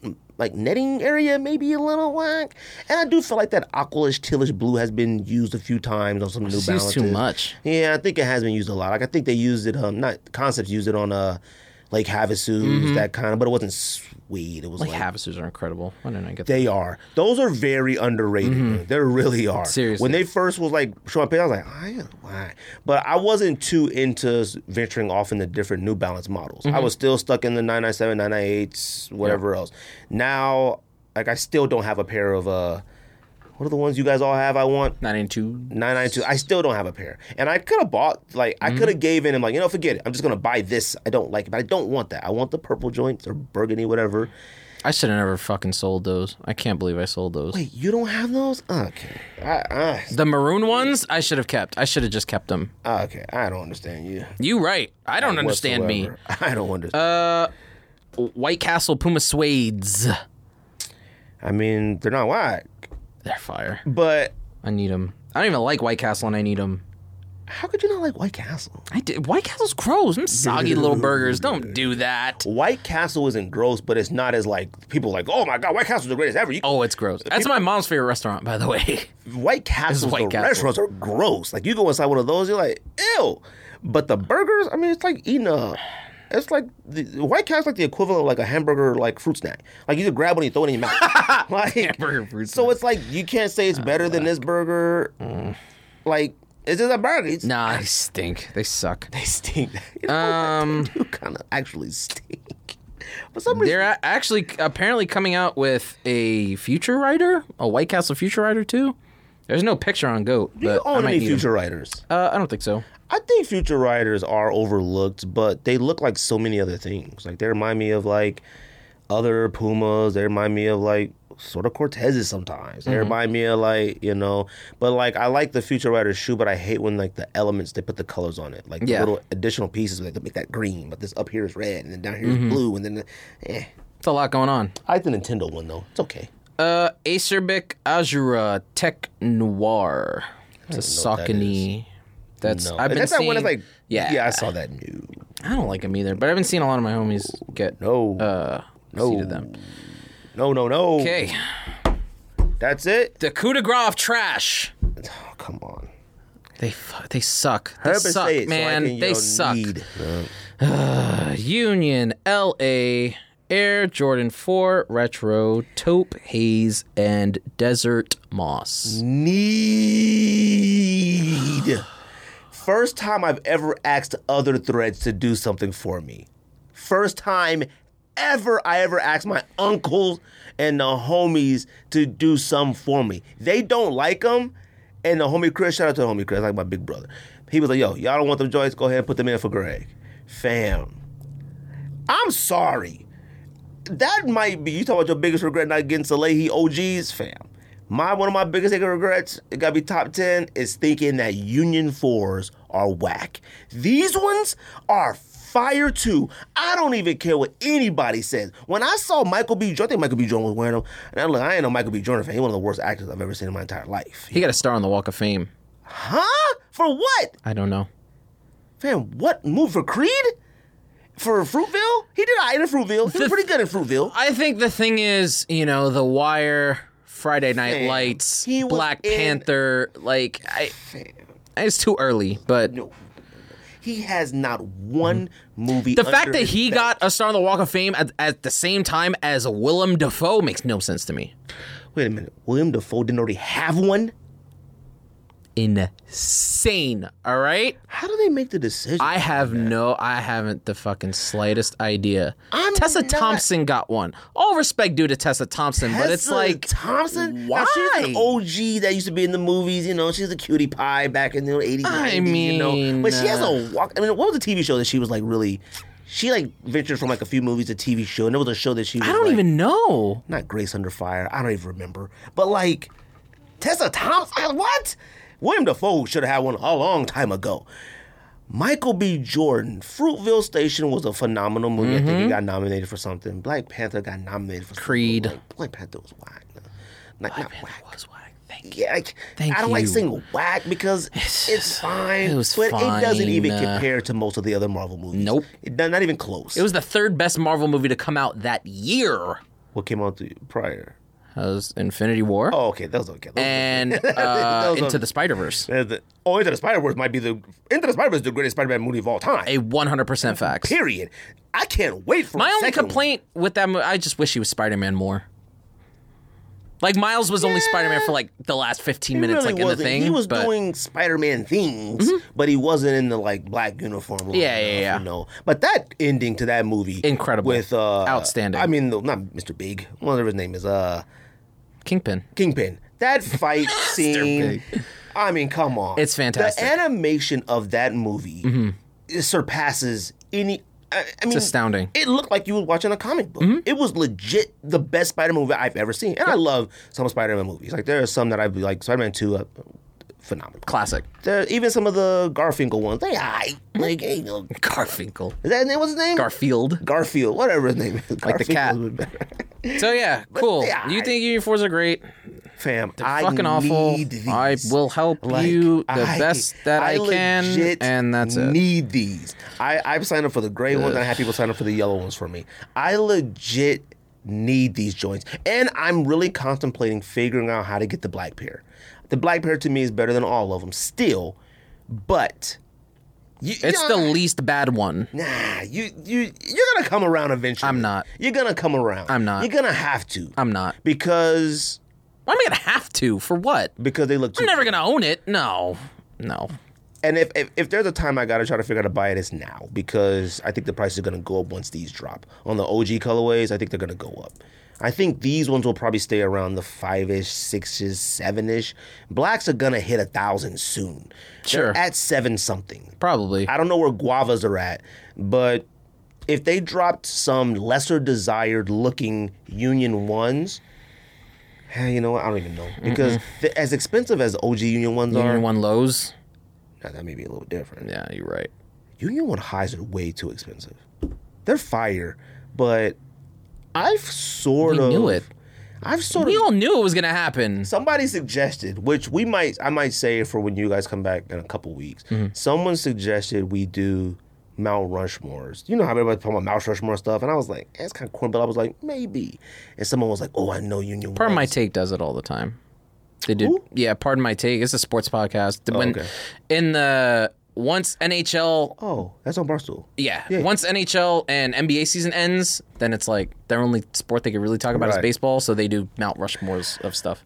Speaker 1: mm, like netting area, maybe a little whack, and I do feel like that aqualish, tealish blue has been used a few times on some New
Speaker 2: It's used
Speaker 1: Balances.
Speaker 2: too much.
Speaker 1: Yeah, I think it has been used a lot. Like I think they used it. Um, not concepts used it on uh, like Havasu,
Speaker 2: Mm-hmm.
Speaker 1: that kind of, but it wasn't sweet. It was like,
Speaker 2: like Havasus are incredible. Why didn't I get that?
Speaker 1: they are. Those are very underrated. man. They really are.
Speaker 2: Seriously.
Speaker 1: When they first was like showing pictures, I was like, I don't know why. But I wasn't too into s- venturing off into different New Balance models. I was still stuck in the 997, 998s, whatever else. Now, like, I still don't have a pair of, uh, what are the ones you guys all have I want?
Speaker 2: Not into
Speaker 1: 992. I still don't have a pair. And I could have bought, like, I could have gave in. I'm like, you know, forget it. I'm just going to buy this. I don't like it, but I don't want that. I want the purple joints or burgundy, whatever.
Speaker 2: I should have never fucking sold those. I can't believe I sold those.
Speaker 1: Wait, you don't have those? Okay. I, I,
Speaker 2: The maroon ones I should have kept. I should have just kept them.
Speaker 1: Okay, I don't understand you.
Speaker 2: You right. I don't understand me. Uh,
Speaker 1: whatsoever. [laughs] I don't understand.
Speaker 2: White Castle Puma Suede's.
Speaker 1: I mean, they're not whack,
Speaker 2: They're fire.
Speaker 1: but
Speaker 2: I need them. I don't even like White Castle and I need them.
Speaker 1: How could you not like White Castle?
Speaker 2: I did. White Castle's gross. Them soggy little burgers. Don't do that.
Speaker 1: White Castle isn't gross, but it's not as like people are like, oh my god, White Castle's the greatest ever. You,
Speaker 2: Oh, it's gross. That's my mom's favorite restaurant, by the way. [laughs]
Speaker 1: White Castles,
Speaker 2: White
Speaker 1: the
Speaker 2: Castle.
Speaker 1: restaurants are gross. Like you go inside one of those, you're like, ew. But the burgers, I mean, it's like eating a. It's like the the White Castle's like the equivalent of like a hamburger, like fruit snack. Like you just grab one and throw it in your
Speaker 2: [laughs]
Speaker 1: mouth. like,
Speaker 2: Hamburger fruit Ah,
Speaker 1: so it's like you can't say it's better than this burger. Like it's just a burger. It's,
Speaker 2: Nah, they stink. They suck.
Speaker 1: They [laughs] stink. [laughs] You know, um, they do kind of actually stink. But some reason,
Speaker 2: They're a- actually apparently coming out with a future rider, a White Castle future rider too. There's no picture on Goat,
Speaker 1: do you
Speaker 2: but uh, I
Speaker 1: own
Speaker 2: might
Speaker 1: any
Speaker 2: need 'em.
Speaker 1: future writers?
Speaker 2: Uh, I don't think so.
Speaker 1: I think future writers are overlooked, but they look like so many other things. Like they remind me of like other Pumas. They remind me of like sort of Cortezes sometimes.
Speaker 2: Mm-hmm.
Speaker 1: They remind me of like you know, but like I like the future writers shoe, but I hate when like the elements they put the colors on it, like the
Speaker 2: Yeah.
Speaker 1: little additional pieces like to make that green. But this up here is red, and then down here
Speaker 2: Mm-hmm.
Speaker 1: is blue, and then eh.
Speaker 2: It's a lot going on.
Speaker 1: I like the Nintendo one though. It's okay.
Speaker 2: Uh, Acerbic Azura Tech Noir.
Speaker 1: know
Speaker 2: It's a
Speaker 1: what that
Speaker 2: Saucony. That's
Speaker 1: No,
Speaker 2: I've been
Speaker 1: that's that
Speaker 2: seeing.
Speaker 1: one. That's like
Speaker 2: yeah,
Speaker 1: yeah. I saw that new.
Speaker 2: I don't like them either, but I've been seeing a lot of my homies get
Speaker 1: No,
Speaker 2: uh
Speaker 1: No.
Speaker 2: seated them.
Speaker 1: no, no, no.
Speaker 2: Okay,
Speaker 1: that's it.
Speaker 2: the coup de grace of trash.
Speaker 1: Oh, come on.
Speaker 2: They fu- they suck. They
Speaker 1: Herbicide,
Speaker 2: suck,
Speaker 1: so I
Speaker 2: man.
Speaker 1: can, you
Speaker 2: they
Speaker 1: know,
Speaker 2: suck.
Speaker 1: need-
Speaker 2: Union, LA, Air Jordan 4, Retro, Taupe, Haze, and Desert Moss.
Speaker 1: Need. First time I've ever asked other threads to do something for me. First time ever I ever asked my uncles and the homies to do something for me. They don't like them. And the homie Chris, shout out to the homie Chris, like my big brother. He was like, yo, y'all don't want them joints? Go ahead and put them in for Greg. Fam. I'm sorry. That might be you talk about your biggest regret not getting Salehi OGs, fam. My one of my biggest regrets, it gotta be top ten, is thinking that Union fours are whack. These ones are fire too. I don't even care what anybody says. When I saw Michael B. Jordan, I think Michael B. Jordan was wearing them, and I look, I ain't no Michael B. Jordan fan. He's one of the worst actors I've ever seen in my entire life.
Speaker 2: He got a star on the Walk of Fame.
Speaker 1: Huh? For what?
Speaker 2: I don't know.
Speaker 1: Fam, what move for Creed? For Fruitville? He did I in Fruitville. He was pretty good in Fruitville.
Speaker 2: I think the thing is, you know, The Wire, Friday Night
Speaker 1: Fam,
Speaker 2: Lights,
Speaker 1: he was
Speaker 2: Black
Speaker 1: in-
Speaker 2: Panther, like, I. It's too early, but
Speaker 1: No. He has not one movie.
Speaker 2: Mm-hmm. the fact that he got a star on the Walk of Fame at, at the same time as Willem Dafoe makes no sense to me.
Speaker 1: Wait a minute. William Defoe didn't already have one?
Speaker 2: Insane, all right?
Speaker 1: How do they make the decision?
Speaker 2: I have no, I haven't the fucking slightest idea.
Speaker 1: I'm
Speaker 2: Tessa
Speaker 1: not-
Speaker 2: Thompson got one. All respect due to Tessa Thompson, but it's
Speaker 1: Tessa
Speaker 2: like,
Speaker 1: Thompson. Now, she's an
Speaker 2: why?
Speaker 1: OG that used to be in the movies. You know, she's a cutie pie back in the eighties.
Speaker 2: I
Speaker 1: you know. but she has
Speaker 2: mean, uh,
Speaker 1: a walk. I mean, what was the TV show that she was like really? She like ventured from like a few movies to TV show, and there was a show that she. Was,
Speaker 2: I don't
Speaker 1: like,
Speaker 2: even know.
Speaker 1: not Grace Under Fire. I don't even remember. But like Tessa Thompson, what? William Defoe should have had one a long time ago. Michael B. Jordan, Fruitville Station was a phenomenal movie. I think he got nominated for something. Black Panther got nominated for something.
Speaker 2: Mm-hmm. Creed.
Speaker 1: Like, Black Panther was whack. Like, not
Speaker 2: Man,
Speaker 1: whack.
Speaker 2: that was whack. Thank you.
Speaker 1: Yeah, like,
Speaker 2: Thank
Speaker 1: I don't like
Speaker 2: you.
Speaker 1: saying whack because it's fine,
Speaker 2: it was
Speaker 1: but it doesn't even
Speaker 2: fine, uh,
Speaker 1: compare to most of the other Marvel movies.
Speaker 2: Nope.
Speaker 1: it, not not even close.
Speaker 2: It was the third best Marvel movie to come out that year.
Speaker 1: what came out to, prior.
Speaker 2: That was Infinity War
Speaker 1: Oh, okay, that was okay. [laughs] That was
Speaker 2: and uh,
Speaker 1: Those are-
Speaker 2: Into the Spider Verse.
Speaker 1: Uh, the, oh, Into the Spider Verse might be the Into the Spider Verse is the greatest Spider-Man movie of all time.
Speaker 2: A 100% fact.
Speaker 1: period. I can't wait for
Speaker 2: My
Speaker 1: a
Speaker 2: only
Speaker 1: second one.
Speaker 2: complaint with that movie, I just wish he was Spider Man more. Like Miles was only Spider Man for like the last fifteen
Speaker 1: He
Speaker 2: minutes,
Speaker 1: really
Speaker 2: like in the
Speaker 1: wasn't.
Speaker 2: thing.
Speaker 1: he was
Speaker 2: but Mm-hmm.
Speaker 1: doing Spider-Man things, but he wasn't in the like black uniform. long
Speaker 2: Yeah, yeah,
Speaker 1: enough,
Speaker 2: yeah.
Speaker 1: You know, but that ending to that movie,
Speaker 2: Incredible.
Speaker 1: with uh,
Speaker 2: Outstanding.
Speaker 1: I mean, not Mr. Big, whatever his name is, uh,
Speaker 2: Kingpin.
Speaker 1: Kingpin.
Speaker 2: [laughs]
Speaker 1: That fight scene. I mean, come on.
Speaker 2: It's fantastic. Mm-hmm.
Speaker 1: The animation of that movie it surpasses any. I, I mean,
Speaker 2: astounding. Mm-hmm.
Speaker 1: It looked like you were watching a comic book. It was legit the best Spider-Man movie I've ever seen, and I love some Spider-Man movies. Like there are some that I like. Spider-Man Two, uh, phenomenal.
Speaker 2: Classic.
Speaker 1: There, even some of the Garfinkel ones, they I
Speaker 2: Mm-hmm.
Speaker 1: like. ain't no- [laughs]
Speaker 2: Garfinkel.
Speaker 1: Is that his name? What's his name?
Speaker 2: Garfield.
Speaker 1: Garfield, whatever his name is. Like
Speaker 2: [laughs] the cat. So yeah, cool.
Speaker 1: yeah,
Speaker 2: you
Speaker 1: I-
Speaker 2: think Union Fours are great?
Speaker 1: fam.
Speaker 2: They're
Speaker 1: I
Speaker 2: fucking awful.
Speaker 1: need these.
Speaker 2: I will help
Speaker 1: Like,
Speaker 2: you the best that I, can,
Speaker 1: legit
Speaker 2: and that's it.
Speaker 1: Need these. I I've signed up for the gray ones, and I have people sign up for the yellow ones for me. I legit need these joints, and I'm really contemplating figuring out how to get the black pair. The black pair to me is better than all of them still, but you,
Speaker 2: It's the least bad one.
Speaker 1: Nah, you you you're gonna come around eventually.
Speaker 2: I'm not.
Speaker 1: You're gonna come around.
Speaker 2: I'm not.
Speaker 1: You're gonna have to.
Speaker 2: I'm not.
Speaker 1: because
Speaker 2: Why am I gonna have to? For what?
Speaker 1: because they look. Too
Speaker 2: I'm never gonna own it. No, no.
Speaker 1: And if, if if there's a time I gotta try to figure out how to buy it, it's now because I think the price is gonna go up once these drop on the OG colorways. I think they're gonna go up. I think these ones will probably stay around the five ish, six ish, seven ish. Blacks are gonna hit a thousand soon.
Speaker 2: Sure.
Speaker 1: They're at seven something.
Speaker 2: Probably.
Speaker 1: I don't know where guavas are at, but if they dropped some lesser desired looking Union ones, eh, you know what? I don't even know because the- as expensive as OG Union ones are,
Speaker 2: Union One lows.
Speaker 1: now, that may be a little different.
Speaker 2: Yeah, you're right.
Speaker 1: Union One highs are way too expensive. They're fire, but I've sort
Speaker 2: We
Speaker 1: of
Speaker 2: knew it.
Speaker 1: I've sort
Speaker 2: We
Speaker 1: of
Speaker 2: all knew it was gonna happen.
Speaker 1: somebody suggested, which we might I might say for when you guys come back in a couple weeks.
Speaker 2: Mm-hmm.
Speaker 1: Someone suggested we do Mount Rushmore's. You know how everybody's talking about Mount Rushmore stuff, and I was like, eh, it's kind of corny, but I was like, maybe. And someone was like, oh, I know Union.
Speaker 2: Pardon my
Speaker 1: Ones.
Speaker 2: take does it all the time. They do.
Speaker 1: Who? Oh,
Speaker 2: Yeah, pardon my take. It's a sports podcast. The- when
Speaker 1: okay.
Speaker 2: in the once NHL,
Speaker 1: Oh, that's on Barstool.
Speaker 2: yeah, once NHL and NBA season ends, then it's like their only sport they could really talk about is
Speaker 1: Right.
Speaker 2: baseball. So they do Mount Rushmores of stuff.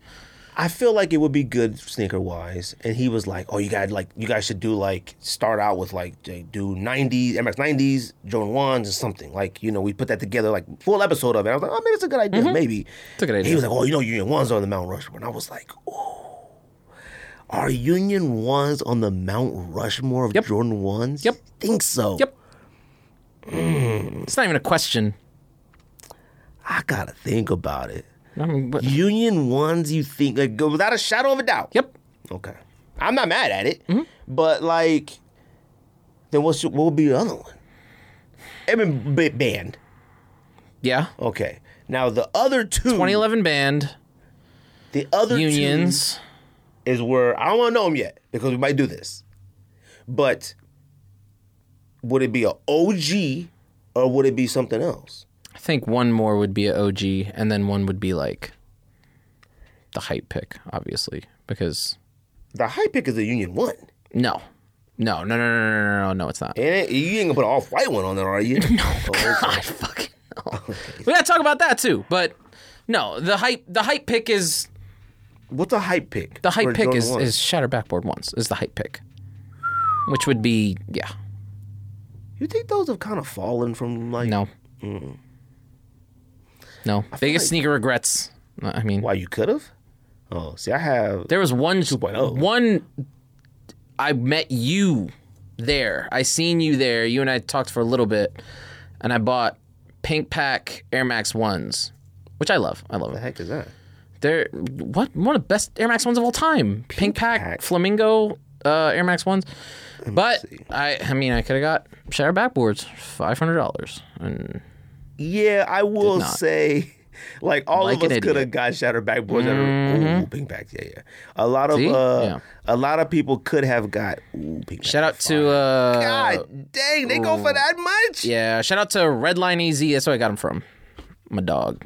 Speaker 1: I feel like it would be good sneaker wise. And he was like, "Oh, you guys like you guys should do like start out with like they do '90s MX '90s Jordan ones or something like you know we put that together like full episode of it." I was like, "Oh, maybe it's a good idea, maybe."
Speaker 2: Mm-hmm. It's a good idea.
Speaker 1: He was like, "Oh, you know Union ones are on the Mount Rushmore," and I was like, "Oh, are Union ones on the Mount Rushmore of
Speaker 2: Yep.
Speaker 1: Jordan ones?"
Speaker 2: Yep.
Speaker 1: think so.
Speaker 2: Yep. It's not even a question.
Speaker 1: I gotta think about it.
Speaker 2: I mean, but,
Speaker 1: Union ones, you think like go without a shadow of a doubt.
Speaker 2: yep.
Speaker 1: Okay. I'm not mad at
Speaker 2: Mm-hmm.
Speaker 1: it, but like, then what's your, what would be the other one? I mean, b- band.
Speaker 2: Yeah.
Speaker 1: Okay. Now the other two,
Speaker 2: 2011 band
Speaker 1: the other two
Speaker 2: unions.
Speaker 1: is where I don't want to know them yet because we might do this. But would it be a OG or would it be something else?
Speaker 2: I think one more would be an OG, and then one would be like the hype pick, obviously, because
Speaker 1: The high pick is a Union one,
Speaker 2: no, no, no, no, no, no, no, no, no it's not.
Speaker 1: and it, you ain't gonna put an off white one on there, are
Speaker 2: [laughs]
Speaker 1: you? no. [laughs]
Speaker 2: God, fucking no. we gotta talk about that too, but no, the hype, the hype pick is
Speaker 1: What's a hype pick?
Speaker 2: the hype
Speaker 1: for
Speaker 2: pick
Speaker 1: Jordan
Speaker 2: is,
Speaker 1: one?
Speaker 2: is shatter backboard once is the hype pick, which would be yeah,
Speaker 1: You think those have kind of fallen from like hmm.
Speaker 2: no, no, biggest
Speaker 1: like-
Speaker 2: sneaker regrets. I mean,
Speaker 1: Why you could have? Oh, see, I have.
Speaker 2: There was one
Speaker 1: 2.0.
Speaker 2: one I met you there. I seen you there. You and I talked for a little bit and I bought Pink Pack Air Max 1s, which I love. I love
Speaker 1: The
Speaker 2: them.
Speaker 1: heck is that?
Speaker 2: They're what one of the best Air Max 1s of all time. Pink, Pack,
Speaker 1: Pack.
Speaker 2: Flamingo uh, Air Max 1s. But I I mean I could have got shatter backboards, $500 and
Speaker 1: Yeah, I will
Speaker 2: not.
Speaker 1: say, [laughs] like all
Speaker 2: Like
Speaker 1: of
Speaker 2: an
Speaker 1: us could have
Speaker 2: idiot. Mm-hmm.
Speaker 1: got shattered backboards. That are, ooh, pink back. Yeah, yeah. A lot of
Speaker 2: See?
Speaker 1: uh,
Speaker 2: Yeah.
Speaker 1: a lot of people could have got ooh, pink back.
Speaker 2: shout out to uh
Speaker 1: God dang, they go for that much,
Speaker 2: yeah, shout out to Redline AZ. That's where I got them from. My dog.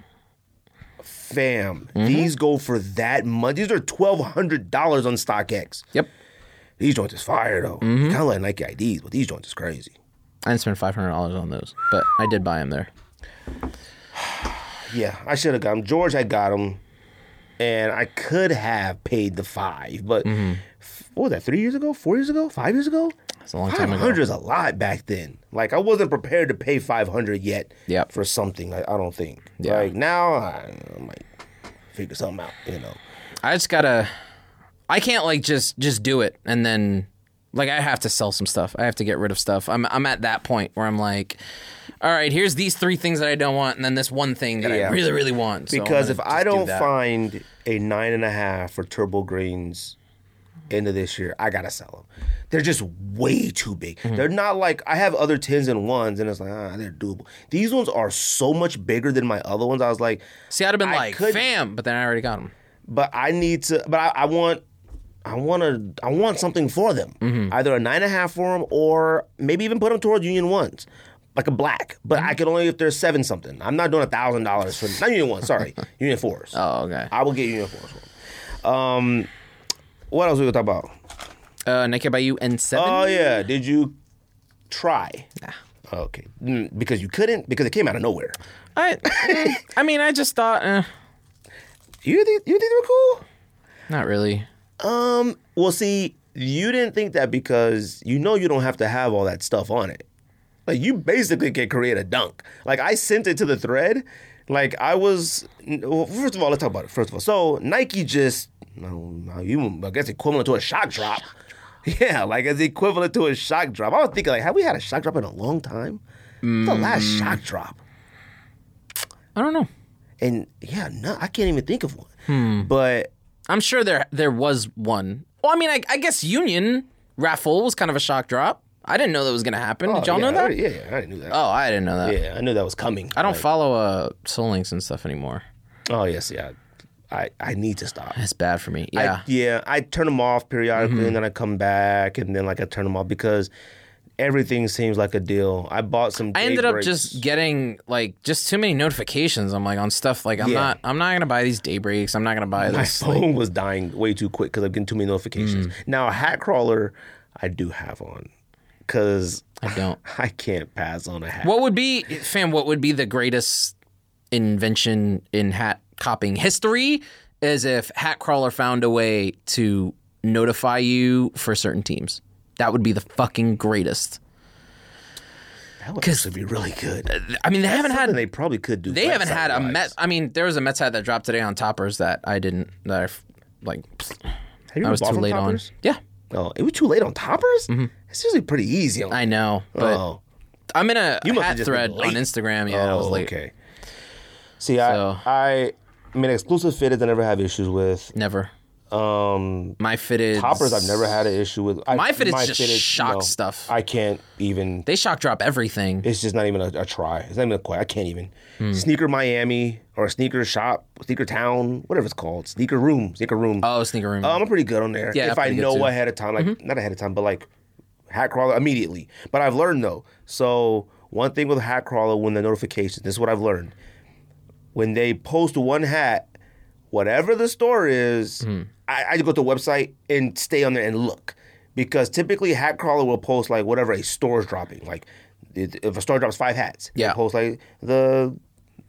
Speaker 1: fam.
Speaker 2: Mm-hmm.
Speaker 1: These go for that much. These are twelve hundred dollars on StockX.
Speaker 2: Yep.
Speaker 1: These joints is fire though.
Speaker 2: Mm-hmm.
Speaker 1: Kind of like Nike IDs, but these joints is crazy.
Speaker 2: I didn't spend five hundred dollars on those, but I did buy them there.
Speaker 1: Yeah, I should have got him. George had got him, and I could have paid the five, but
Speaker 2: Mm-hmm.
Speaker 1: f- what was that? Three years ago? Four years ago? Five years ago?
Speaker 2: It's a long
Speaker 1: Five
Speaker 2: time ago.
Speaker 1: hundred is a lot back then. Like I wasn't prepared to pay five hundred yet
Speaker 2: Yep.
Speaker 1: for something. I, I don't think.
Speaker 2: Yeah.
Speaker 1: Like now, I, I might figure something out. You know.
Speaker 2: I just gotta. I can't like just just do it and then like I have to sell some stuff. I have to get rid of stuff. I'm I'm at that point where I'm like, all right, here's these three things that I don't want, and then this one thing that
Speaker 1: Yeah.
Speaker 2: I really really want. So I'm
Speaker 1: Because
Speaker 2: gonna
Speaker 1: if
Speaker 2: just
Speaker 1: I
Speaker 2: do
Speaker 1: don't
Speaker 2: that.
Speaker 1: find a nine and a half for Turbo Greens end of this year, I gotta sell them. They're just way too big.
Speaker 2: Mm-hmm.
Speaker 1: They're not like I have other tens and ones, and it's like ah, they're doable. These ones are so much bigger than my other ones. I was like,
Speaker 2: see, I'd have been
Speaker 1: I
Speaker 2: like,
Speaker 1: could-
Speaker 2: fam, but then I already got them.
Speaker 1: But I need to. But I, I want. I want to. I want something for them.
Speaker 2: Mm-hmm.
Speaker 1: Either a nine and a half for them, or maybe even put them towards Union ones, like a black. But
Speaker 2: Mm-hmm.
Speaker 1: I can only if there's seven something. I'm not doing a thousand dollars for not Union one.
Speaker 2: [laughs]
Speaker 1: Sorry, Union fours.
Speaker 2: Oh, okay.
Speaker 1: I will get Union fours. For 'em. Um, what else we gonna talk about?
Speaker 2: Uh, Naked by You and Seven.
Speaker 1: Oh yeah, did you try? Nah. Okay, Mm, because you couldn't because it came out of nowhere.
Speaker 2: I, mm, I mean, I just thought, eh,
Speaker 1: You think you think they were cool?
Speaker 2: not really.
Speaker 1: Um, well, see, you didn't think that because you know you don't have to have all that stuff on it. Like you basically can create a dunk. Like I sent it to the thread. Like I was. Well, first of all, let's talk about it. First of all, so Nike just. I don't know, you I guess equivalent to a shock drop. [laughs] Yeah, like it's equivalent to a shock drop. I was thinking like, have we had a shock drop in a long time? It's The last
Speaker 2: Mm.
Speaker 1: shock drop.
Speaker 2: I don't know.
Speaker 1: And yeah, no, I can't even think of one.
Speaker 2: Hmm.
Speaker 1: But
Speaker 2: I'm sure there there was one. Well, I mean, I, I guess Union raffle was kind of a shock drop. I didn't know that was gonna happen. Did y'all
Speaker 1: Oh, yeah,
Speaker 2: know that?
Speaker 1: I, yeah, yeah, I already knew that.
Speaker 2: oh, I didn't know that.
Speaker 1: yeah, I knew that was coming.
Speaker 2: I don't follow uh Soul Links and stuff anymore.
Speaker 1: Oh yes, yeah. I I need to stop.
Speaker 2: That's bad for me. Yeah. Mm-hmm.
Speaker 1: I, yeah, I turn them off periodically, and then I come back, and then like I turn them off because everything seems like a deal. I bought some.
Speaker 2: I ended up
Speaker 1: Daybreaks. [laughs]
Speaker 2: just getting like just too many notifications. I'm like on stuff like I'm
Speaker 1: Yeah.
Speaker 2: not I'm not gonna buy these daybreaks. I'm not gonna
Speaker 1: [laughs]
Speaker 2: buy
Speaker 1: my
Speaker 2: this.
Speaker 1: phone was dying way too quick because I'm getting too many notifications.
Speaker 2: Mm.
Speaker 1: Now a hat crawler, I do have on because
Speaker 2: I don't.
Speaker 1: [laughs] I can't pass on a hat.
Speaker 2: What would be, fam? What would be the greatest invention in hat copying history? Is if Hat Crawler found a way to notify you for certain teams. That would be the fucking greatest.
Speaker 1: that would actually be really good.
Speaker 2: I mean, they haven't
Speaker 1: Something
Speaker 2: had
Speaker 1: they probably could do.
Speaker 2: they haven't had a
Speaker 1: website-wise.
Speaker 2: Met. I mean, there was a Mets hat that dropped today on Toppers that I didn't that I f- like.
Speaker 1: Have you
Speaker 2: I
Speaker 1: ever
Speaker 2: was
Speaker 1: bought
Speaker 2: too
Speaker 1: from
Speaker 2: late
Speaker 1: Toppers?
Speaker 2: on. Yeah,
Speaker 1: Oh, it was too late on toppers. It's usually pretty easy. On,
Speaker 2: I know, but
Speaker 1: oh.
Speaker 2: I'm in a
Speaker 1: must have
Speaker 2: hat
Speaker 1: just been
Speaker 2: thread on
Speaker 1: late. Oh,
Speaker 2: Instagram. Yeah, I was late.
Speaker 1: okay. See,
Speaker 2: Oh, So-
Speaker 1: I, I, I mean, exclusive fitteds I never have issues with.
Speaker 2: Never.
Speaker 1: Um,
Speaker 2: My fitted
Speaker 1: toppers I've never had an issue with. I,
Speaker 2: My fitteds just
Speaker 1: fitteds,
Speaker 2: shock stuff.
Speaker 1: I can't even.
Speaker 2: They shock drop everything.
Speaker 1: It's just not even a, a try. It's not even a quite. I can't even.
Speaker 2: Hmm.
Speaker 1: Sneaker Miami or Sneaker Shop, Sneaker Town, whatever it's called, Sneaker Room, Sneaker Room.
Speaker 2: Oh, sneaker room.
Speaker 1: Um, I'm pretty good on there.
Speaker 2: Yeah,
Speaker 1: if I
Speaker 2: pretty good
Speaker 1: know
Speaker 2: too. Mm-hmm.
Speaker 1: ahead of time, like not ahead of time, but like hat crawler immediately. But I've learned though. So one thing with hat crawler when the notifications, this is what I've learned. When they post one hat, whatever the store is, I, I just go to the website and stay on there and look. Because typically hat crawler will post like whatever a store's dropping. Like if if a store drops five hats,
Speaker 2: Yeah.
Speaker 1: they post like the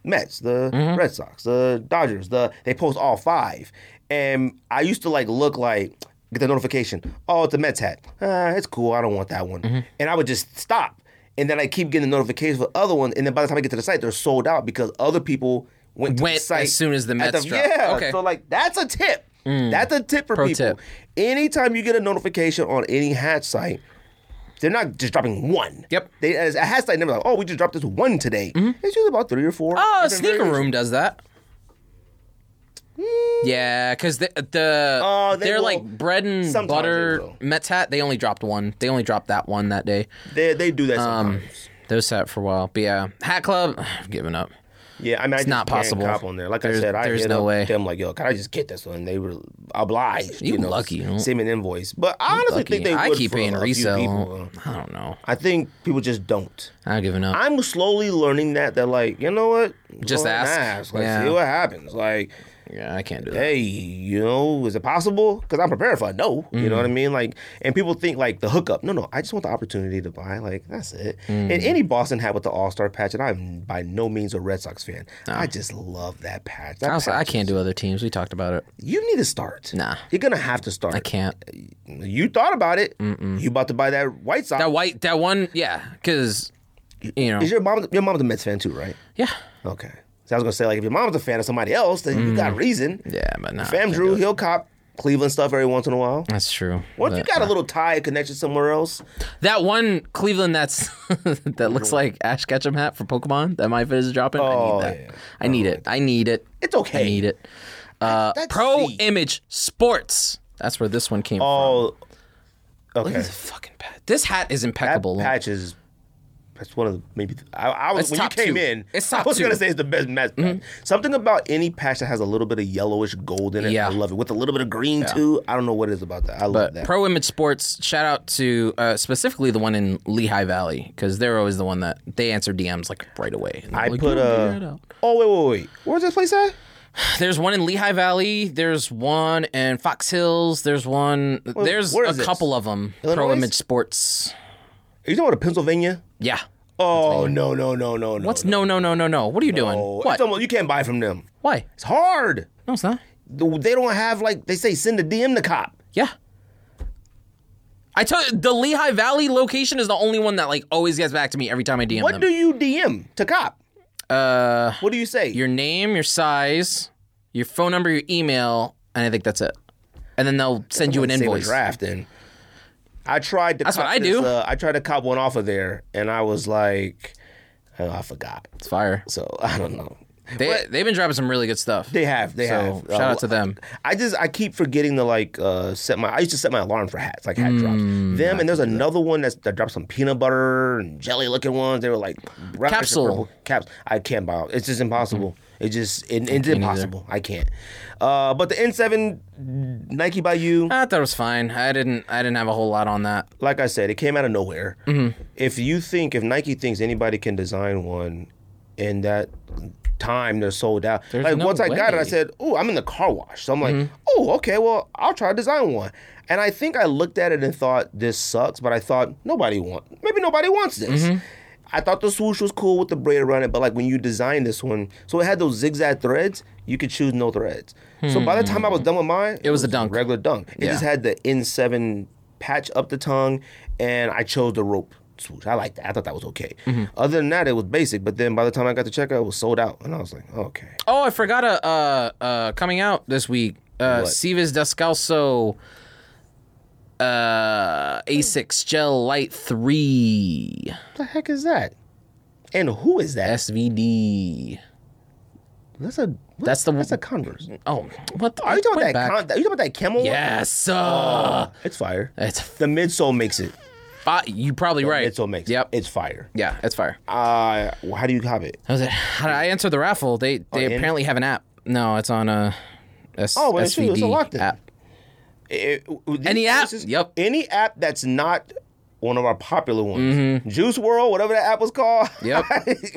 Speaker 1: Mets, the Red Sox, the Dodgers, the they post all five. And I used to like look like get the notification. Oh, it's a Mets hat. Ah, it's cool. I don't want that one. And I would just stop. And then I keep getting the notifications for other ones. And then by the time I get to the site, they're sold out because other people went to
Speaker 2: Went
Speaker 1: the
Speaker 2: as
Speaker 1: site
Speaker 2: soon as the
Speaker 1: at
Speaker 2: Mets dropped.
Speaker 1: Yeah.
Speaker 2: Okay. Mm.
Speaker 1: So like that's a tip. That's a tip for people.
Speaker 2: tip.
Speaker 1: Anytime you get a notification on any hat site, they're not just dropping one.
Speaker 2: Yep. Mm-hmm.
Speaker 1: They as a hat site never like, oh, we just dropped this one today. It's usually about three or four.
Speaker 2: Oh,
Speaker 1: different
Speaker 2: sneaker
Speaker 1: variations.
Speaker 2: room does that. Yeah, because the, the
Speaker 1: Hmm. Oh, they
Speaker 2: they are
Speaker 1: will-
Speaker 2: like bread and
Speaker 1: sometimes they
Speaker 2: butter
Speaker 1: will.
Speaker 2: Mets hat. They only dropped one. They only dropped that one that day.
Speaker 1: They they do that
Speaker 2: Um,
Speaker 1: sometimes.
Speaker 2: Those sat for a while. But yeah, Hat Club, [sighs] I've given up.
Speaker 1: yeah, I mean, I just
Speaker 2: not
Speaker 1: can't
Speaker 2: possible.
Speaker 1: Cop on there, like
Speaker 2: There's-
Speaker 1: I said, I
Speaker 2: there's
Speaker 1: hit
Speaker 2: no
Speaker 1: up
Speaker 2: way.
Speaker 1: them like, yo, can I just get this one? They were obliged.
Speaker 2: You
Speaker 1: know,
Speaker 2: lucky, you know.
Speaker 1: send me an invoice. But I honestly
Speaker 2: Lucky.
Speaker 1: think they
Speaker 2: I
Speaker 1: would
Speaker 2: keep
Speaker 1: for
Speaker 2: paying
Speaker 1: a few people.
Speaker 2: resale. I don't know.
Speaker 1: I think people just don't.
Speaker 2: I've given up.
Speaker 1: I'm slowly learning that they're like, you know what?
Speaker 2: Just
Speaker 1: Go ahead and
Speaker 2: ask.
Speaker 1: Like,
Speaker 2: Yeah.
Speaker 1: see what happens. Like,
Speaker 2: yeah, I can't do that.
Speaker 1: hey, you know, is it possible? Because I'm prepared for a no. You know what I
Speaker 2: Mm.
Speaker 1: mean? Like, and people think like the hookup. No, no, I just want the opportunity to buy. Like, that's it.
Speaker 2: Mm.
Speaker 1: And any Boston hat with the All Star patch, and I'm by no means a Red Sox fan. I just love that patch. That
Speaker 2: I, was like, I
Speaker 1: patch-
Speaker 2: can't do other teams. We talked about it.
Speaker 1: You need to start.
Speaker 2: Nah.
Speaker 1: you're gonna have to start.
Speaker 2: I can't.
Speaker 1: You thought about it. You about to buy that White Sox?
Speaker 2: That white, that one, yeah, because, you know,
Speaker 1: Is your mom? Your mom's a Mets fan too, right?
Speaker 2: yeah.
Speaker 1: Okay. So I was gonna say like, if your mom's a fan of somebody else, then you got reason.
Speaker 2: Mm. Yeah, but not.
Speaker 1: Fam Drew, he'll cop Cleveland stuff every once in a while.
Speaker 2: That's true.
Speaker 1: Once you
Speaker 2: But-
Speaker 1: got a little tie connection somewhere else,
Speaker 2: That one Cleveland that's [laughs] that looks like Ash Ketchum hat for Pokemon that my fit is dropping. I
Speaker 1: Oh,
Speaker 2: need that.
Speaker 1: yeah.
Speaker 2: I need it. I need it.
Speaker 1: It's okay.
Speaker 2: I need it. Uh,
Speaker 1: That's
Speaker 2: Pro
Speaker 1: C.
Speaker 2: Image Sports. That's where this one came
Speaker 1: all Oh, okay.
Speaker 2: from. Fucking pat. This hat is
Speaker 1: That
Speaker 2: impeccable.
Speaker 1: patch is That's one of the maybe I, I was
Speaker 2: It's
Speaker 1: when you
Speaker 2: top
Speaker 1: came
Speaker 2: two.
Speaker 1: in.
Speaker 2: It's
Speaker 1: [laughs] I
Speaker 2: top
Speaker 1: was
Speaker 2: two. Mm-hmm.
Speaker 1: gonna say it's the best match. pack. Something about any patch that has a little bit of yellowish gold in it.
Speaker 2: Yeah.
Speaker 1: I love it with a little bit of green too. I don't know what it is about that. I love
Speaker 2: But
Speaker 1: that.
Speaker 2: Pro Image Sports, shout out to uh, specifically the one in Lehigh Valley because they're always the one that they answer DMs like right away. And they're
Speaker 1: I
Speaker 2: like,
Speaker 1: put
Speaker 2: "Yeah, we'll figure it
Speaker 1: a.
Speaker 2: out." [laughs]
Speaker 1: Oh wait wait wait. Where's this place at?
Speaker 2: There's one in Lehigh Valley. There's one in Fox Hills. There's one. there's
Speaker 1: where
Speaker 2: a
Speaker 1: is this?
Speaker 2: couple of them. Pro
Speaker 1: Illinois?
Speaker 2: Image Sports.
Speaker 1: Are you talking about Pennsylvania?
Speaker 2: Yeah.
Speaker 1: Oh no no no no Oh, no.
Speaker 2: What's no no no no no? What are you doing?
Speaker 1: Oh,
Speaker 2: What?
Speaker 1: It's almost, you can't buy from them.
Speaker 2: Why?
Speaker 1: It's hard.
Speaker 2: No, it's not.
Speaker 1: They don't have like they say send a DM to cop.
Speaker 2: Yeah. I tell you, the Lehigh Valley location is the only one that like always gets back to me every time I DM
Speaker 1: What
Speaker 2: them.
Speaker 1: do you DM to cop? Uh, what do you say?
Speaker 2: your name, your size, your phone number, your email, and I think that's it. And then they'll send you an
Speaker 1: Save a
Speaker 2: invoice.
Speaker 1: draft and I tried to.
Speaker 2: That's what
Speaker 1: cop
Speaker 2: I
Speaker 1: this,
Speaker 2: do.
Speaker 1: uh, I tried to cop one off of there, and I was like, oh, I forgot.
Speaker 2: It's fire.
Speaker 1: So [laughs] I don't know.
Speaker 2: They they've been dropping some really good stuff.
Speaker 1: They have. They
Speaker 2: so
Speaker 1: have. Uh,
Speaker 2: shout out to them.
Speaker 1: I just I keep forgetting to like uh, set my. I used to set my alarm for hats, like hat drops.
Speaker 2: Mm,
Speaker 1: Them and there's another one that's, that dropped some peanut butter and jelly looking ones. They were like brownish and
Speaker 2: Capsule. Mm-hmm.
Speaker 1: purple. caps. I can't buy. 'em. It's just impossible. It just it, it's impossible. I can't. Uh, but the N7 Nike by you.
Speaker 2: I thought it was fine. I didn't I didn't have a whole lot on that.
Speaker 1: like I said, it came out of nowhere.
Speaker 2: Mm-hmm.
Speaker 1: If you think, if Nike thinks anybody can design one in that time they're sold out, like
Speaker 2: no
Speaker 1: once I got it, I
Speaker 2: way.
Speaker 1: said, Oh, I'm in the car wash. So I'm like,
Speaker 2: Mm-hmm.
Speaker 1: Oh, okay, well, I'll try to design one. And I think I looked at it and thought, This sucks, but I thought, Nobody wants, maybe nobody wants this.
Speaker 2: Mm-hmm.
Speaker 1: I thought the swoosh was cool with the braid around it, but like when you design this one, so it had those zigzag threads, you could choose no threads. So by the time I was done with mine, it,
Speaker 2: Hmm. was a dunk.
Speaker 1: Regular dunk. It
Speaker 2: Yeah.
Speaker 1: just had the N7 patch up the tongue, and I chose the rope swoosh. I liked that. I thought that was okay.
Speaker 2: Mm-hmm.
Speaker 1: Other than that, it was basic. But then by the time I got to checkout, it was sold out, and I was like, okay.
Speaker 2: Oh, I forgot a uh, uh, coming out this week. Uh, Sivas Descalso uh, A6 Gel Light 3
Speaker 1: What the heck is that? And who is that?
Speaker 2: SVD.
Speaker 1: That's a what-
Speaker 2: That's the-
Speaker 1: that's a Converse.
Speaker 2: Oh, what the?
Speaker 1: Are you talking
Speaker 2: went
Speaker 1: about that?
Speaker 2: back.
Speaker 1: Con- Oh. are you talking about that camel?
Speaker 2: yes. Uh,
Speaker 1: one? It's fire.
Speaker 2: it's
Speaker 1: The midsole makes it.
Speaker 2: fi- Uh, you probably right.
Speaker 1: Midsole makes
Speaker 2: Yep.
Speaker 1: it. It's fire.
Speaker 2: Yeah, it's fire.
Speaker 1: Uh, well, how do you cop it?
Speaker 2: That was it. How did I answer the raffle? They they
Speaker 1: in-
Speaker 2: apparently have an app. No, it's on a S-
Speaker 1: Oh, well, it's true.
Speaker 2: SVD
Speaker 1: It's a lock then.
Speaker 2: app.
Speaker 1: It- it-
Speaker 2: Any
Speaker 1: these
Speaker 2: app?
Speaker 1: places-
Speaker 2: Yep.
Speaker 1: Any app that's not one of our popular ones.
Speaker 2: Mm-hmm.
Speaker 1: Juice World, whatever that app was called. [laughs]
Speaker 2: Yep.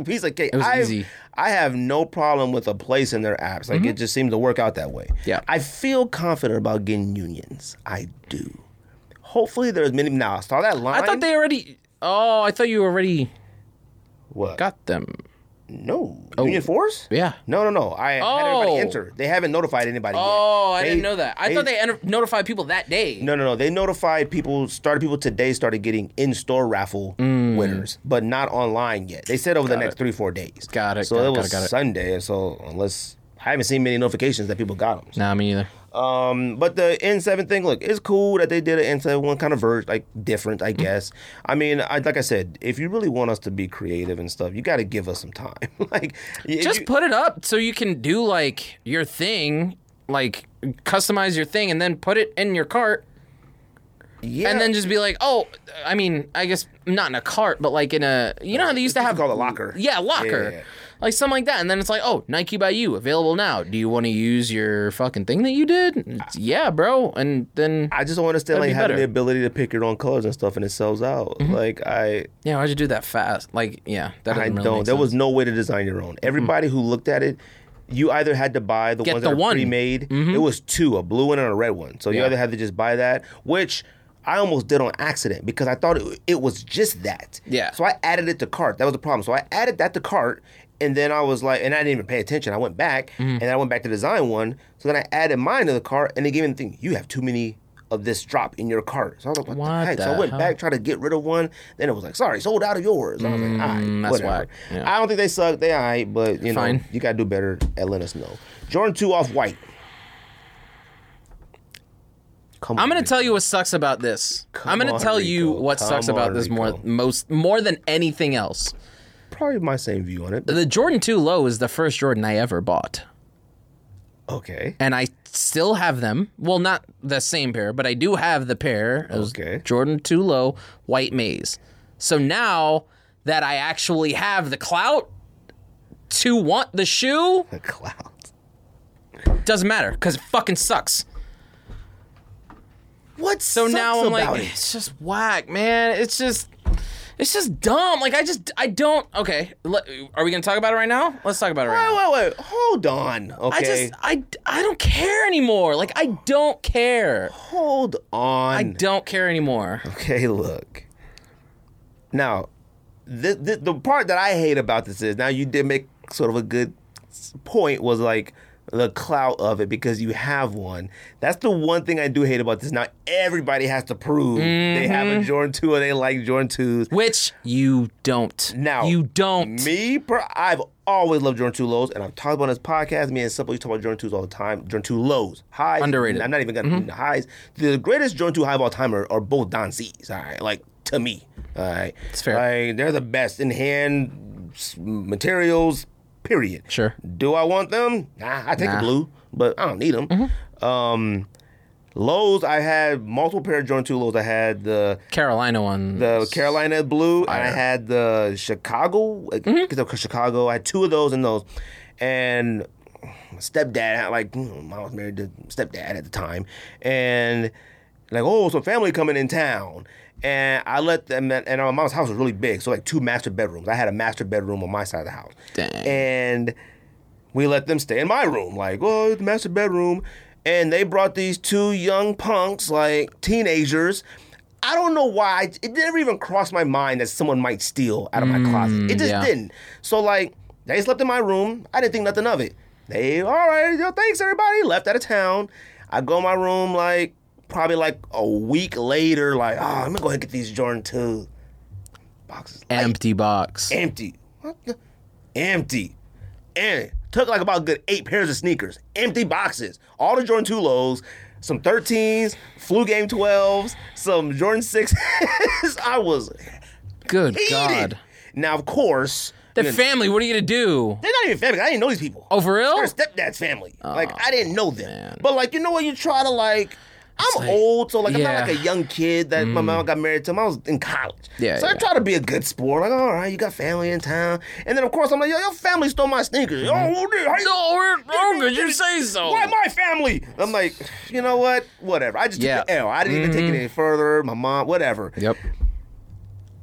Speaker 1: Piece of cake.
Speaker 2: was
Speaker 1: I've-
Speaker 2: easy. Mm-hmm.
Speaker 1: I have no problem with a place in their apps. Like it just seems to work out that way.
Speaker 2: Yeah.
Speaker 1: I feel confident about getting unions. I do. Hopefully there's many now. I saw that line.
Speaker 2: I thought they already. Oh, I thought you already
Speaker 1: what?
Speaker 2: got them.
Speaker 1: no. Union Force?
Speaker 2: Yeah.
Speaker 1: No, no, no. I had
Speaker 2: Oh.
Speaker 1: everybody enter. They haven't notified anybody yet.
Speaker 2: Oh, I
Speaker 1: They-
Speaker 2: didn't know that. I
Speaker 1: they-
Speaker 2: thought they enter- notified people that day.
Speaker 1: No, no, no. They notified people. Started people today. Started getting in store raffle
Speaker 2: Mm.
Speaker 1: winners, but not online yet. They said over the next three four days.
Speaker 2: Got it,
Speaker 1: So
Speaker 2: got it,
Speaker 1: it
Speaker 2: got
Speaker 1: was
Speaker 2: it, got it.
Speaker 1: Sunday. So unless I haven't seen many notifications that people got them.
Speaker 2: Nah, me neither.
Speaker 1: Um, but the N seven thing, look, it's cool that they did an N seven one kind of verge, like different,
Speaker 2: Mm.
Speaker 1: I guess. I mean, I like I said, if you really want us to be creative and stuff, you got to give us some time. [laughs] like, if
Speaker 2: Just
Speaker 1: you-
Speaker 2: put it up so you can do like your thing, like customize your thing, and then put it in your cart,
Speaker 1: yeah.
Speaker 2: and then just be like, oh, I mean, I guess not in a cart, but like in a, you know how they used to have
Speaker 1: called a locker.
Speaker 2: Yeah, locker.
Speaker 1: Yeah.
Speaker 2: Like something like that. And then it's like, oh, Nike by you, available now. Do you want to use your fucking thing that you did? It's, yeah, bro. And then,
Speaker 1: I just don't understand
Speaker 2: That'd
Speaker 1: like
Speaker 2: be
Speaker 1: having
Speaker 2: better. Mm-hmm.
Speaker 1: the ability to pick your own colors and stuff, and it sells out. Like I,
Speaker 2: yeah, why'd you do that fast? Like, yeah, that doesn't
Speaker 1: I
Speaker 2: really
Speaker 1: don't.
Speaker 2: make
Speaker 1: There
Speaker 2: sense.
Speaker 1: was no way to design your own. Everybody who looked at it, you either had to buy the
Speaker 2: Get
Speaker 1: ones
Speaker 2: the
Speaker 1: that are
Speaker 2: one. Mm-hmm.
Speaker 1: pre-made. It was two, a blue one and a red one. So you
Speaker 2: Yeah.
Speaker 1: either had to just buy that, which I almost did on accident because I thought it, it was just that.
Speaker 2: Yeah.
Speaker 1: So I added it to cart. That was the problem. So I added that to cart. And then I was like, and I didn't even pay attention. I went back,
Speaker 2: Mm-hmm.
Speaker 1: and then I went back to design one. So then I added mine to the cart, and they gave me the thing. You have too many of this drop in your cart. So I was like, what,
Speaker 2: What
Speaker 1: the heck? so
Speaker 2: the
Speaker 1: I went
Speaker 2: hell?
Speaker 1: back, tried to get rid of one. Then it was like, sorry, sold out of yours. I was
Speaker 2: Mm.
Speaker 1: like, all right,
Speaker 2: that's
Speaker 1: whatever.
Speaker 2: whack. Yeah.
Speaker 1: I don't think they suck. They all right, but you know,
Speaker 2: Fine.
Speaker 1: you gotta do better at letting us know. Jordan two off white. Come
Speaker 2: I'm
Speaker 1: on.
Speaker 2: gonna tell you what sucks about this. I'm
Speaker 1: Come
Speaker 2: gonna
Speaker 1: on,
Speaker 2: tell you
Speaker 1: Rico.
Speaker 2: what sucks
Speaker 1: Come
Speaker 2: about
Speaker 1: on,
Speaker 2: this more,
Speaker 1: Rico.
Speaker 2: most, more than anything else.
Speaker 1: probably my same view on it. but
Speaker 2: The Jordan Two Low is the first Jordan I ever bought,
Speaker 1: okay.
Speaker 2: and I still have them. Well, not the same pair, but I do have the pair. It was
Speaker 1: Okay.
Speaker 2: Jordan Two Low White Maze. So now that I actually have the clout to want the shoe
Speaker 1: The clouds.
Speaker 2: doesn't matter because it fucking sucks.
Speaker 1: What?
Speaker 2: So now I'm
Speaker 1: about
Speaker 2: like,
Speaker 1: it?
Speaker 2: it's just whack, man. It's just, it's just dumb. Like I just, I don't. Okay, let- are we gonna talk about it right now? Let's talk about it right now.
Speaker 1: Wait, wait, wait. Hold on. Okay.
Speaker 2: I just, I, I don't care anymore. Like I don't care.
Speaker 1: Hold on.
Speaker 2: I don't care anymore.
Speaker 1: Okay, look. Now, the, the the part that I hate about this is now you did make sort of a good s- point was like the clout of it because you have one. That's the one thing I do hate about this. Now everybody has to prove they have a Jordan two or they like Jordan twos.
Speaker 2: Which you don't.
Speaker 1: Now,
Speaker 2: you don't.
Speaker 1: Me, per, I've always loved Jordan 2 lows, and I've talked about on this podcast. Me and Simple, you talk about Jordan 2s all the time. Jordan 2 lows, highs.
Speaker 2: Underrated. Mm-hmm.
Speaker 1: I'm not even going to the highs. The greatest Jordan 2 high of all time are, are both Don C's, all right? Like, to me, all right? It's
Speaker 2: fair.
Speaker 1: Like, they're the best in hand s- materials, period.
Speaker 2: Sure.
Speaker 1: Do I want them? Nah, I take
Speaker 2: Nah. Mm-hmm.
Speaker 1: the blue, but I don't need them. Um, lows, I had multiple pair of Jordan 2 lows. I had the
Speaker 2: Carolina one.
Speaker 1: the Carolina blue,
Speaker 2: Fire.
Speaker 1: and I had the Chicago. like, because Chicago, I had two of those and those, and my stepdad had like mm, I was married to stepdad at the time, and like oh, some family coming in town. And I let them, and my mom's house was really big, so like two master bedrooms. I had a master bedroom on my side of the house,
Speaker 2: Dang.
Speaker 1: and we let them stay in my room, like oh, it's the master bedroom. And they brought these two young punks, like teenagers. I don't know why. It never even crossed my mind that someone might steal out of my closet. It just
Speaker 2: yeah.
Speaker 1: didn't. So like they slept in my room. I didn't think nothing of it. They all right, yo, thanks everybody. Left out of town. I go in my room like probably like a week later. Like oh, I'm gonna go ahead and get these Jordan two boxes
Speaker 2: empty box.
Speaker 1: empty. What the? Empty. And took like about a good eight pairs of sneakers, empty boxes, all the Jordan 2 lows, some 13s, flu game 12s, some Jordan 6s. [laughs] I was
Speaker 2: Good
Speaker 1: heated.
Speaker 2: God.
Speaker 1: Now, of course,
Speaker 2: The
Speaker 1: you know,
Speaker 2: family. What are you gonna do?
Speaker 1: they're not even family. I didn't know these people.
Speaker 2: Oh, for real? Oh,
Speaker 1: They're stepdad's family. like, I didn't know them.
Speaker 2: man.
Speaker 1: But, like, you know what? You try to, like, I'm
Speaker 2: like-
Speaker 1: old, so like I'm
Speaker 2: yeah. Mm.
Speaker 1: not like a young kid that my mom got married to. I was in college,
Speaker 2: Yeah,
Speaker 1: So I
Speaker 2: yeah.
Speaker 1: try to be a good sport. Like, all right, you got family in town, and then of course I'm like, yo, your family stole my sneakers.
Speaker 2: Mm-hmm.
Speaker 1: Oh, who did? How you-
Speaker 2: No, we're wrong. Did you say so?
Speaker 1: why my family? I'm like, you know what? Whatever. I just
Speaker 2: Yeah. Mm-hmm.
Speaker 1: took the L. I didn't even take it any further. My mom, whatever.
Speaker 2: Yep.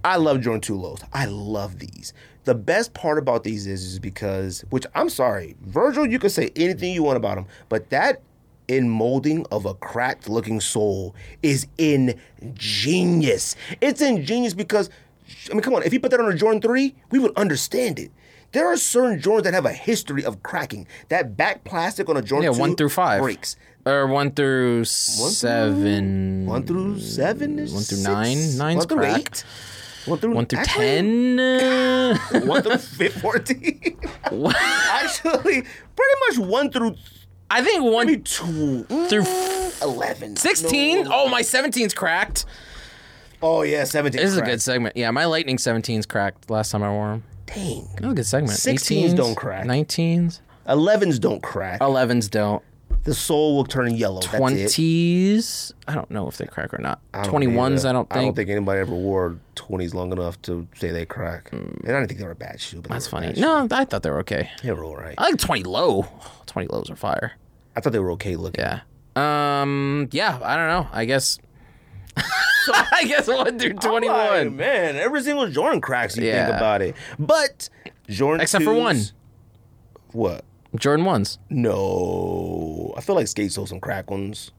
Speaker 1: I love Jordan 2 lows. I love these. The best part about these is, is because, which I'm sorry, Virgil, you can say anything you want about him, but that in molding of a cracked looking soul is ingenious. It's ingenious because, I mean, come on, if you put that on a Jordan 3, we would understand it. There are certain Jordans that have a history of cracking. That back plastic on a Jordan
Speaker 2: Yeah,
Speaker 1: 2
Speaker 2: one through five.
Speaker 1: breaks.
Speaker 2: Or one through seven.
Speaker 1: One through seven is
Speaker 2: One through nine? Nine's
Speaker 1: one through
Speaker 2: cracked.
Speaker 1: eight. One through
Speaker 2: One through
Speaker 1: actually,
Speaker 2: ten. uh,
Speaker 1: one through [laughs] fif- 14. [laughs] Actually, pretty much one through
Speaker 2: [laughs] I think one
Speaker 1: two,
Speaker 2: through
Speaker 1: eleven.
Speaker 2: sixteen.
Speaker 1: No.
Speaker 2: Oh, my seventeen's cracked.
Speaker 1: Oh yeah, seventeen.
Speaker 2: This is a
Speaker 1: crack.
Speaker 2: good segment. Yeah, my lightning seventeen's cracked. Last time I wore them. That
Speaker 1: Dang.
Speaker 2: was a good segment.
Speaker 1: 16s
Speaker 2: 18s,
Speaker 1: don't crack.
Speaker 2: Nineteens.
Speaker 1: Elevens don't crack.
Speaker 2: Elevens don't.
Speaker 1: The soul will turn yellow. That's it.
Speaker 2: Twenties. I don't know if they crack or not.
Speaker 1: I don't
Speaker 2: Twenty ones.
Speaker 1: either.
Speaker 2: I don't think.
Speaker 1: I don't think anybody ever wore twenties long enough to say they crack. And I didn't think they were a bad shoe. But
Speaker 2: Hmm. That's funny. No, I thought they were okay.
Speaker 1: They were all right.
Speaker 2: I like twenty low. Twenty lows are fire.
Speaker 1: I thought they were okay looking.
Speaker 2: Yeah. Um. Yeah. I don't know. I guess. [laughs] I guess one through
Speaker 1: I'm like,
Speaker 2: twenty-one.
Speaker 1: man, every single Jordan cracks. You
Speaker 2: Yeah.
Speaker 1: think about it, but Jordan
Speaker 2: Except for one.
Speaker 1: 2s What?
Speaker 2: Jordan ones.
Speaker 1: No, I feel like Skate sold some crack ones.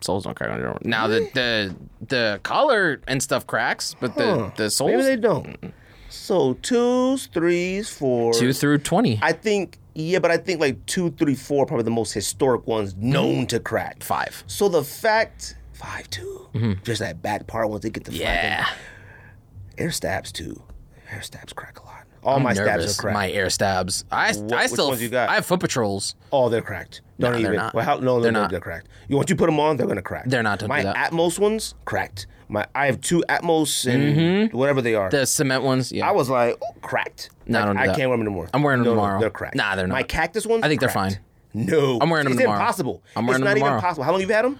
Speaker 2: Soles don't crack on Jordan. Now the the the collar and stuff cracks, but the the
Speaker 1: Maybe
Speaker 2: soles
Speaker 1: they don't. So twos, threes, fours.
Speaker 2: two through twenty.
Speaker 1: I think yeah, but I think like two, three, four are probably the most historic ones known to crack.
Speaker 2: Mm-hmm. Five. Mm-hmm.
Speaker 1: So the fact five two, just that back part once they get the
Speaker 2: Yeah.
Speaker 1: air stabs too. Air stabs crack a lot. All my stabs
Speaker 2: Nervous.
Speaker 1: are cracked.
Speaker 2: My air stabs. I I
Speaker 1: which
Speaker 2: still
Speaker 1: ones you got?
Speaker 2: I have foot patrols.
Speaker 1: Oh, they're cracked. Don't
Speaker 2: No, they're
Speaker 1: even.
Speaker 2: not.
Speaker 1: Well, how, no, they're,
Speaker 2: They're not.
Speaker 1: They're cracked. You once you put them on, they're gonna crack.
Speaker 2: They're not, don't
Speaker 1: My
Speaker 2: do that.
Speaker 1: Atmos ones cracked. My I have two Atmos and
Speaker 2: Mm-hmm.
Speaker 1: whatever they are.
Speaker 2: The cement ones. Yeah.
Speaker 1: I was like oh, cracked.
Speaker 2: No,
Speaker 1: Like,
Speaker 2: don't do
Speaker 1: I
Speaker 2: that.
Speaker 1: can't wear them anymore.
Speaker 2: I'm wearing them
Speaker 1: No, no,
Speaker 2: tomorrow.
Speaker 1: They're cracked.
Speaker 2: Nah, they're
Speaker 1: My
Speaker 2: not.
Speaker 1: cactus ones.
Speaker 2: I think they're
Speaker 1: cracked.
Speaker 2: fine.
Speaker 1: No,
Speaker 2: I'm wearing them
Speaker 1: it's
Speaker 2: tomorrow.
Speaker 1: Impossible.
Speaker 2: I'm wearing
Speaker 1: it's
Speaker 2: them
Speaker 1: not
Speaker 2: tomorrow.
Speaker 1: even possible. How long you had [sighs] them?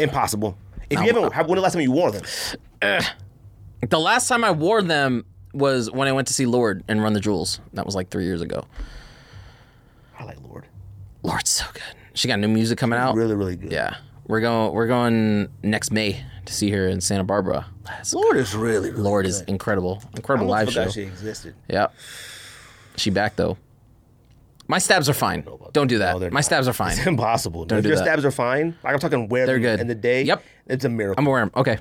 Speaker 1: Impossible. If you haven't, how, when the last time you wore them?
Speaker 2: the last time I wore them was when I went to see Lord and Run the Jewels. That was like three years ago.
Speaker 1: I like Lord.
Speaker 2: Lord's so good. She got new music coming out.
Speaker 1: Really, really good.
Speaker 2: Yeah, we're going. We're going next May to see her in Santa Barbara. That's-
Speaker 1: Lord is really, really
Speaker 2: Lord
Speaker 1: good.
Speaker 2: is incredible. Incredible
Speaker 1: I
Speaker 2: live
Speaker 1: almost
Speaker 2: show.
Speaker 1: forgot she existed. [laughs]
Speaker 2: Yeah. She back though. My stabs are fine. Don't do that.
Speaker 1: No, they're
Speaker 2: My
Speaker 1: not.
Speaker 2: stabs are
Speaker 1: [laughs]
Speaker 2: fine.
Speaker 1: It's impossible. if
Speaker 2: do
Speaker 1: your
Speaker 2: that.
Speaker 1: stabs are fine, like I'm talking where
Speaker 2: They're good.
Speaker 1: in the day.
Speaker 2: Yep.
Speaker 1: It's a miracle.
Speaker 2: I'm aware. I'm- Okay.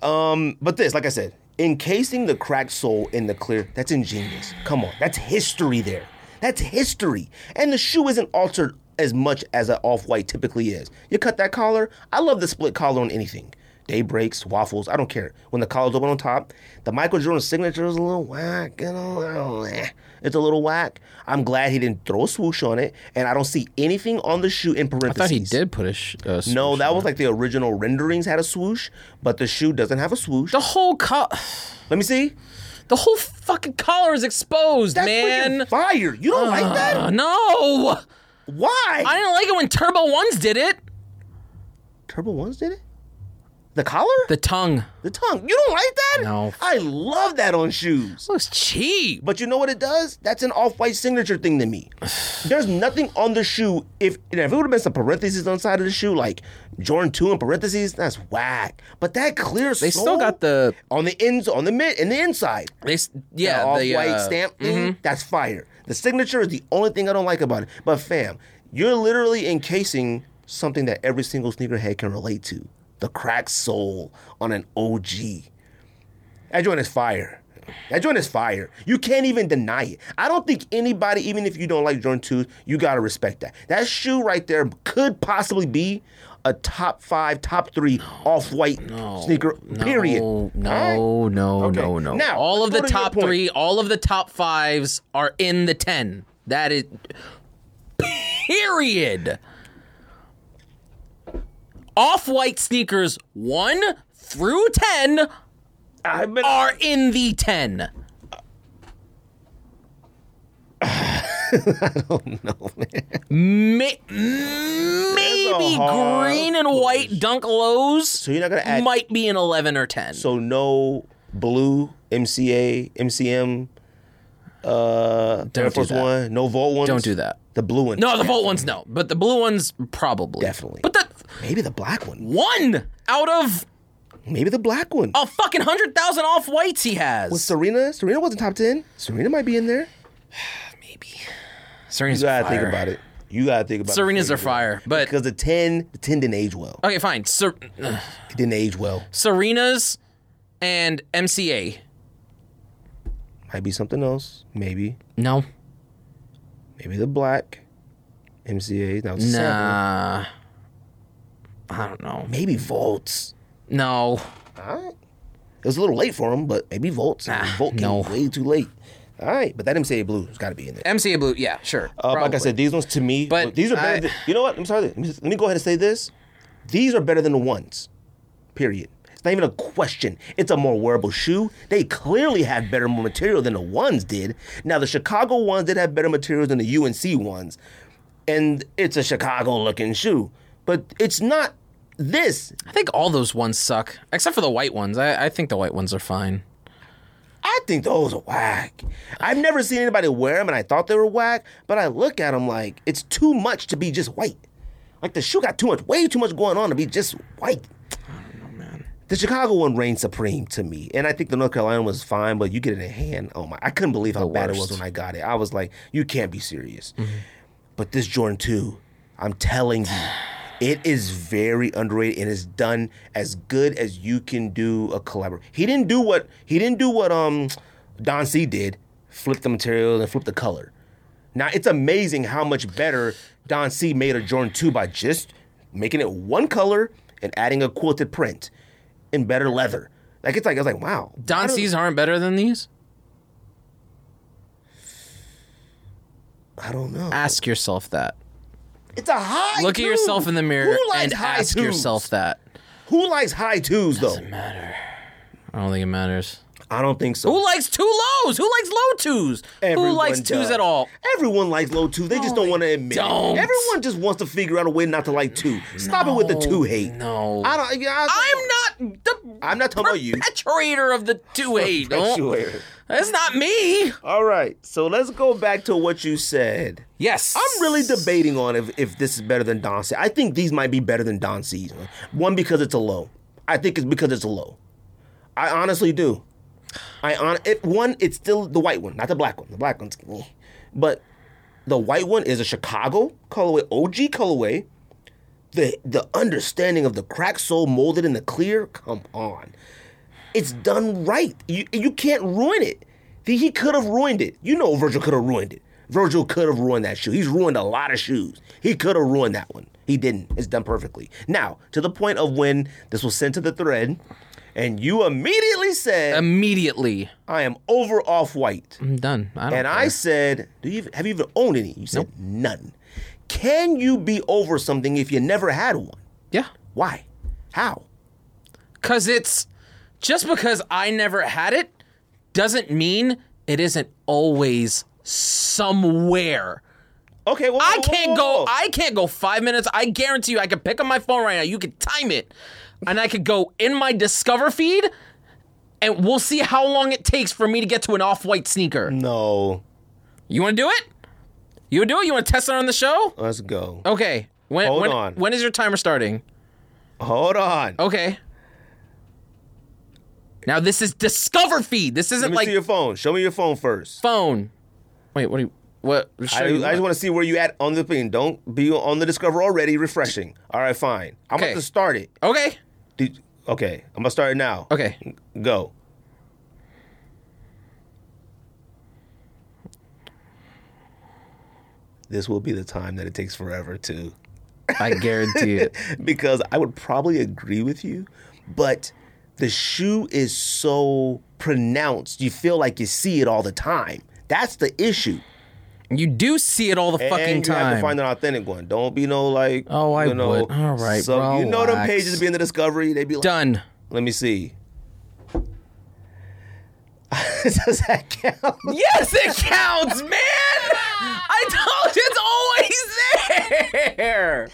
Speaker 1: But this, like I said, encasing the cracked soul in the clear, that's ingenious. Come on, that's history there. That's history. And the shoe isn't altered as much as an off white typically is. You cut that collar, I love the split collar on anything. Day breaks, waffles, I don't care. When the collar's open on top, the Michael Jordan signature is a little whack. You know, eh, it's a little whack. I'm glad he didn't throw a swoosh on it, and I don't see anything on the shoe in parentheses.
Speaker 2: I thought he did put a. Sh- a swoosh
Speaker 1: No, that
Speaker 2: on
Speaker 1: was like the original renderings had a swoosh, but the shoe doesn't have a swoosh.
Speaker 2: it. the whole co-
Speaker 1: Let me see.
Speaker 2: The whole fucking collar is exposed,
Speaker 1: That's
Speaker 2: man.
Speaker 1: freaking fire. You don't
Speaker 2: [sighs]
Speaker 1: like that?
Speaker 2: Uh, no,
Speaker 1: Why?
Speaker 2: I didn't like it when Turbo Ones did it.
Speaker 1: Turbo Ones did it? The collar? The,
Speaker 2: The tongue
Speaker 1: tongue. You don't like that?
Speaker 2: No.
Speaker 1: I love that on shoes.
Speaker 2: looks cheap.
Speaker 1: But you know what it does? That's an off-white signature thing to
Speaker 2: [sighs]
Speaker 1: me. There's nothing on the shoe. If and if it would have been some parentheses on the side of the shoe, like Jordan 2 in parentheses, that's whack. But that clear
Speaker 2: They still got the.
Speaker 1: on the ends on the mid and the inside.
Speaker 2: They s- yeah
Speaker 1: off
Speaker 2: the
Speaker 1: white
Speaker 2: uh,
Speaker 1: stamp thing, that's fire. The signature is the only thing I don't like about it. But fam, you're literally encasing something that every single sneakerhead can relate to. The cracked sole on an OG. That joint is fire. That joint is fire. You can't even deny it. I don't think anybody, even if you don't like Jordan 2s, you gotta respect that. That shoe right there could possibly be a top five, top three off white sneaker, period.
Speaker 2: No, no,
Speaker 1: All right?
Speaker 2: no,
Speaker 1: Okay.
Speaker 2: no, no.
Speaker 1: Now,
Speaker 2: all of
Speaker 1: let's go
Speaker 2: the
Speaker 1: to your
Speaker 2: top
Speaker 1: point.
Speaker 2: three, all of the top fives are in the ten. That is, period. Off-white sneakers one through ten
Speaker 1: I've been
Speaker 2: are in
Speaker 1: [laughs]
Speaker 2: the ten. I don't know, man. maybe
Speaker 1: hard
Speaker 2: green and white dunk lows.
Speaker 1: So you're not gonna add
Speaker 2: might be an 11 or 10.
Speaker 1: So no blue MCA, MCM, uh, Air
Speaker 2: do
Speaker 1: Force
Speaker 2: that.
Speaker 1: One, no Volt ones.
Speaker 2: Don't do that.
Speaker 1: The blue one.
Speaker 2: no, the Volt ones, no. But the blue ones, probably.
Speaker 1: Definitely.
Speaker 2: But the
Speaker 1: Maybe the black one.
Speaker 2: one out of
Speaker 1: Maybe the black one.
Speaker 2: a fucking 100,000 off whites he has.
Speaker 1: Serena. Serena wasn't top ten. Serena might be in there.
Speaker 2: Maybe. Serena's
Speaker 1: You gotta
Speaker 2: fire.
Speaker 1: think about it. You gotta think about
Speaker 2: Serena's
Speaker 1: it.
Speaker 2: are fire. But,
Speaker 1: Because the ten, the ten didn't age well.
Speaker 2: okay, fine. Ser-
Speaker 1: It didn't age well.
Speaker 2: Serena's and MCA.
Speaker 1: Might be something else. Maybe.
Speaker 2: No.
Speaker 1: Maybe the black. MCA. That was seven.
Speaker 2: Nah. I don't know.
Speaker 1: Maybe Volts.
Speaker 2: No.
Speaker 1: All right. It was a little late for him, but maybe Volts. Volt came
Speaker 2: Ah, no.
Speaker 1: way too late. All right, but that MCA blue has got to be in there.
Speaker 2: MCA blue, yeah, sure.
Speaker 1: Uh, like I
Speaker 2: probably.
Speaker 1: said, these ones to me,
Speaker 2: But
Speaker 1: these are better.
Speaker 2: I-
Speaker 1: than, you know what? I'm sorry. Let me, let me go ahead and say this. These are better than the ones. Period. It's not even a question. It's a more wearable shoe. They clearly had better material than the ones did. Now the Chicago ones did have better materials than the UNC ones, and it's a Chicago-looking shoe, but it's not this.
Speaker 2: I think all those ones suck, except for the white ones. I, I think the white ones are fine.
Speaker 1: I think those are whack. I've never seen anybody wear them, and I thought they were whack. But I look at them like it's too much to be just white. Like the shoe got too much, way too much going on to be just white. The Chicago one reigned supreme to me, and I think the North Carolina was fine, but you get it in hand. Oh my! I couldn't believe how bad it was
Speaker 2: worst.
Speaker 1: when I got it. I was like, "You can't be serious." But this Jordan two, I'm telling you, it is very underrated and it's done as good as you can do a collaboration. He didn't do what he didn't do what um Don C did, flip the material and flip the color. Now it's amazing how much better Don C made a Jordan 2 by just making it one color and adding a quilted print in better leather. Like it's like I was like, wow. why
Speaker 2: Don
Speaker 1: do-
Speaker 2: C's aren't better than these?
Speaker 1: I don't know.
Speaker 2: Ask yourself that.
Speaker 1: It's a high
Speaker 2: Look
Speaker 1: two.
Speaker 2: at yourself in the mirror
Speaker 1: Who likes
Speaker 2: and
Speaker 1: high
Speaker 2: ask
Speaker 1: twos?
Speaker 2: yourself that.
Speaker 1: Who likes high twos though?
Speaker 2: I don't think it matters.
Speaker 1: I don't think so.
Speaker 2: Who likes two lows? Who likes low twos?
Speaker 1: Everyone
Speaker 2: Who likes twos
Speaker 1: does.
Speaker 2: at all?
Speaker 1: Everyone likes low twos. They just don't want to admit. it.
Speaker 2: don't.
Speaker 1: Everyone just wants to figure out a way not to like two. Stop it with the two hate.
Speaker 2: Oh, No.
Speaker 1: I don't. I,
Speaker 2: I'm not the
Speaker 1: [laughs] I'm not talking about you.
Speaker 2: perpetuator of the two eight.
Speaker 1: Perpetuator.
Speaker 2: That's not me.
Speaker 1: All right, so let's go back to what you said.
Speaker 2: Yes.
Speaker 1: I'm really debating on if, if this is better than Don Season. I think these might be better than Don Season. One because it's a low. I think it's because it's a low. I honestly do. I on it one. It's still the white one, not the black one. The black one's, eh. but the white one is a Chicago colorway, OG colorway. The the understanding of the crack sole molded in the clear. Come on, it's done right. You you can't ruin it. He, he could have ruined it. You know, Virgil could have ruined it. Virgil could have ruined that shoe. He's ruined a lot of shoes. He could have ruined that one. He didn't. It's done perfectly. Now, to the point of when this was sent to the thread, and you immediately said,
Speaker 2: Immediately.
Speaker 1: I am over off white.
Speaker 2: I'm done. I don't
Speaker 1: And I said, Do you even, have you even owned any? You said none. Can you be over something if you never had one?
Speaker 2: Yeah.
Speaker 1: Why? How?
Speaker 2: Cause it's just because I never had it doesn't mean it isn't always somewhere.
Speaker 1: Okay, well
Speaker 2: I can't
Speaker 1: Oh.
Speaker 2: go. I can't go five minutes. I guarantee you, I could pick up my phone right now. You could time it, and I could go in my Discover feed, and we'll see how long it takes for me to get to an off-white sneaker.
Speaker 1: no.
Speaker 2: You want to do it? You wanna do it? You want to test it on the show?
Speaker 1: Let's go.
Speaker 2: Okay. When,
Speaker 1: Hold
Speaker 2: when,
Speaker 1: on.
Speaker 2: When is your timer starting?
Speaker 1: Hold on.
Speaker 2: Okay. Now this is Discover feed. This isn't
Speaker 1: Let me
Speaker 2: like
Speaker 1: see your phone. Show me your phone first.
Speaker 2: phone. Wait, what? Do you, what? show
Speaker 1: I,
Speaker 2: you
Speaker 1: I just
Speaker 2: what?
Speaker 1: want to see where you at on the thing. Don't be on the Discover already. Refreshing. All right, fine. I'm
Speaker 2: Okay.
Speaker 1: about to start it.
Speaker 2: okay.
Speaker 1: Did- okay, I'm gonna start it now.
Speaker 2: Okay.
Speaker 1: Go. This will be the time that it takes forever to,
Speaker 2: [laughs]
Speaker 1: [laughs]
Speaker 2: I guarantee it.
Speaker 1: because I would probably agree with you, but the shoe is so pronounced. You feel like you see it all the time. That's the issue.
Speaker 2: You do see it all the fucking
Speaker 1: and you
Speaker 2: time.
Speaker 1: have to find an authentic one. Don't be no like.
Speaker 2: Oh, I
Speaker 1: you know,
Speaker 2: would. All right,
Speaker 1: So you know them
Speaker 2: relax.
Speaker 1: pages be in the discovery. They be like,
Speaker 2: Done.
Speaker 1: let me see. [laughs] Does that count?
Speaker 2: Yes, it counts, man. I told you it's always there.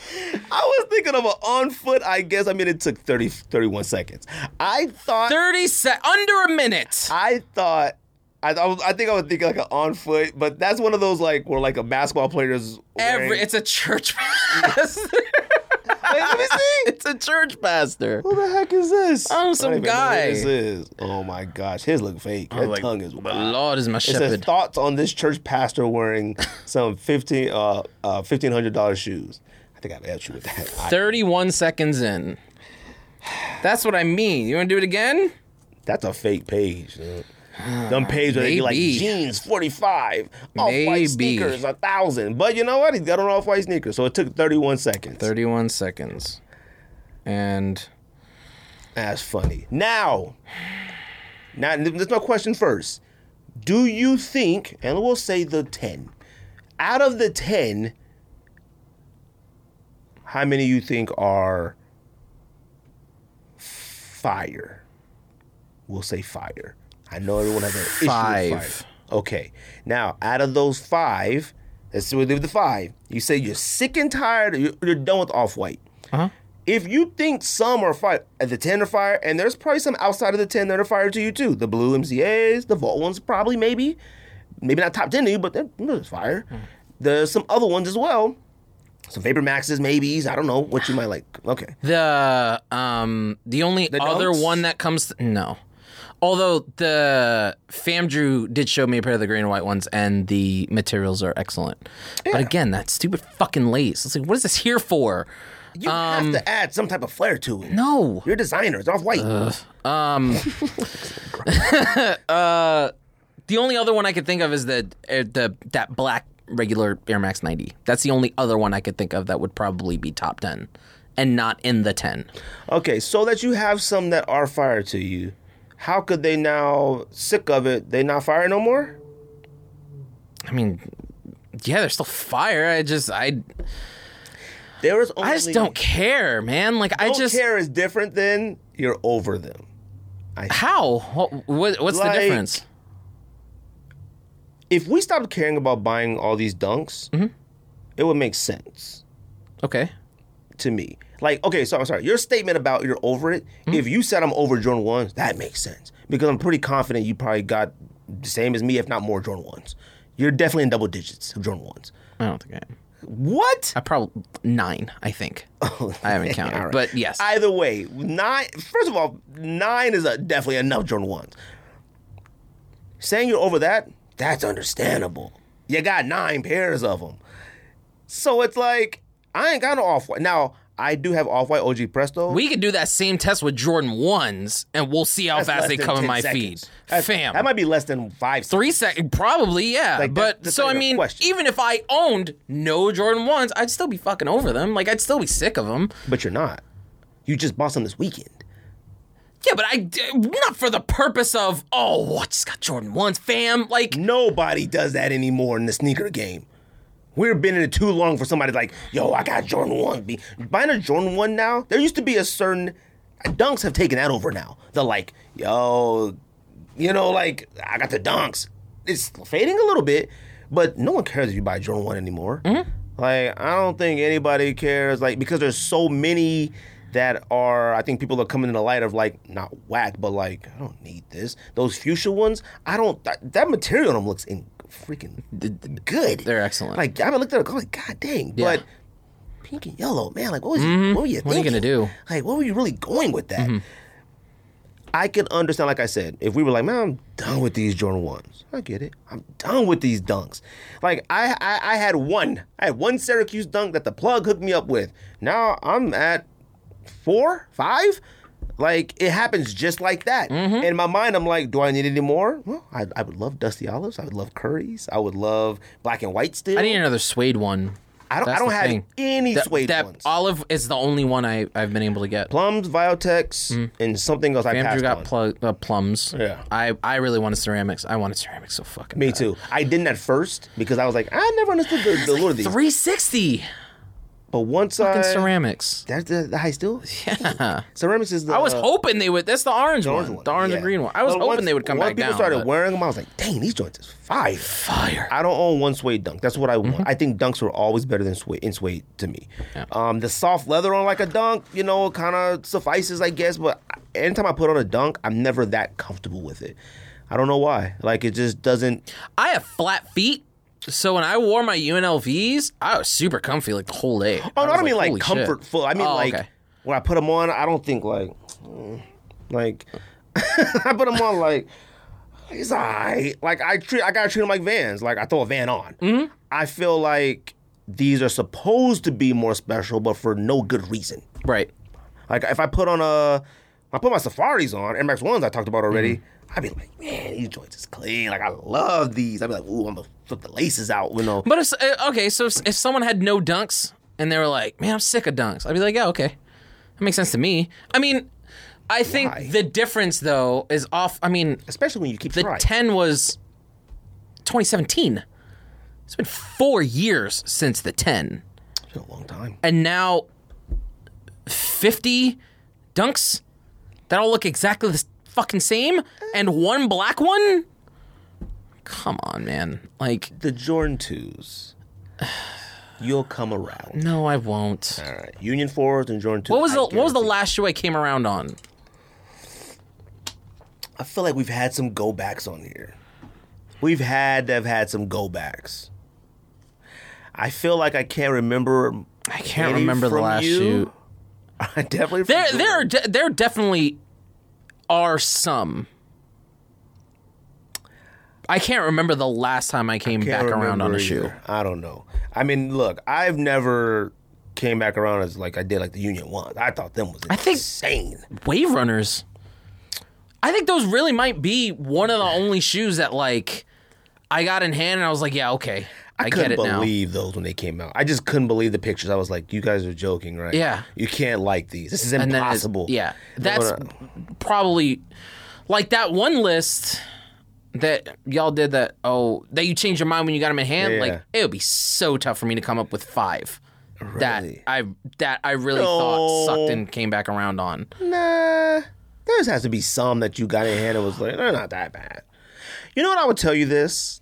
Speaker 1: I was thinking of an on foot, I guess. I mean, it took 30, 31 seconds. I thought,
Speaker 2: Thirty sec, under a minute.
Speaker 1: I thought, I, I, was- I think I would think like an on foot, but that's one of those like where like a basketball player's.
Speaker 2: Every
Speaker 1: wearing-
Speaker 2: it's a church pastor.
Speaker 1: [laughs] Wait, let me see.
Speaker 2: [laughs] it's a church pastor.
Speaker 1: Who the heck is this?
Speaker 2: Oh, some
Speaker 1: I don't even know who
Speaker 2: guy.
Speaker 1: This is. Oh my gosh, his look fake. Her
Speaker 2: like,
Speaker 1: tongue is
Speaker 2: The
Speaker 1: wild.
Speaker 2: Lord is my
Speaker 1: It says
Speaker 2: shepherd.
Speaker 1: thoughts on this church pastor wearing some fifteen uh, uh fifteen hundred dollars shoes. I think I'd help you with that. I-
Speaker 2: Thirty-one seconds in. That's what I mean. You want to do it again?
Speaker 1: that's a fake page.
Speaker 2: [sighs]
Speaker 1: dude. Them page where they be like
Speaker 2: Maybe.
Speaker 1: jeans forty five, off white
Speaker 2: Maybe.
Speaker 1: sneakers a thousand. But you know what? He's got on off white sneakers, so it took thirty one seconds.
Speaker 2: Thirty-one seconds, and
Speaker 1: That's funny. Now, now that's my question first. Do you think, and we'll say the ten, out of the ten, how many you think are fire? We'll say fire. I know everyone has an issue with
Speaker 2: Five.
Speaker 1: fire. Okay. Now, out of those five, let's see what they do with the five. You say you're sick and tired. You're, you're done with off white
Speaker 2: uh-huh.
Speaker 1: if you think some are fire at the 10 are fire, and there's probably some outside of the 10 that are fire to you too. The blue MCAs, the vault ones probably maybe. Maybe not top 10 to you, but they're you know, it's fire.
Speaker 2: Hmm.
Speaker 1: There's some other ones as well. Some Vapor Maxes, maybes. I don't know what you might like. Okay.
Speaker 2: The um the only other
Speaker 1: dunks?
Speaker 2: one that comes no. Although the fam Drew did show me a pair of the green and white ones and the materials are excellent. But again, that stupid fucking lace. It's like what is this here for?
Speaker 1: You have
Speaker 2: Um,
Speaker 1: to add some type of flair to it.
Speaker 2: No.
Speaker 1: You're designers, off white.
Speaker 2: The only other one I could think of is the uh, the that black regular Air Max 90. That's the only other one I could think of that would probably be top 10 and not in the 10.
Speaker 1: Okay, so that you have some that are fire to you, how could they now sick of it? They not fire no more?
Speaker 2: I mean, yeah, they're still fire. I just I
Speaker 1: There is only
Speaker 2: I just don't care, man. Like I
Speaker 1: don't
Speaker 2: just
Speaker 1: care is different than you're over them.
Speaker 2: How? What, what, what's
Speaker 1: Like-
Speaker 2: the difference?
Speaker 1: if we stopped caring about buying all these dunks, it would make sense
Speaker 2: Okay.
Speaker 1: to me. Like, okay, so I'm sorry. Your statement about you're over it, if you said I'm over Jordan 1s, that makes sense. Because I'm pretty confident you probably got same as me, if not more Jordan ones. You're definitely in double digits of Jordan ones.
Speaker 2: I don't think I am.
Speaker 1: What?
Speaker 2: I probably nine. I think. I haven't counted,
Speaker 1: All right.
Speaker 2: but yes.
Speaker 1: Either way, nine. First of all, nine is a, definitely enough Jordan ones. Saying you're over that, that's understandable. You got nine pairs of them, so it's like I ain't got no off white. Now I do have off white OG Presto.
Speaker 2: we could do that same test with Jordan ones, and we'll see how
Speaker 1: That's
Speaker 2: fast
Speaker 1: less
Speaker 2: they
Speaker 1: than
Speaker 2: come in
Speaker 1: 10
Speaker 2: my
Speaker 1: seconds.
Speaker 2: feed,
Speaker 1: That's-
Speaker 2: fam.
Speaker 1: That might be less than five.
Speaker 2: Three seconds, probably, yeah.
Speaker 1: Like,
Speaker 2: but
Speaker 1: that's- that's
Speaker 2: so
Speaker 1: not
Speaker 2: I
Speaker 1: even a
Speaker 2: mean,
Speaker 1: question.
Speaker 2: even if I owned no Jordan ones, I'd still be fucking over them. Like I'd still be sick of them.
Speaker 1: But you're not. You just bought some this weekend.
Speaker 2: Yeah, but I not for the purpose of oh, I just got Jordan ones, fam. Like
Speaker 1: Nobody does that anymore in the sneaker game. We've been in it too long for somebody like, yo, I got Jordan 1. Be- Buying a Jordan 1 now, there used to be a certain. Dunks have taken that over now. They're like, yo, you know, like, I got the Dunks. It's fading a little bit, but no one cares if you buy Jordan 1 anymore.
Speaker 2: Mm-hmm.
Speaker 1: Like, I don't think anybody cares, like, because there's so many that are, I think people are coming in the light of, like, not whack, but like, I don't need this. Those fuchsia ones, I don't, that, that material on them looks in freaking good.
Speaker 2: they're excellent.
Speaker 1: Like I looked at it, I'm like, God dang,
Speaker 2: Yeah.
Speaker 1: but pink and yellow, man. Like, what was you, what were you
Speaker 2: Mm-hmm. What are you
Speaker 1: thinking?
Speaker 2: gonna do? Mm-hmm.
Speaker 1: Like, what were you really going with that? I can understand, like I said, if we were like, man, I'm done with these Jordan ones. I get it. I'm done with these dunks. Like I, I, I had one. I had one Syracuse dunk that the plug hooked me up with. Now I'm at four, five. Like it happens just like that.
Speaker 2: Mm-hmm.
Speaker 1: In my mind, I'm like, do I need any more? Well, I, I would love Dusty Olives. I would love Curries. I would love Black and White still.
Speaker 2: I need another suede one.
Speaker 1: I don't. I
Speaker 2: That's
Speaker 1: don't
Speaker 2: the
Speaker 1: have
Speaker 2: thing.
Speaker 1: any
Speaker 2: That,
Speaker 1: suede
Speaker 2: that
Speaker 1: ones.
Speaker 2: olive is the only one I I've been able to get.
Speaker 1: Plums, Viotex, and something else I
Speaker 2: Mm. Andrew
Speaker 1: passed
Speaker 2: got
Speaker 1: on.
Speaker 2: plu- uh, plums.
Speaker 1: Yeah.
Speaker 2: I, I really wanted ceramics. I wanted ceramics so fucking
Speaker 1: Me too. I didn't at first because I was like, I never understood the, the lure of these.
Speaker 2: 360
Speaker 1: But once
Speaker 2: in
Speaker 1: I
Speaker 2: ceramics.
Speaker 1: that's the, the high steel. Yeah, ceramics is the.
Speaker 2: I was
Speaker 1: uh,
Speaker 2: hoping they would. That's the orange,
Speaker 1: orange
Speaker 2: one. The orange
Speaker 1: yeah.
Speaker 2: and green one. I was
Speaker 1: But
Speaker 2: hoping
Speaker 1: once-
Speaker 2: they would come
Speaker 1: once
Speaker 2: back
Speaker 1: people
Speaker 2: down.
Speaker 1: started
Speaker 2: but-
Speaker 1: wearing them, I was like, dang, these joints is fire.
Speaker 2: fire.
Speaker 1: I don't own one suede dunk. That's what I
Speaker 2: Mm-hmm.
Speaker 1: want. I think dunks were always better than suede in suede to me. Um, the soft leather on like a dunk, you know, kind of suffices, I guess. But anytime I put on a dunk, I'm never that comfortable with it. I don't know why. Like it just doesn't.
Speaker 2: I have flat feet. So when I wore my UNLVs, I was super comfy like the whole day.
Speaker 1: Oh, no, I
Speaker 2: was
Speaker 1: don't mean like
Speaker 2: holy
Speaker 1: comfort
Speaker 2: shit.
Speaker 1: full. I mean
Speaker 2: Oh,
Speaker 1: like
Speaker 2: okay.
Speaker 1: when I put them on, I don't think like mm, like [laughs] I put them on like it's alright. Like I treat I gotta treat them like vans. Like I throw a van on.
Speaker 2: Mm-hmm.
Speaker 1: I feel like these are supposed to be more special, but for no good reason.
Speaker 2: right.
Speaker 1: Like if I put on a, I put my safaris on Air Max Ones I talked about already.
Speaker 2: Mm-hmm.
Speaker 1: I'd be like, man, these joints is clean. Like I love these. I'd be like, ooh, I'm gonna flip the laces out. You know,
Speaker 2: But if uh, okay, so if, if someone had no dunks and they were like, "Man, I'm sick of dunks," I'd be like, "Yeah, okay, that makes sense to me." I mean, I think
Speaker 1: Why?
Speaker 2: the difference though is off. I mean,
Speaker 1: especially when you keep
Speaker 2: the
Speaker 1: trying.
Speaker 2: ten was 2017. It's been four years since the ten,
Speaker 1: It's been a long time.
Speaker 2: and now 50 dunks that all look exactly the s- fucking same, and one black one. Come on, man! Like,
Speaker 1: the Jordan twos, you'll come around.
Speaker 2: no, I won't.
Speaker 1: All right, Union fours and Jordan twos.
Speaker 2: What was
Speaker 1: I
Speaker 2: the What was the
Speaker 1: guarantee.
Speaker 2: last shoe I came around on?
Speaker 1: I feel like we've had some go backs on here. We've had to have had some go backs. I feel like I can't remember. [laughs]
Speaker 2: I can't
Speaker 1: any
Speaker 2: remember the
Speaker 1: from
Speaker 2: last
Speaker 1: you.
Speaker 2: shoe.
Speaker 1: I definitely
Speaker 2: There,
Speaker 1: from
Speaker 2: there, are
Speaker 1: Jordan.
Speaker 2: de- there definitely are some. I can't remember the last time I came
Speaker 1: Can't
Speaker 2: back around on
Speaker 1: remember
Speaker 2: a shoe.
Speaker 1: either. I don't know. I mean, look, I've never came back around as like I did like the Union ones. I thought them was
Speaker 2: I think-
Speaker 1: insane.
Speaker 2: Wave runners. I think those really might be one of the only shoes that like I got in hand and I was like, yeah, okay, I, get
Speaker 1: couldn't
Speaker 2: it now.
Speaker 1: believe those when they came out. I just couldn't believe the pictures. I was like, "You guys are joking, right?
Speaker 2: Yeah.
Speaker 1: you can't like these. This is
Speaker 2: And then it-
Speaker 1: impossible."
Speaker 2: yeah,
Speaker 1: And
Speaker 2: that's
Speaker 1: when I-
Speaker 2: probably like that one list that y'all did that. Oh, that you changed your mind when you got them in hand.
Speaker 1: Yeah.
Speaker 2: Like it would be so tough for me to come up with five. That
Speaker 1: Really?
Speaker 2: I that I really thought
Speaker 1: No.
Speaker 2: sucked and came back around on.
Speaker 1: nah. There has to be some that you got in hand and was like, "They're not that bad." You know what? I would tell you this,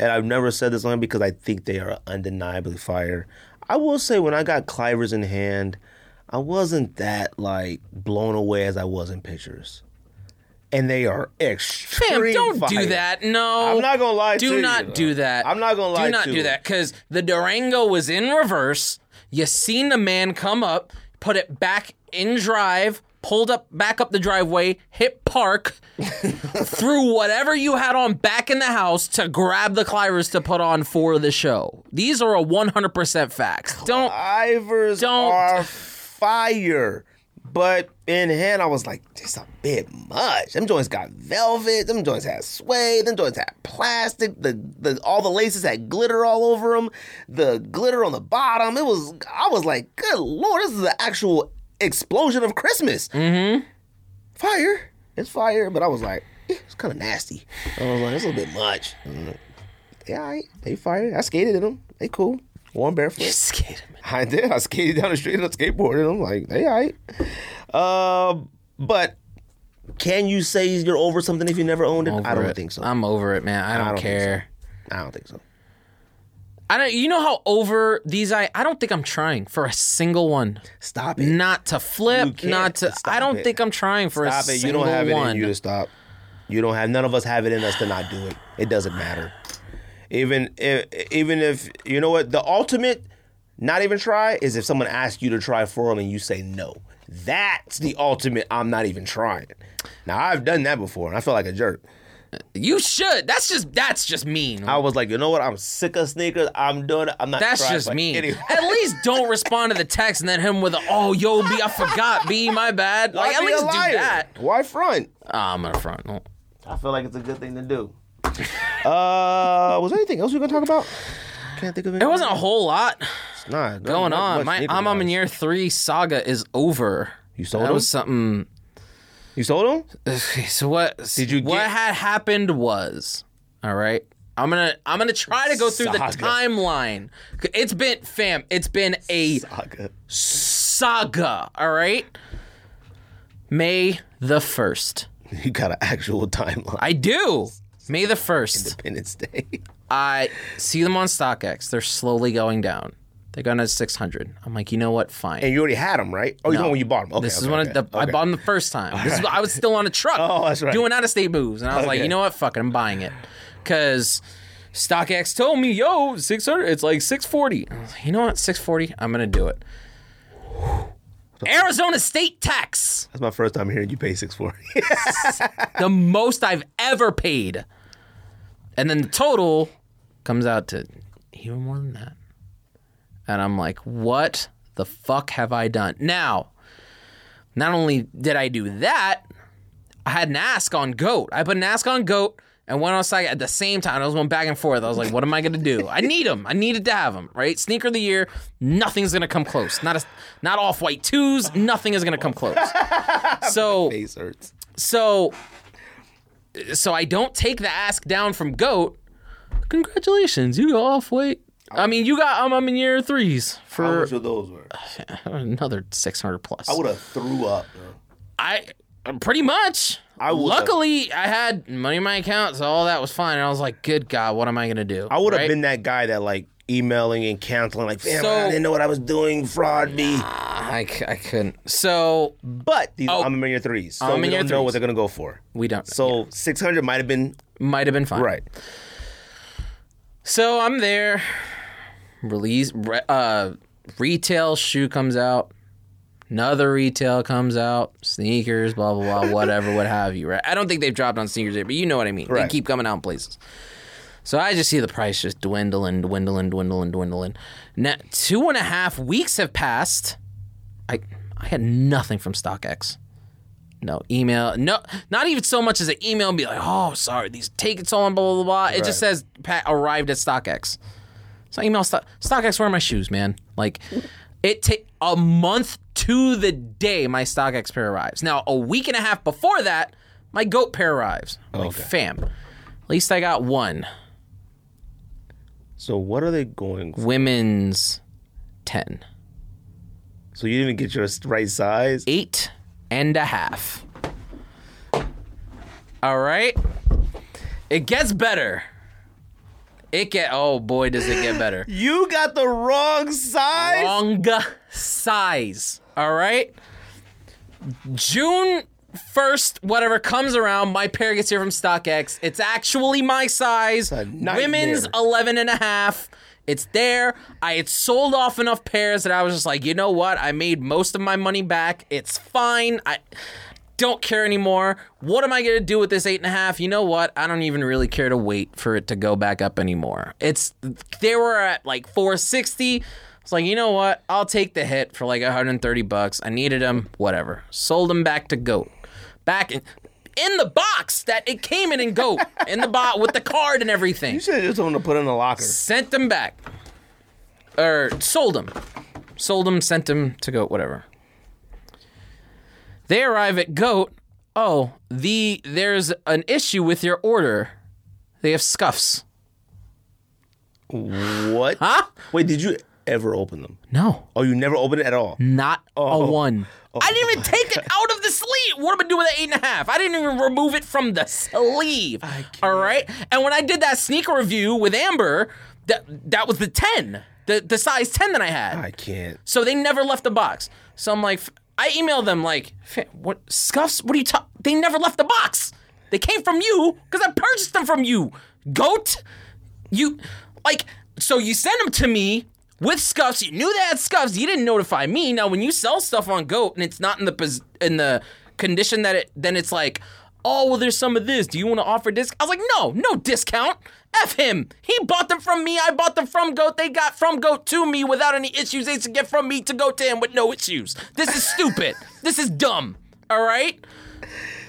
Speaker 1: and I've never said this only because I think they are undeniably fire. I will say when I got Clivers in hand, I wasn't that like blown away as I was in pictures. and they are extreme.
Speaker 2: Fam, don't
Speaker 1: fire.
Speaker 2: do that. No.
Speaker 1: I'm not gonna lie
Speaker 2: Do
Speaker 1: to you,
Speaker 2: not
Speaker 1: though.
Speaker 2: do that.
Speaker 1: I'm not gonna lie
Speaker 2: Do not
Speaker 1: to
Speaker 2: do
Speaker 1: you.
Speaker 2: that because the Durango was in reverse. You seen the man come up, put it back in drive, pulled up back up the driveway,
Speaker 1: [laughs]
Speaker 2: hit park, threw whatever you had on back in the house to grab the clivers to put on for the show. These are a 100% facts. Don't
Speaker 1: Ivers
Speaker 2: Don't.
Speaker 1: are fire. But in hand, I was like, this a bit much. Them joints got velvet. Them joints had suede. Them joints had plastic. The, the all the laces had glitter all over them. The glitter on the bottom. It was. I was like, good lord, this is the actual explosion of Christmas. Mm-hmm. Fire. It's fire. But I was like, eh, it's kind of nasty. I was like, it's a bit much. Mm. Yeah, all right. they fire. I skated in them. They cool. Warm barefoot.
Speaker 2: Skate him.
Speaker 1: [laughs] I did. I skated down the street and I skateboarded. I'm like, hey, all right. Uh, but can you say you're over something if you never owned it? I
Speaker 2: Over
Speaker 1: don't
Speaker 2: it.
Speaker 1: think so.
Speaker 2: I'm over it, man. I don't,
Speaker 1: don't think
Speaker 2: care.
Speaker 1: I don't think so.
Speaker 2: I don't. You know how over these I. I don't think I'm trying for a single one.
Speaker 1: Stop it.
Speaker 2: Not to
Speaker 1: You
Speaker 2: flip.
Speaker 1: can't.
Speaker 2: Not to.
Speaker 1: Stop
Speaker 2: I don't
Speaker 1: it.
Speaker 2: think I'm trying for
Speaker 1: stop
Speaker 2: a
Speaker 1: it. You
Speaker 2: single
Speaker 1: don't have it
Speaker 2: one.
Speaker 1: in you to stop. You don't have. None of us have it in us to not do it. It doesn't matter. Even if, even if you know what the ultimate, not even try is if someone asks you to try for them and you say no. That's the ultimate. I'm not even trying. Now I've done that before and I felt like a jerk.
Speaker 2: You should. That's just. That's just mean.
Speaker 1: I was like, you know what? I'm sick of sneakers. I'm doing it. I'm not.
Speaker 2: that's
Speaker 1: trying,
Speaker 2: just
Speaker 1: but
Speaker 2: mean.
Speaker 1: Anyway.
Speaker 2: At least don't respond to the text and then him with a oh yo b I forgot b my bad. [laughs] Like at
Speaker 1: I'd be a
Speaker 2: least do
Speaker 1: liar.
Speaker 2: that.
Speaker 1: Why front?
Speaker 2: Oh, I'm gonna front. No.
Speaker 1: I feel like it's a good thing to do. [laughs] uh, was there anything else we were gonna talk about? Can't think of it.
Speaker 2: There wasn't a whole lot
Speaker 1: nah, not
Speaker 2: going
Speaker 1: not
Speaker 2: on.
Speaker 1: much
Speaker 2: My
Speaker 1: sneaker
Speaker 2: I'm on
Speaker 1: wise.
Speaker 2: year three saga is over.
Speaker 1: You sold
Speaker 2: That
Speaker 1: them?
Speaker 2: was something.
Speaker 1: You sold
Speaker 2: [laughs]
Speaker 1: them?
Speaker 2: so what did
Speaker 1: you
Speaker 2: what
Speaker 1: get-
Speaker 2: had happened was all right i'm gonna i'm gonna try to go through
Speaker 1: Saga.
Speaker 2: the timeline it's been fam it's been a
Speaker 1: Saga.
Speaker 2: saga all right may the 1st
Speaker 1: You got an actual timeline. [laughs]
Speaker 2: i do may the 1st
Speaker 1: Independence Day.
Speaker 2: I see them on StockX. They're slowly going down. They're going to 600. I'm like, you know what? Fine.
Speaker 1: And you already had them, right? Oh, you know when you bought them. Okay,
Speaker 2: This is
Speaker 1: okay,
Speaker 2: when
Speaker 1: okay,
Speaker 2: I, the, I
Speaker 1: okay.
Speaker 2: bought them the first time. This is, I was still on a truck
Speaker 1: [laughs] Oh, that's right.
Speaker 2: doing out of state moves. And I was like,
Speaker 1: Okay.
Speaker 2: you know what? Fuck it. I'm buying it. Because StockX told me, yo, 600, it's like 640. I was like, you know what? 640, I'm going to
Speaker 1: [sighs]
Speaker 2: do it. Arizona state tax,
Speaker 1: That's my first time hearing you pay six forty. [laughs]
Speaker 2: the most I've ever paid. And then the total comes out to even more than that. And I'm like, what the fuck have I done? Now, not only did I do that, I had an ask on GOAT. I put an ask on GOAT and went on site at the same time. I was going back and forth. I was like, what am I going to do? I need them. I needed to have them, right? Sneaker of the year, nothing's going to come close. Not a, not off white twos, nothing is going to come close. So,
Speaker 1: Face hurts.
Speaker 2: so, so I don't take the ask down from Goat. Congratulations, you got off weight. I mean, you got I'm, I'm in year threes
Speaker 1: How
Speaker 2: for
Speaker 1: much of those were?
Speaker 2: another 600 plus.
Speaker 1: I would have threw up. bro.
Speaker 2: I pretty much. I
Speaker 1: would've-
Speaker 2: luckily I had money in my account, so all that was fine. And I was like, good God, what am I gonna do?
Speaker 1: I would have
Speaker 2: Right?
Speaker 1: been that guy that like emailing and canceling, like, fam, I
Speaker 2: So-
Speaker 1: didn't know what I was doing, fraud me.
Speaker 2: I, c- I couldn't. So
Speaker 1: But these, I'm in your threes, so
Speaker 2: Oh. I'm in
Speaker 1: we
Speaker 2: your
Speaker 1: don't know what
Speaker 2: threes.
Speaker 1: they're gonna go for.
Speaker 2: we don't. So
Speaker 1: So 600 might have been
Speaker 2: might have been fine.
Speaker 1: right.
Speaker 2: So I'm there. Release re- uh retail shoe comes out. Another retail comes out. Sneakers, blah blah blah, whatever, what have you, right? I don't think they've dropped on sneakers yet, but you know what I mean.
Speaker 1: Right.
Speaker 2: They keep coming out in places. So I just see the price just dwindling, dwindling, dwindling, dwindling. Now two and a half weeks have passed. I I had nothing from StockX. No email. No, not even so much as an email. And be like, oh, sorry, these tickets so long, blah blah blah. It just says Pat arrived at StockX. So I email Stock StockX. Where are my shoes, man? Like, it take a month to the day my StockX pair arrives. Now a week and a half before that, my goat pair arrives. I'm Like, fam, at least I got one
Speaker 1: So what are they going for?
Speaker 2: women's ten.
Speaker 1: So you didn't even get your right size?
Speaker 2: eight and a half. All right. It gets better. It get oh boy does it
Speaker 1: [laughs]
Speaker 2: get better.
Speaker 1: You got the wrong size?
Speaker 2: Long size. All right. June first whatever comes around my pair gets here from stockx it's actually my size
Speaker 1: a nightmare.
Speaker 2: women's 11 and a half it's there i had sold off enough pairs that i was just like you know what i made most of my money back it's fine i don't care anymore what am i going to do with this eight and a half you know what i don't even really care to wait for it to go back up anymore it's they were at like 460 it's like you know what i'll take the hit for like 130 bucks i needed them whatever sold them back to goat back in, in the box that it came in and go in the box with the card and everything.
Speaker 1: You should have just told him to put it in the locker.
Speaker 2: Sent them back, or sold them, sold them, sent them to Goat, whatever. They arrive at Goat. Oh, the there's an issue with your order. They have scuffs.
Speaker 1: What?
Speaker 2: Huh?
Speaker 1: Wait, did you ever open them?
Speaker 2: No,
Speaker 1: Oh, you never opened it at all?
Speaker 2: not a one. I didn't even take it out of the sleeve. What am I doing with the eight and a half? I didn't even remove it from the sleeve. All right. And when I did that sneaker review with Amber, that that was the ten, the the size ten that I had.
Speaker 1: I can't.
Speaker 2: So they never left the box. So I'm like, I emailed them like, "Fa- what scuffs? What are you talking? They never left the box. They came from you because I purchased them from you, goat. You like so you sent them to me with scuffs. You knew they had scuffs. You didn't notify me. Now when you sell stuff on goat and it's not in the pos- in the condition that it then it's like. Oh well, there's some of this. Do you want to offer disc? I was like, no, no discount. F him. He bought them from me. I bought them from Goat. They got from Goat to me without any issues. They should get from me to Goat to him with no issues. This is stupid. this is dumb. All right.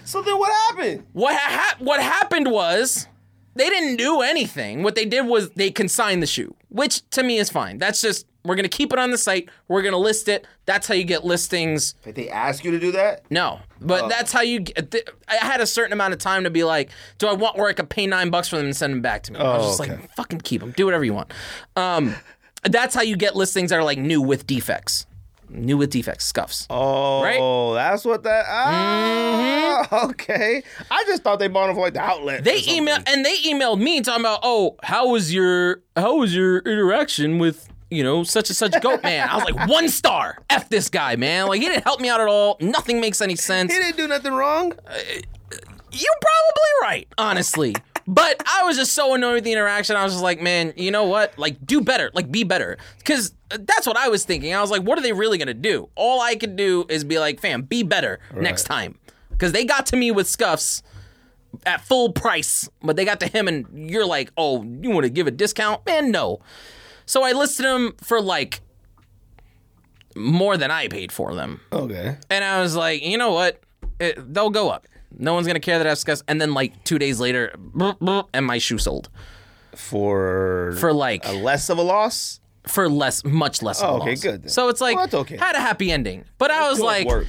Speaker 1: So then what happened?
Speaker 2: What ha- what happened was they didn't do anything. What they did was they consigned the shoe, which to me is fine. That's just we're gonna keep it on the site. We're gonna list it. That's how you get listings.
Speaker 1: Did they ask you to do that?
Speaker 2: No, but that's how you. get- th- I had a certain amount of time to be like, do I want where I could pay nine bucks for them and send them back to me? I was
Speaker 1: Oh,
Speaker 2: just
Speaker 1: okay.
Speaker 2: like, fucking keep them. Do whatever you want. Um, that's how you get listings that are like new with defects, new with defects, scuffs.
Speaker 1: Oh, that's what that. Ah, [laughs] okay. I just thought they bought them for like the outlet. or
Speaker 2: Mm-hmm. They
Speaker 1: something.
Speaker 2: email and they emailed me talking about, oh, how was your how was your interaction with you know such and such goat man? I was like, one star. F this guy, man. Like he didn't help me out at all. Nothing makes any sense.
Speaker 1: He didn't do nothing wrong.
Speaker 2: You're probably right, honestly. But I was just so annoyed with the interaction. I was just like, man, you know what? Like, do better. Like, be better. Because that's what I was thinking. I was like, what are they really going to do? All I could do is be like, fam, be better next time. Because they got to me with scuffs at full price, but they got to him, and you're like, oh, you want to give a discount? Man, no. So I listed them for like more than I paid for them.
Speaker 1: Okay.
Speaker 2: And I was like, you know what? It, they'll go up. No one's gonna care that I've discussed. And then like two days later, brr, brr, and my shoe sold
Speaker 1: For
Speaker 2: for like
Speaker 1: a less of a loss.
Speaker 2: for less, much less. of a
Speaker 1: Oh, okay,
Speaker 2: loss.
Speaker 1: good then.
Speaker 2: So it's like
Speaker 1: Well, that's okay.
Speaker 2: had a happy ending. But I was
Speaker 1: Good
Speaker 2: like,
Speaker 1: work.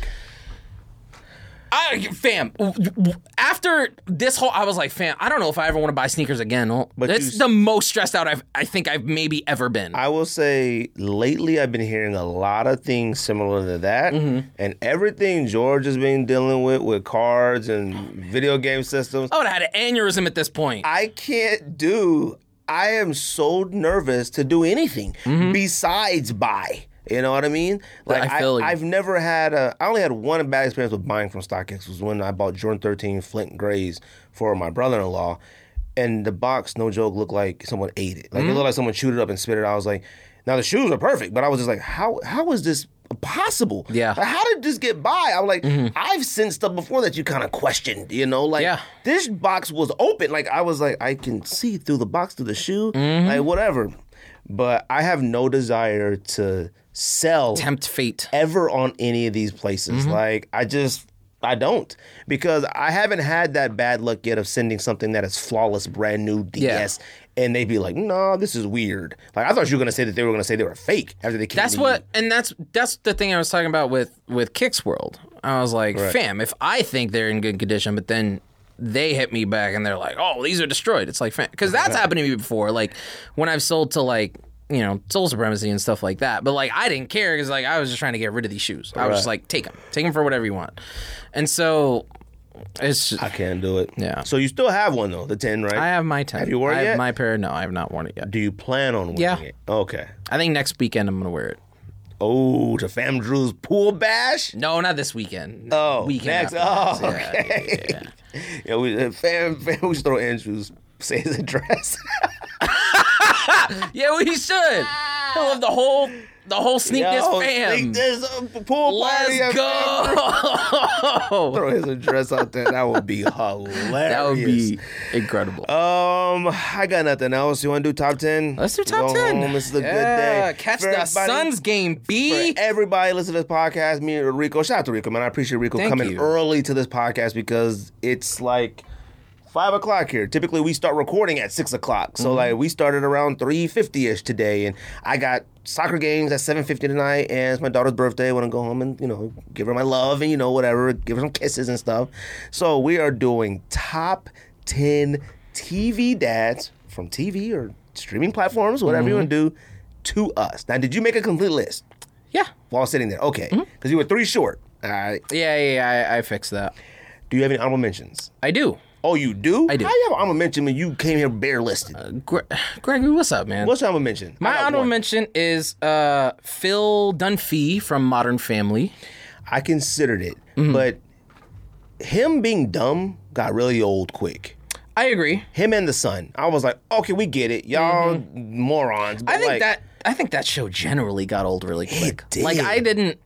Speaker 2: I, fam. w- w- After this whole, I was like, fam. I don't know if I ever want to buy sneakers again. But
Speaker 1: you
Speaker 2: it's
Speaker 1: s-
Speaker 2: the most stressed out I've, I think I've maybe ever been.
Speaker 1: I will say lately I've been hearing a lot of things similar to that,
Speaker 2: Mm-hmm.
Speaker 1: and everything George has been dealing with with cards and video game systems.
Speaker 2: I would have had an aneurysm at this point.
Speaker 1: I can't do. I am so nervous to do anything besides buy. You know what I mean? Like
Speaker 2: Mm-hmm. I feel you.
Speaker 1: have never had a. I only had one bad experience with buying from StockX. Was when I bought Jordan 13 Flint Grays for my brother-in-law, and the box, no joke, looked like someone ate it.
Speaker 2: Mm-hmm.
Speaker 1: Like it looked like someone chewed it up and spit it. out. I was like, now the shoes are perfect, but I was just like, how how is this possible?
Speaker 2: Yeah. Mm-hmm.
Speaker 1: Like, how did this get by? I'm like, I've sensed stuff before that you kind of questioned. You know, like
Speaker 2: Yeah.
Speaker 1: this box was open. Like I was like, I can see through the box through the shoe,
Speaker 2: Mm-hmm.
Speaker 1: like whatever. But I have no desire to sell
Speaker 2: Tempt fate.
Speaker 1: ever on any of these
Speaker 2: Mm-hmm.
Speaker 1: places. Like I just I don't because I haven't had that bad luck yet of sending something that is flawless, brand new DS, and they'd be like, "No, this is weird." Like I thought you were gonna say that they were gonna say they were fake after they came.
Speaker 2: That's
Speaker 1: to you.
Speaker 2: what, and that's that's the thing I was talking about with with Kicks World. I was like, fam, if I think they're in good condition, but then they hit me back and they're like, oh, these are destroyed. It's like, fam, because that's happened to me before. Like when I've sold to like you know Soul Supremacy and stuff like that. But like I didn't care because like I was just trying to get rid of these shoes. I was just like, take them, take them for whatever you want. And so it's just,
Speaker 1: I can't do it.
Speaker 2: Yeah.
Speaker 1: So you still have one though, the ten, right?
Speaker 2: I have my ten. Have
Speaker 1: you worn
Speaker 2: I
Speaker 1: it
Speaker 2: have
Speaker 1: yet?
Speaker 2: my pair. No, I have not worn it yet.
Speaker 1: Do you plan on wearing
Speaker 2: Yeah.
Speaker 1: it? Okay.
Speaker 2: I think next weekend I'm gonna wear it.
Speaker 1: Oh, to Fam Drew's pool bash.
Speaker 2: No, not this weekend.
Speaker 1: Oh,
Speaker 2: weekend
Speaker 1: next.
Speaker 2: after
Speaker 1: Oh,
Speaker 2: this. Yeah,
Speaker 1: okay.
Speaker 2: yeah, yeah.
Speaker 1: [laughs] Yeah, we uh, fam, fam, we should throw Andrews. Say his address.
Speaker 2: Yeah, we [laughs] should. He'll have the whole the whole sneak [laughs] this
Speaker 1: Yo,
Speaker 2: fam.
Speaker 1: think There's a pool party.
Speaker 2: Let's
Speaker 1: at Fam
Speaker 2: go.
Speaker 1: Throw his address out there. That
Speaker 2: [laughs]
Speaker 1: would be hilarious.
Speaker 2: that would be incredible.
Speaker 1: Um, I got nothing else. You want to do top ten?
Speaker 2: Let's do top
Speaker 1: Go
Speaker 2: ten.
Speaker 1: Home. This is a
Speaker 2: Yeah,
Speaker 1: good day.
Speaker 2: Catch
Speaker 1: For
Speaker 2: the
Speaker 1: everybody-
Speaker 2: Suns game, B.
Speaker 1: For e- everybody listening to this podcast, me and Rico, shout out to Rico, man. I appreciate Rico
Speaker 2: Thank
Speaker 1: coming
Speaker 2: you.
Speaker 1: early to this podcast because it's like five o'clock here. Typically, we start recording at six o'clock,
Speaker 2: Mm-hmm.
Speaker 1: so like we started around three fifty ish today, and I got soccer games at seven fifty tonight, and it's my daughter's birthday. I want to go home and you know give her my love and you know whatever, give her some kisses and stuff. So we are doing top ten TV dads from TV or streaming platforms, whatever you want
Speaker 2: Mm-hmm.
Speaker 1: to do. To us. Now, did you make a complete list?
Speaker 2: Yeah.
Speaker 1: while sitting there. Okay,
Speaker 2: Mm-hmm.
Speaker 1: because you were three short. All right.
Speaker 2: Yeah, yeah, yeah, I, I fixed that.
Speaker 1: Do you have any honorable mentions?
Speaker 2: I do.
Speaker 1: Oh, you do.
Speaker 2: I do.
Speaker 1: How you have an honorable mention when you came here bare listed?
Speaker 2: Gre- [sighs] Gregory, what's up, man?
Speaker 1: What's your honorable mention? I
Speaker 2: My
Speaker 1: got
Speaker 2: honorable
Speaker 1: one.
Speaker 2: mention is uh, Phil Dunphy from Modern Family.
Speaker 1: I considered it,
Speaker 2: Mm-hmm.
Speaker 1: but him being dumb got really old quick.
Speaker 2: I agree.
Speaker 1: Him and the son. I was like, okay, we get it, y'all morons. But
Speaker 2: Mm-hmm. I think
Speaker 1: like,
Speaker 2: that I think that show generally got old really quick.
Speaker 1: did.
Speaker 2: Like I didn't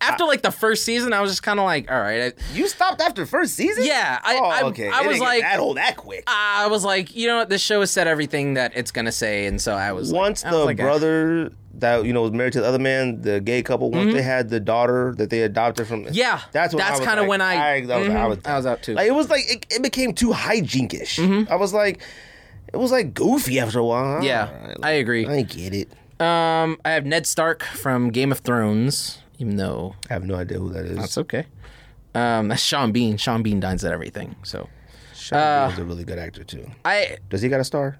Speaker 2: after like the first season, I was just kind of like, all right, I,
Speaker 1: you stopped after the first season.
Speaker 2: Yeah, I-
Speaker 1: oh,
Speaker 2: I-
Speaker 1: okay.
Speaker 2: I
Speaker 1: It didn't
Speaker 2: was
Speaker 1: get
Speaker 2: like-
Speaker 1: that old that quick.
Speaker 2: I was like, you know what, this show has said everything that it's gonna say, and so I was like-
Speaker 1: once
Speaker 2: I
Speaker 1: the
Speaker 2: was like, eh.
Speaker 1: brother that you know was married to the other man, the gay couple, once they had the daughter that they adopted from,
Speaker 2: Mm-hmm. Yeah,
Speaker 1: that's when
Speaker 2: that's
Speaker 1: I was
Speaker 2: kinda
Speaker 1: like,
Speaker 2: when I- Mm-hmm.
Speaker 1: that was, I, was,
Speaker 2: I was out too. Mm-hmm.
Speaker 1: Like, it was like it, it became too hijinkish. I was like, it was like goofy after a while.
Speaker 2: yeah,
Speaker 1: All right,
Speaker 2: I
Speaker 1: like,
Speaker 2: agree.
Speaker 1: I get it.
Speaker 2: Um, I have Ned Stark from Game of Thrones, even though
Speaker 1: I have no idea who that is.
Speaker 2: it's okay. Um, [laughs] that's Sean Bean. Sean Bean dines at everything, so
Speaker 1: Sean Bean's a really good actor too.
Speaker 2: I
Speaker 1: Does he got a star?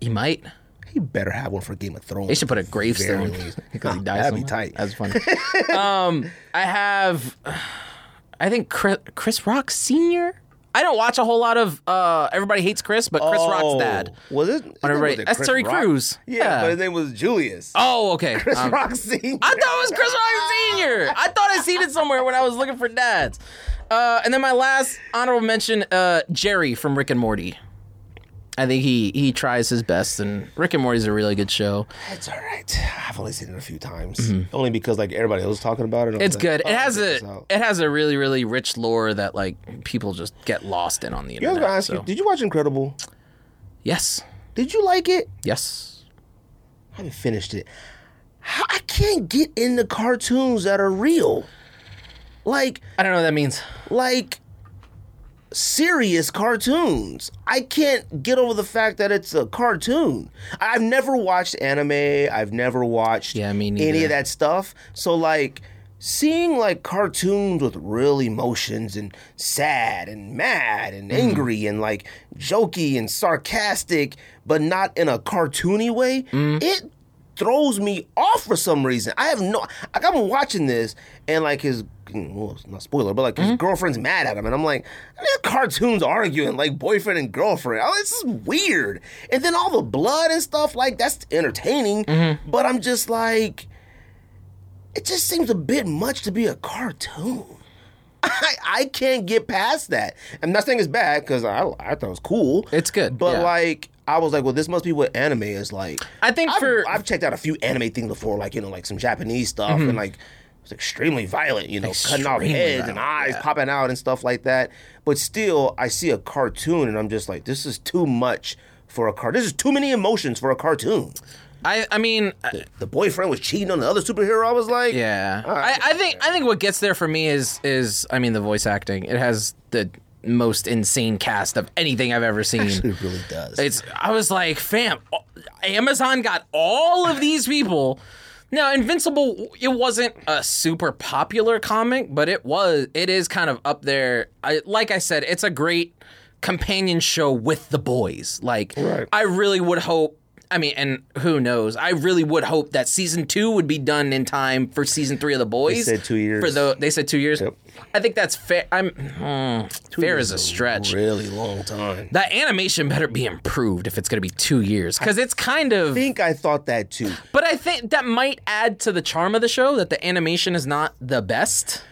Speaker 2: he might.
Speaker 1: He better have one for Game of Thrones.
Speaker 2: They should put a gravestone [laughs]
Speaker 1: least.
Speaker 2: because
Speaker 1: [laughs]
Speaker 2: he died.
Speaker 1: That'd be
Speaker 2: somewhere.
Speaker 1: tight.
Speaker 2: That's funny.
Speaker 1: [laughs]
Speaker 2: um, I have, I think Chris, Chris Rock Senior. I don't watch a whole lot of uh, Everybody Hates Chris, but Chris
Speaker 1: Oh,
Speaker 2: Rock's dad.
Speaker 1: Was it? his name
Speaker 2: everybody-
Speaker 1: was it
Speaker 2: that's
Speaker 1: Chris
Speaker 2: Terry
Speaker 1: Rock?
Speaker 2: Crews.
Speaker 1: Yeah,
Speaker 2: Yeah.
Speaker 1: but his name was Julius.
Speaker 2: Oh,
Speaker 1: [laughs]
Speaker 2: okay.
Speaker 1: Chris
Speaker 2: Um,
Speaker 1: Rock Senior.
Speaker 2: I thought it was Chris Rock Senior. I thought I seen it somewhere when I was looking for dads. Uh, and then my last honorable mention, uh, Jerry from Rick and Morty. I think he he tries his best, and Rick and Morty's a really good show.
Speaker 1: It's all right. I've only seen it a few times, only because like everybody else was talking about it. I was
Speaker 2: Mm-hmm. It's
Speaker 1: like,
Speaker 2: good.
Speaker 1: oh,
Speaker 2: It has
Speaker 1: I'll check this
Speaker 2: a
Speaker 1: out.
Speaker 2: it has a really really rich lore that like people just get lost in on the
Speaker 1: Yeah, I was
Speaker 2: internet.
Speaker 1: gonna ask
Speaker 2: so-
Speaker 1: you. Did you watch Incredible?
Speaker 2: yes,
Speaker 1: Did you like it?
Speaker 2: yes.
Speaker 1: I haven't finished it. How, I can't get into cartoons that are real. Like,
Speaker 2: I don't know what that means.
Speaker 1: like serious cartoons. I can't get over the fact that it's a cartoon. I- I've never watched anime. I've never watched
Speaker 2: Yeah, me
Speaker 1: any
Speaker 2: neither.
Speaker 1: of that stuff. So like seeing like cartoons with real emotions and sad and mad and angry and like jokey and sarcastic, but not in a cartoony way, it throws me off for some reason. I have no like I'm watching this and like his well, it's not spoiler, but like his girlfriend's mad at him, and I'm like, I mean, cartoons arguing like boyfriend and girlfriend. Oh, this is weird. And then all the blood and stuff like that's entertaining, but I'm just like, it just seems a bit much to be a cartoon. [laughs] I, I can't get past that. I'm not saying it's bad because I, I thought it was cool.
Speaker 2: It's good,
Speaker 1: But
Speaker 2: yeah.
Speaker 1: like, I was like, well, this must be what anime is like.
Speaker 2: I think
Speaker 1: I've,
Speaker 2: for
Speaker 1: I've checked out a few anime things before, like you know, like some Japanese stuff, and like it's extremely violent, you know, cutting off
Speaker 2: Mm-hmm. Extremely
Speaker 1: heads and eyes
Speaker 2: violent, yeah.
Speaker 1: popping out and stuff like that. But still, I see a cartoon and I'm just like, this is too much for a car. This is too many emotions for a cartoon.
Speaker 2: I I mean I-
Speaker 1: The boyfriend was cheating on the other superhero. I was like,
Speaker 2: yeah.
Speaker 1: All right.
Speaker 2: I, I think I think what gets there for me is is I mean the voice acting. It has the most insane cast of anything I've ever seen.
Speaker 1: it really does.
Speaker 2: It's I was like, fam, Amazon got all of these people. Now, Invincible, it wasn't a super popular comic, but it was. It is kind of up there. I, like I said, it's a great companion show with the boys. Like,
Speaker 1: Right.
Speaker 2: I really would hope. I mean, and who knows? I really would hope that season two would be done in time for season three of the boys.
Speaker 1: said two years.
Speaker 2: for the. They said two years.
Speaker 1: Yep.
Speaker 2: I think that's fair. I'm mm, fair is a stretch.
Speaker 1: Really long time.
Speaker 2: that animation better be improved if it's going to be two years, because it's kind of.
Speaker 1: I think I thought that too.
Speaker 2: But I think that might add to the charm of the show that the animation is not the best.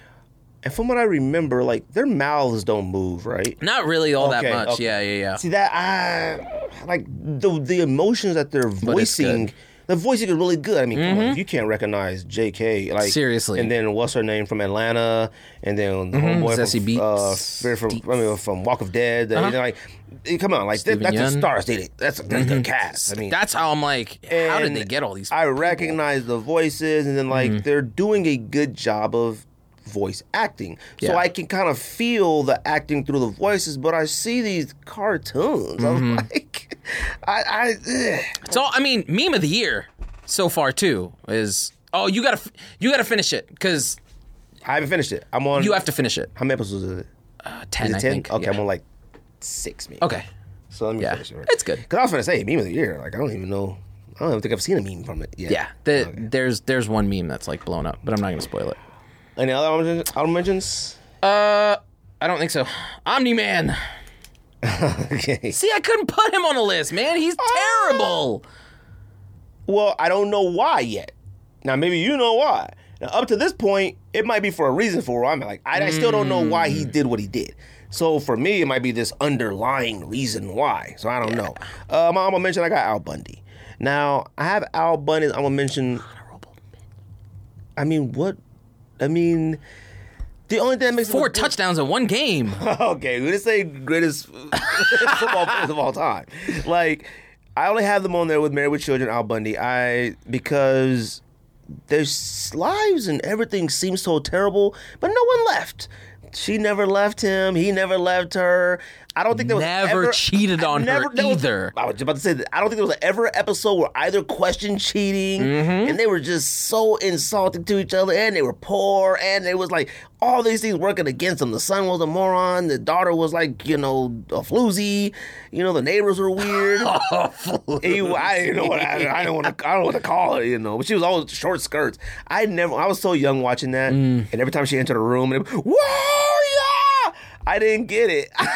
Speaker 1: And from what I remember, like their mouths don't move, right?
Speaker 2: Not really all
Speaker 1: Okay,
Speaker 2: that much.
Speaker 1: okay.
Speaker 2: Yeah, yeah, yeah.
Speaker 1: See that I like the the emotions that they're
Speaker 2: it's
Speaker 1: voicing.
Speaker 2: good. Mm-hmm.
Speaker 1: The voicing is really good. I mean, come on, if you can't recognize J.K. like
Speaker 2: Seriously. Mm-hmm.
Speaker 1: and then what's her name from Atlanta, and then the homeboy
Speaker 2: Zazie
Speaker 1: from,
Speaker 2: Beetz.
Speaker 1: uh, Fear from I mean, from Walk of Dead. And then, like, eh, come on, like that, that's the
Speaker 2: Uh-huh. Yeun. Mm-hmm.
Speaker 1: stars. They did. That's that's the cast. I mean,
Speaker 2: That's how I'm like, how did
Speaker 1: And
Speaker 2: they get all these? Mm-hmm.
Speaker 1: I recognize the voices, and then like they're doing a good job of voice acting. So
Speaker 2: Yeah.
Speaker 1: I can kind of feel the acting through the voices, but I see these cartoons. I'm
Speaker 2: Mm-hmm.
Speaker 1: like, [laughs] I, I ugh.
Speaker 2: So I mean, meme of the year so far too is oh you gotta f- you gotta finish it because
Speaker 1: I haven't finished it. I'm on.
Speaker 2: you have to finish it.
Speaker 1: How many episodes is it?
Speaker 2: Uh, ten,
Speaker 1: Is it
Speaker 2: I
Speaker 1: ten?
Speaker 2: think.
Speaker 1: Okay,
Speaker 2: Yeah.
Speaker 1: I'm on like six, maybe.
Speaker 2: Okay.
Speaker 1: so let me
Speaker 2: Yeah.
Speaker 1: finish it.
Speaker 2: It's good.
Speaker 1: Because I was gonna say meme of the year. Like I don't even know. I don't even think I've seen a meme from it yet.
Speaker 2: Yeah. The, There's there's one meme that's like blown up, but I'm not gonna spoil it.
Speaker 1: Any other mentions- other mentions?
Speaker 2: Uh, I don't think so. Omni Man.
Speaker 1: [laughs] okay.
Speaker 2: See, I couldn't put him on a list, man. He's
Speaker 1: Oh!
Speaker 2: terrible.
Speaker 1: Well, I don't know why yet. Now maybe you know why. Now up to this point, it might be for a reason for why I'm like I, I still don't know why he did what he did. So for me, it might be this underlying reason why. So I don't know. Um, I'm gonna mention I got Al Bundy. Now I have Al Bundy. I'm gonna mention. I mean what? I mean. The only thing that makes it
Speaker 2: Four
Speaker 1: look good-
Speaker 2: touchdowns in
Speaker 1: [laughs]
Speaker 2: one game.
Speaker 1: Okay, we just say greatest [laughs] football players of all time. Like, I only have them on there with Married with Children, Al Bundy. I because their s- lives and everything seems so terrible, but no one left. She never left him. He never left her. I don't think there was
Speaker 2: Never
Speaker 1: ever-
Speaker 2: cheated
Speaker 1: I
Speaker 2: on her
Speaker 1: there was-
Speaker 2: either.
Speaker 1: I was just about to say that. I don't think there was ever an episode where either questioned cheating,
Speaker 2: Mm-hmm.
Speaker 1: and they were just so insulting to each other, and they were poor, and it was like all these things working against them. The son was a moron. The daughter was like you know a floozy. You know the neighbors were
Speaker 2: [laughs]
Speaker 1: weird. He- I didn't know what I, I don't want to. I don't know what to call it, you know. But she was always short skirts. I never. I was so young watching that,
Speaker 2: Mm.
Speaker 1: and every time she entered a room, and it, warrior, I didn't get it. [laughs]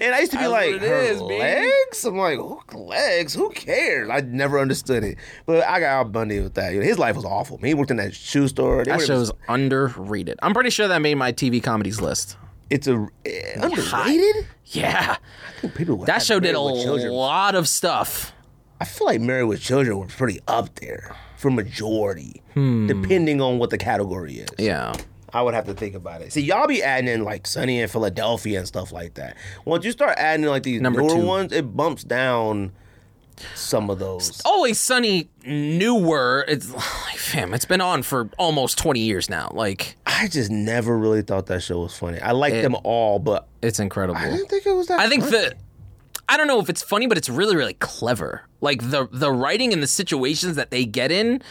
Speaker 1: and I used to be
Speaker 2: That's
Speaker 1: like,
Speaker 2: what it
Speaker 1: her
Speaker 2: is, B.
Speaker 1: legs. I'm like, who legs? Who cares? I never understood it. But I got Al Bundy with that. You know, his life was awful. He worked in that shoe store. They
Speaker 2: That
Speaker 1: were-
Speaker 2: show's underrated. I'm pretty sure that made my TV comedies list.
Speaker 1: It's a eh, underrated.
Speaker 2: Yeah.
Speaker 1: People would
Speaker 2: That
Speaker 1: have
Speaker 2: show did a
Speaker 1: Married with Children.
Speaker 2: lot of stuff.
Speaker 1: I feel like Married with Children were pretty up there for majority, depending on what the category is.
Speaker 2: Hmm. Yeah.
Speaker 1: I would have to think about it. See, y'all be adding in like Sunny and Philadelphia and stuff like that. Once you start adding like these
Speaker 2: Number
Speaker 1: newer
Speaker 2: two.
Speaker 1: ones, it bumps down some of those.
Speaker 2: Always Sunny newer. It's [sighs] like, fam, it's been on for almost 20 years now. Like,
Speaker 1: I just never really thought that show was funny. I liked them all, but
Speaker 2: it's incredible.
Speaker 1: I didn't think it was that.
Speaker 2: I think
Speaker 1: funny.
Speaker 2: the I don't know if it's funny, but it's really, really clever. Like the the writing and the situations that they get in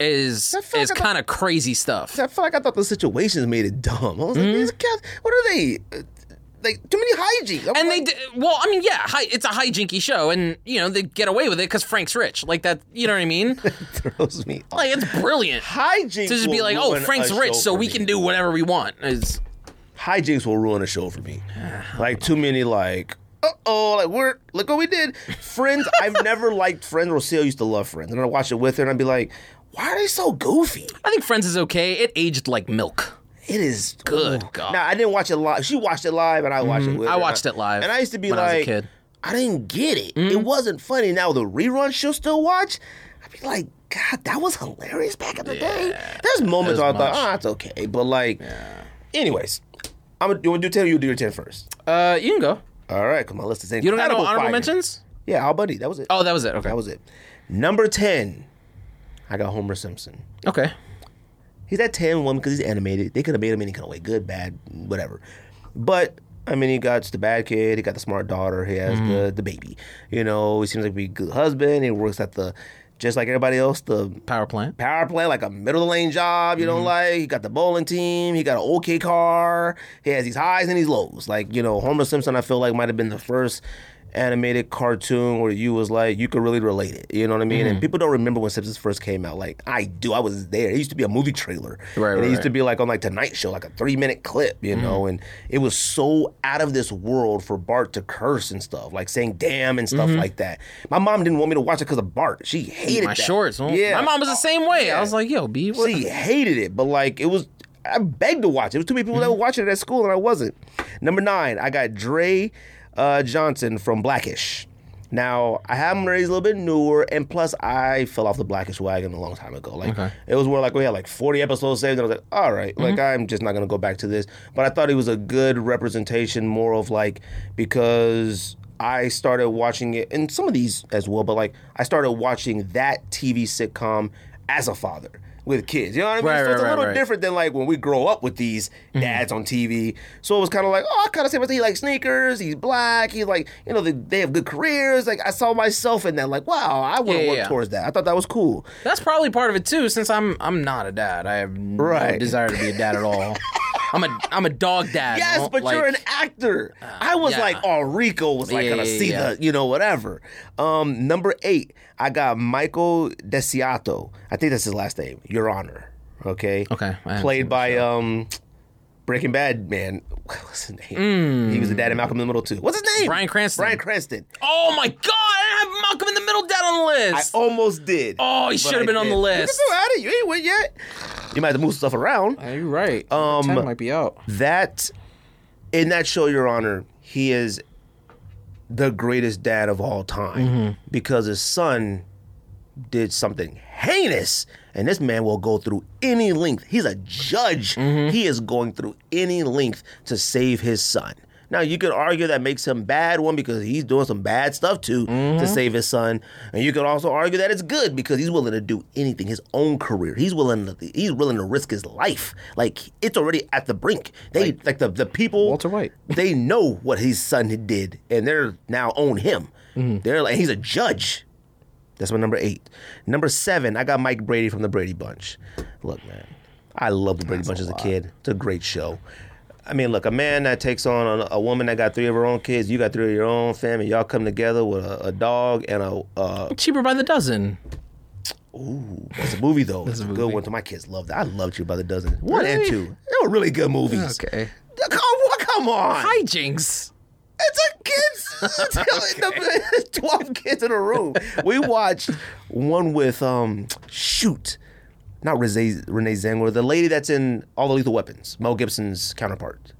Speaker 2: is
Speaker 1: I feel
Speaker 2: is
Speaker 1: like I-
Speaker 2: kind of crazy stuff.
Speaker 1: I feel like I thought the situations made it dumb. I was
Speaker 2: Hmm?
Speaker 1: like, these cats, what are they? Uh, Like too many hijinks. I'm
Speaker 2: And
Speaker 1: like,
Speaker 2: they d- well, I mean, yeah, hi, it's a hijinky show, and you know they get away with it because Frank's rich, like that. You know what I
Speaker 1: [laughs]
Speaker 2: mean?
Speaker 1: throws me off.
Speaker 2: Like it's brilliant
Speaker 1: hijinks.
Speaker 2: to just be
Speaker 1: will
Speaker 2: like, oh,
Speaker 1: ruin
Speaker 2: Frank's
Speaker 1: a
Speaker 2: rich,
Speaker 1: show
Speaker 2: so
Speaker 1: for
Speaker 2: we
Speaker 1: me.
Speaker 2: can do whatever we want. It's,
Speaker 1: hijinks will ruin a show for
Speaker 2: [sighs]
Speaker 1: me. Like too many like uh oh like we're look what we did. Friends,
Speaker 2: [laughs]
Speaker 1: I've never liked Friends. Rocio used to love Friends, and I'd watch it with her, and I'd be like, why are they so goofy?
Speaker 2: I think Friends is okay. It aged like milk.
Speaker 1: It is
Speaker 2: Good God. Mm-hmm.
Speaker 1: Now I didn't watch it live. She watched it live, and I watched it. With
Speaker 2: I
Speaker 1: her.
Speaker 2: watched it live
Speaker 1: and I used to be
Speaker 2: when I
Speaker 1: like,
Speaker 2: was a kid. Mm-hmm.
Speaker 1: I didn't get it. It wasn't funny. Now the reruns she'll still watch. I'd be like, God, that was hilarious back in the day. There's moments where I thought,
Speaker 2: much.
Speaker 1: oh, it's okay, but like, anyways, I'm gonna you want to do ten. or You do your ten first.
Speaker 2: Uh, you can go.
Speaker 1: All right, come on, let's just
Speaker 2: You don't have no honorable mentions?
Speaker 1: Yeah, Al Bundy, that was it.
Speaker 2: Oh, that was it. Okay.
Speaker 1: That was it. Number ten, I got Homer Simpson.
Speaker 2: Okay.
Speaker 1: He's at 10 1 because he's animated. They could have made him any kind of way good, bad, whatever. But, I mean, he got the bad kid, he got the smart daughter, he has
Speaker 2: Mm.
Speaker 1: the, the baby. You know, he seems like to be a good husband. He works at the, just like everybody else, the
Speaker 2: Power plant.
Speaker 1: power play, like a middle of the lane job you
Speaker 2: Mm-hmm.
Speaker 1: don't like. He got the bowling team. He got an okay car. He has these highs and these lows. Like, you know, Homer Simpson, I feel like, might have been the first animated cartoon where you was like you could really relate it. You know what I mean?
Speaker 2: Mm-hmm.
Speaker 1: And people don't remember when Simpsons first came out. Like I do. I was there. It used to be a movie trailer.
Speaker 2: Right,
Speaker 1: And it
Speaker 2: right,
Speaker 1: used to
Speaker 2: right. Mm-hmm.
Speaker 1: be like on like Tonight Show, like a three minute clip. You know, and it was so out of this world for Bart to curse and stuff, like saying "damn" and stuff like that. My mom didn't want me to watch it because of Bart. She hated
Speaker 2: Mm-hmm. my
Speaker 1: that.
Speaker 2: shorts. well,
Speaker 1: Yeah.
Speaker 2: My mom was the same way.
Speaker 1: Yeah.
Speaker 2: I was like, yo, B, what?
Speaker 1: She hated it, but like it was. I begged to watch it. It was too many people that were watching it at school, and I wasn't. Number nine, I got Dre uh, Johnson from Blackish. Now I have him raised a little bit newer, and plus I fell off the Blackish wagon a long time ago. Like it was where like we had like forty episodes saved, and I was like, all right, like I'm just not gonna go back to this. But I thought it was a good representation, more of like because I started watching it, and some of these as well. But like I started watching that TV sitcom as a father with kids. You know what I mean?
Speaker 2: Right,
Speaker 1: so it's a
Speaker 2: right, right,
Speaker 1: little
Speaker 2: right. Mm-hmm.
Speaker 1: different than like when we grow up with these dads on TV. So it was kind of like, oh, I kind of say what he likes sneakers. He's black. He's like, you know, they, they have good careers. Like I saw myself in that. Like, wow, I want to
Speaker 2: Yeah, yeah,
Speaker 1: work
Speaker 2: yeah.
Speaker 1: towards that. I thought that was cool.
Speaker 2: That's probably part of it too. Since I'm I'm not a dad. I have
Speaker 1: Right.
Speaker 2: no desire to be a dad at
Speaker 1: [laughs]
Speaker 2: all. I'm a I'm a dog dad.
Speaker 1: Yes,
Speaker 2: Well,
Speaker 1: but
Speaker 2: like, Uh,
Speaker 1: you're an actor. I was
Speaker 2: yeah.
Speaker 1: like, oh, Rico was like
Speaker 2: Yeah,
Speaker 1: gonna
Speaker 2: yeah,
Speaker 1: see
Speaker 2: yeah.
Speaker 1: the, you know, whatever. Um, number eight, I got Michael Desiato. I think that's his last name. Your Honor. Okay.
Speaker 2: Okay, I haven't seen
Speaker 1: Played
Speaker 2: the
Speaker 1: by um, Breaking Bad man. [laughs] What's his name? He was the dad in Malcolm in the Middle too. What's his name?
Speaker 2: Bryan Hmm. Cranston.
Speaker 1: Brian Cranston.
Speaker 2: Oh my god! I didn't have Malcolm in the Middle dad on the
Speaker 1: I
Speaker 2: list.
Speaker 1: almost did.
Speaker 2: oh, he
Speaker 1: but
Speaker 2: should have
Speaker 1: I
Speaker 2: been on the
Speaker 1: didn't.
Speaker 2: list.
Speaker 1: You can go at it. You ain't win yet. You might have to move stuff around.
Speaker 2: Yeah, you're right.
Speaker 1: Um,
Speaker 2: Number 10 might be out.
Speaker 1: that in that show, Your Honor, he is the greatest dad of all time because his son did something heinous, and this man will go through any length. He's a judge.
Speaker 2: Mm-hmm.
Speaker 1: He is going through any length to save his son. Now you could argue that makes him bad one because he's doing some bad stuff too
Speaker 2: Mm-hmm.
Speaker 1: to save his son, and you could also argue that it's good because he's willing to do anything, his own career. He's willing to he's willing to risk his life. Like it's already at the brink. They like, the the people
Speaker 2: Walter White. [laughs]
Speaker 1: they know what his son did, and they're now on him.
Speaker 2: Mm-hmm.
Speaker 1: They're like he's a judge. That's my number eight. Number seven, I got Mike Brady from the Brady Bunch. Look, man, I love the Brady Bunch as a kid. It's a great show. I mean, look, a man that takes on a, a woman that got three of her own kids, you got three of your own family, y'all come together with a, a dog and a. Uh,
Speaker 2: Cheaper by the dozen.
Speaker 1: it's a movie though. it's a,
Speaker 2: a
Speaker 1: good
Speaker 2: movie.
Speaker 1: one. My kids loved it. I loved you by the dozen. One and
Speaker 2: Really?
Speaker 1: two. They were really good movies.
Speaker 2: Okay.
Speaker 1: Come, come on.
Speaker 2: Hijinks.
Speaker 1: It's a kids. [laughs] it's [laughs] Twelve kids in a room. We watched one with um shoot, not Renee Renee Zellweger, the lady that's in All the Lethal Weapons, Mel Gibson's counterpart,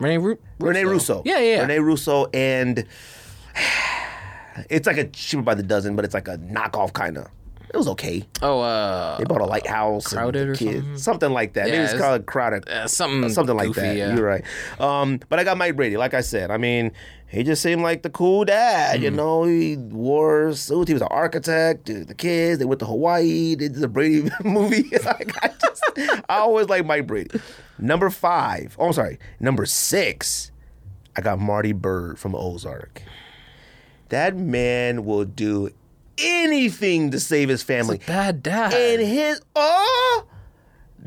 Speaker 2: Renee Ru-
Speaker 1: Renee Russo.
Speaker 2: Yeah, yeah, yeah.
Speaker 1: Renee Russo, and it's like a cheaper by the dozen, but it's like a knockoff kind of. It was okay.
Speaker 2: Oh, uh,
Speaker 1: They bought a lighthouse, and
Speaker 2: Crowded
Speaker 1: the
Speaker 2: or
Speaker 1: kids,
Speaker 2: something?
Speaker 1: like that.
Speaker 2: Yeah,
Speaker 1: Maybe it's
Speaker 2: it's-
Speaker 1: called Crowded.
Speaker 2: uh, something
Speaker 1: something like
Speaker 2: goofy, uh,
Speaker 1: that.
Speaker 2: Yeah.
Speaker 1: You're right. Um, but I got Mike Brady. Like I said, I mean, he just seemed like the cool dad.
Speaker 2: Mm.
Speaker 1: You know, he wore a suit. He was an architect. The the kids they went to Hawaii. They did the Brady [laughs] movie. like, I just, I always like Mike Brady. Number five. Oh, I'm sorry. Number six. I got Marty Bird from Ozark. That man will do anything to save his family
Speaker 2: Bad dad.
Speaker 1: and his oh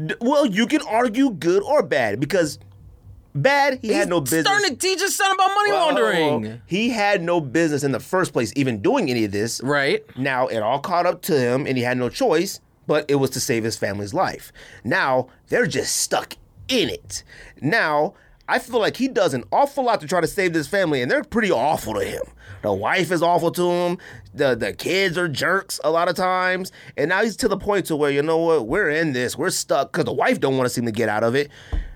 Speaker 1: d- well you can argue good or bad because bad he had no business
Speaker 2: Starting to teach his son about money
Speaker 1: Oh,
Speaker 2: laundering.
Speaker 1: he had no business in the first place even doing any of this
Speaker 2: Right.
Speaker 1: now it all caught up to him and he had no choice but it was to save his family's life now they're just stuck in it now I feel like he does an awful lot to try to save this family, and they're pretty awful to him. The wife is awful to him. The the kids are jerks a lot of times, and now he's to the point to where you know what? We're in this. We're stuck because the wife don't want to seem to get out of it.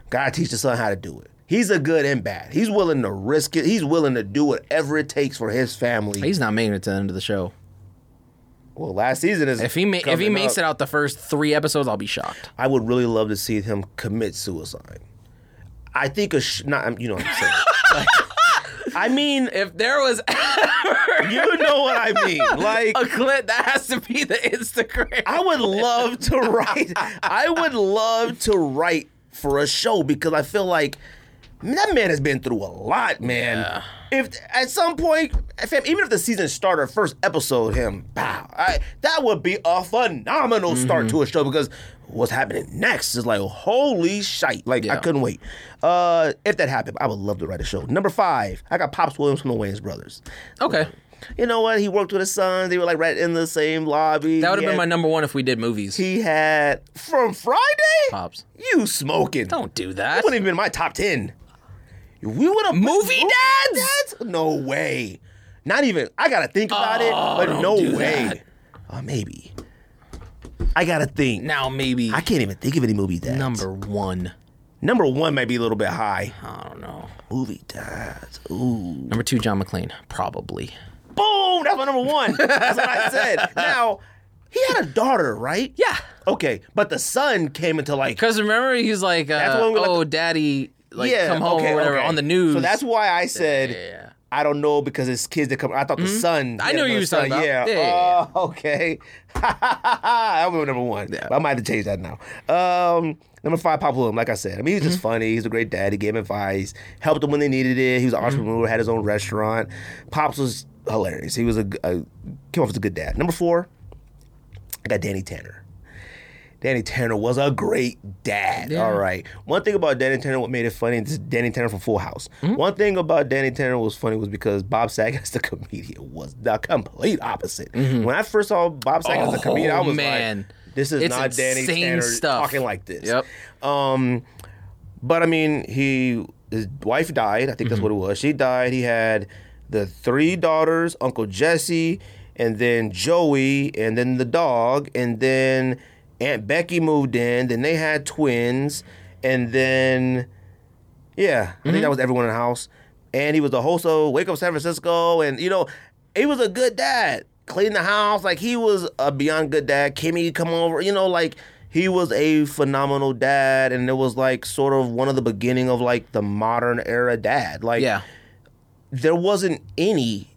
Speaker 1: Gotta teach the son how to do it. He's a good and bad. He's willing to risk it. He's willing to do whatever it takes for his family.
Speaker 2: He's not making it to the end of the show.
Speaker 1: Well, last season is
Speaker 2: If he ma- if he
Speaker 1: coming
Speaker 2: makes
Speaker 1: up.
Speaker 2: it out the first three episodes, I'll be shocked.
Speaker 1: I would really love to see him commit suicide. I think a sh- not, I'm- you know what I'm saying. [laughs] Like, I mean,
Speaker 2: If
Speaker 1: [laughs]
Speaker 2: there was ever
Speaker 1: you know what I mean. Like,
Speaker 2: a clip, that has to be the Instagram.
Speaker 1: I would love to write. I would love to write for a show because I feel like that man has been through a lot, man. If at some point, fam, even if the season started first episode, him, pow, I, that would be a phenomenal start
Speaker 2: Mm-hmm.
Speaker 1: to a show because what's happening next is like holy shite. Like I
Speaker 2: Yeah.
Speaker 1: couldn't wait. Uh, if that happened, I would love to write a show. Number five, I got Pops Williams from the Wayans Brothers.
Speaker 2: Okay.
Speaker 1: You know what? He worked with his sons. They were like right in the same lobby.
Speaker 2: That would
Speaker 1: He
Speaker 2: have been
Speaker 1: had-
Speaker 2: my number one if we did movies.
Speaker 1: He had from Friday.
Speaker 2: Pops.
Speaker 1: You smoking?
Speaker 2: Don't do that.
Speaker 1: That wouldn't even been in my top ten. We would have
Speaker 2: Movie dads?
Speaker 1: No way. Not even. I gotta think about it, but
Speaker 2: Oh, don't
Speaker 1: no
Speaker 2: do
Speaker 1: way.
Speaker 2: that.
Speaker 1: Or maybe. I gotta think.
Speaker 2: Now maybe
Speaker 1: I can't even think of any movie dads.
Speaker 2: number one.
Speaker 1: Number one might be a little bit high.
Speaker 2: I don't know.
Speaker 1: Movie dads. Ooh.
Speaker 2: Number two, John McClane, probably.
Speaker 1: Boom. That's my number one. That's what I
Speaker 2: [laughs]
Speaker 1: said. Now, he had a daughter, right?
Speaker 2: Yeah.
Speaker 1: Okay, but the son came into like
Speaker 2: Because remember, he's like, uh,
Speaker 1: when we let
Speaker 2: oh, daddy, like, come home
Speaker 1: okay,
Speaker 2: or whatever
Speaker 1: okay.
Speaker 2: on the news.
Speaker 1: So that's why I said
Speaker 2: Yeah. Mm-hmm.
Speaker 1: I don't know because it's kids that come. I thought the son.
Speaker 2: I knew you
Speaker 1: the
Speaker 2: was talking
Speaker 1: son,
Speaker 2: about-
Speaker 1: Yeah.
Speaker 2: yeah, yeah,
Speaker 1: Oh, okay. [laughs] I'm number one. But I might have to change that now. Um, number five, Pop William. Like I said, I mean, he's just
Speaker 2: Mm-hmm.
Speaker 1: funny. He's a great dad. He gave advice, helped them when they needed it. He
Speaker 2: Mm-hmm.
Speaker 1: was an entrepreneur, had his own restaurant. Pops was hilarious. He was a, a came off as a good dad. Number four, I got Danny Tanner. Danny Tanner was a great dad.
Speaker 2: Yeah.
Speaker 1: All right. One thing about Danny Tanner, what made it funny, this is Danny Tanner from Full House.
Speaker 2: Mm-hmm.
Speaker 1: One thing about Danny Tanner was funny was because Bob Saget as [laughs] the comedian was the complete opposite. When I first saw Bob Saget as a
Speaker 2: Mm-hmm. Oh,
Speaker 1: comedian, I was
Speaker 2: man.
Speaker 1: like, this is
Speaker 2: It's
Speaker 1: not Danny
Speaker 2: insane
Speaker 1: Tanner
Speaker 2: stuff.
Speaker 1: talking like this.
Speaker 2: Yep.
Speaker 1: Um, but I mean, he his wife died. I think that's what it was. She died. He had the three daughters, Uncle Jesse, and then Joey, and then the dog, and then Aunt Becky moved in. Then they had twins, and then yeah, I think that was everyone in the house. And he was the host of Wake Up San Francisco, and you know, he was a good dad. Cleaned the house, like he was a beyond good dad. Kimmy come over, you know, like he was a phenomenal dad, and it was like sort of one of the beginning of like the modern era dad. Like
Speaker 2: Yeah.
Speaker 1: there wasn't any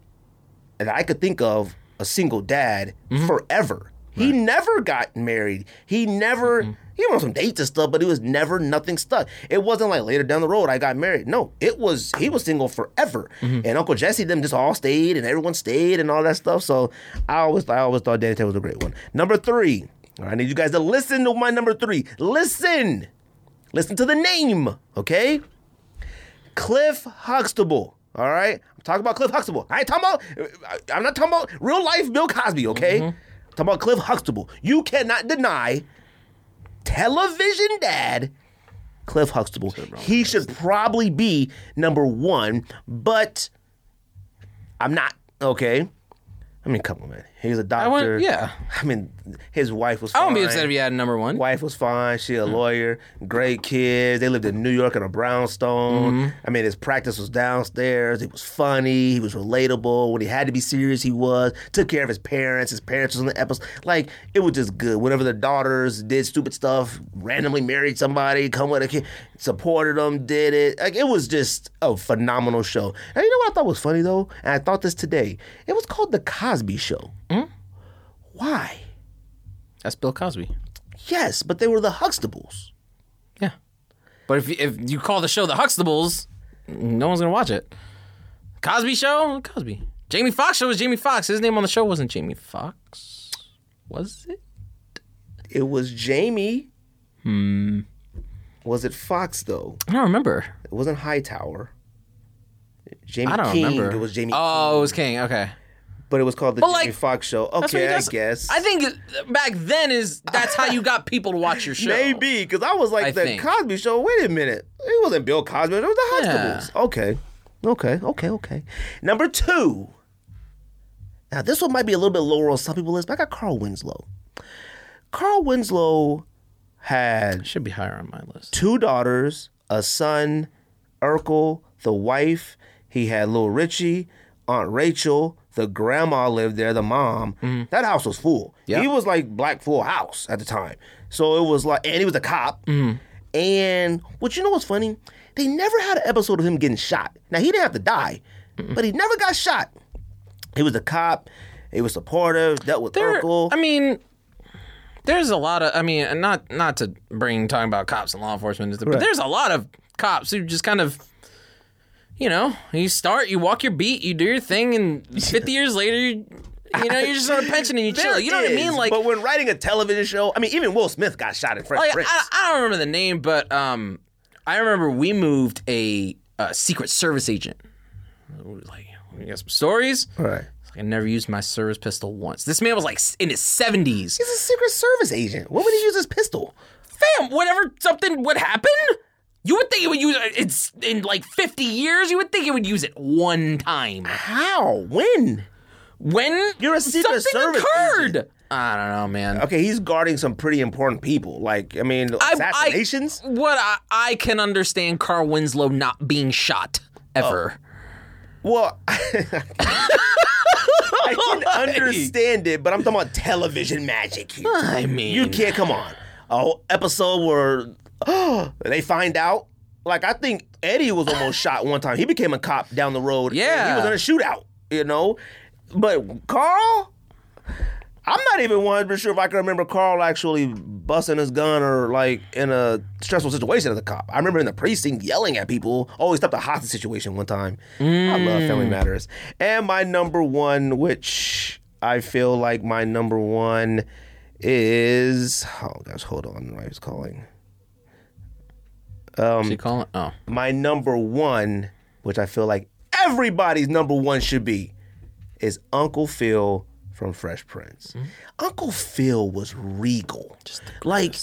Speaker 1: that I could think of a single dad forever. He never got married. He never he went on some dates and stuff, but it was never nothing stuck. It wasn't like later down the road I got married. No, it was he was single forever, and Uncle Jesse them just all stayed and everyone stayed and all that stuff. So I always I always thought Danny Tanner was a great one. Number three, I need you guys to listen to my number three. Listen, listen to the name, okay? Cliff Huxtable. All right, I'm talking about Cliff Huxtable. I ain't talking about. I'm not talking about real life Bill Cosby. Okay,
Speaker 2: Mm-hmm.
Speaker 1: I'm talking about Cliff Huxtable. You cannot deny television dad Cliff Huxtable. He should probably be number one, but I'm not. Okay, I mean, come on, man. He's a doctor.
Speaker 2: wouldn't- yeah.
Speaker 1: I mean, his wife was.
Speaker 2: I won't be
Speaker 1: fine.
Speaker 2: upset if you had number one.
Speaker 1: Wife was fine. She a lawyer. Great kids. They lived in New York in a brownstone. I mean, his practice was downstairs. It was funny. He was relatable. When he had to be serious, he was. Took care of his parents. His parents was on the episode. Like it was just good. Whenever the daughters did stupid stuff, randomly married somebody, come with a kid, supported them, did it. Like it was just a phenomenal show. And you know what I thought was funny though, and I thought this today. It was called the Cosby Show. Why?
Speaker 2: That's Bill Cosby.
Speaker 1: Yes, but they were the Huxtables.
Speaker 2: Yeah. But if if you call the show the Huxtables, no one's gonna watch it. Cosby Show, Cosby. Jamie Foxx show was Jamie Foxx. His name on the show wasn't Jamie Foxx, was it?
Speaker 1: It was Jamie. Hmm. Was it Fox though?
Speaker 2: I don't remember.
Speaker 1: It wasn't Hightower. Jamie
Speaker 2: I don't
Speaker 1: King.
Speaker 2: remember.
Speaker 1: It was Jamie,
Speaker 2: Oh, it was King. Okay.
Speaker 1: but it was called the Jamie
Speaker 2: like,
Speaker 1: Fox Show.
Speaker 2: That's what
Speaker 1: Okay,
Speaker 2: he
Speaker 1: I
Speaker 2: does.
Speaker 1: guess.
Speaker 2: I think back then is that's how you got people to watch your show.
Speaker 1: Maybe because I was like
Speaker 2: I
Speaker 1: the
Speaker 2: think.
Speaker 1: Cosby Show. Wait a minute, it wasn't Bill Cosby. It was the
Speaker 2: Yeah.
Speaker 1: Huxtables. Okay, okay, okay, okay. Number two. Now this one might be a little bit lower on some people's list, but I got Carl Winslow. Carl Winslow had
Speaker 2: Should be higher on my list.
Speaker 1: two daughters, a son, Urkel, the wife. He had little Richie, Aunt Rachel, the grandma lived there, the mom.
Speaker 2: Mm-hmm.
Speaker 1: That house was full. He was like black full house at the time. So it was like, and he was a cop.
Speaker 2: Mm-hmm.
Speaker 1: And what you know what's funny? They never had an episode of him getting shot. Now he didn't have to die, but he never got shot. He was a cop. He was supportive. Dealt with
Speaker 2: There-
Speaker 1: Urkel.
Speaker 2: I mean, there's a lot of. I mean, and not not to bring talking about cops and law enforcement, but there's a lot of cops who just kind of you know, you start, you walk your beat, you do your thing, and 50 years later, you, you know, you're just on a pension and you chill. you know what I mean?
Speaker 1: is,
Speaker 2: Like,
Speaker 1: but when writing a television show, I mean, even Will Smith got shot in Fresh
Speaker 2: like,
Speaker 1: Prince.
Speaker 2: Oh, I, I don't remember the name, but um, I remember we moved a, uh Secret Service agent. We were Like, we got some stories.
Speaker 1: right.
Speaker 2: I never used my service pistol once. This man was like s- in his 70s.
Speaker 1: He's a Secret Service agent. When would he use his pistol?
Speaker 2: Fam, whenever something would happen, you would think it would use it's in like 50 years. You would think it would use it one time.
Speaker 1: How? When?
Speaker 2: When
Speaker 1: You're a Secret
Speaker 2: something
Speaker 1: Service
Speaker 2: occurred. I don't know, man.
Speaker 1: Okay, he's guarding some pretty important people. Like, I mean,
Speaker 2: I- I-
Speaker 1: assassinations.
Speaker 2: what I, I can understand Carl Winslow not being shot ever.
Speaker 1: well, [laughs] I can understand it, but I'm talking about television magic here.
Speaker 2: Oh, I mean,
Speaker 1: You can't come on. A whole episode where [gasps] they find out. Like I think Eddie was almost shot one time. He became a cop down the road. and
Speaker 2: Yeah.
Speaker 1: he was in a shootout. You know, but Carl. I'm not even 100 sure if I can remember Carl actually busting his gun or like in a stressful situation as a cop. I remember in the precinct yelling at people. Oh, he stopped a hostage situation one time. I love Family Matters. And my number one, which I feel like my number one is oh gosh, hold on, wife's calling.
Speaker 2: She call it? Oh,
Speaker 1: My number one, which I feel like everybody's number one should be, is Uncle Phil from Fresh Prince.
Speaker 2: Mm-hmm.
Speaker 1: Uncle Phil was regal. like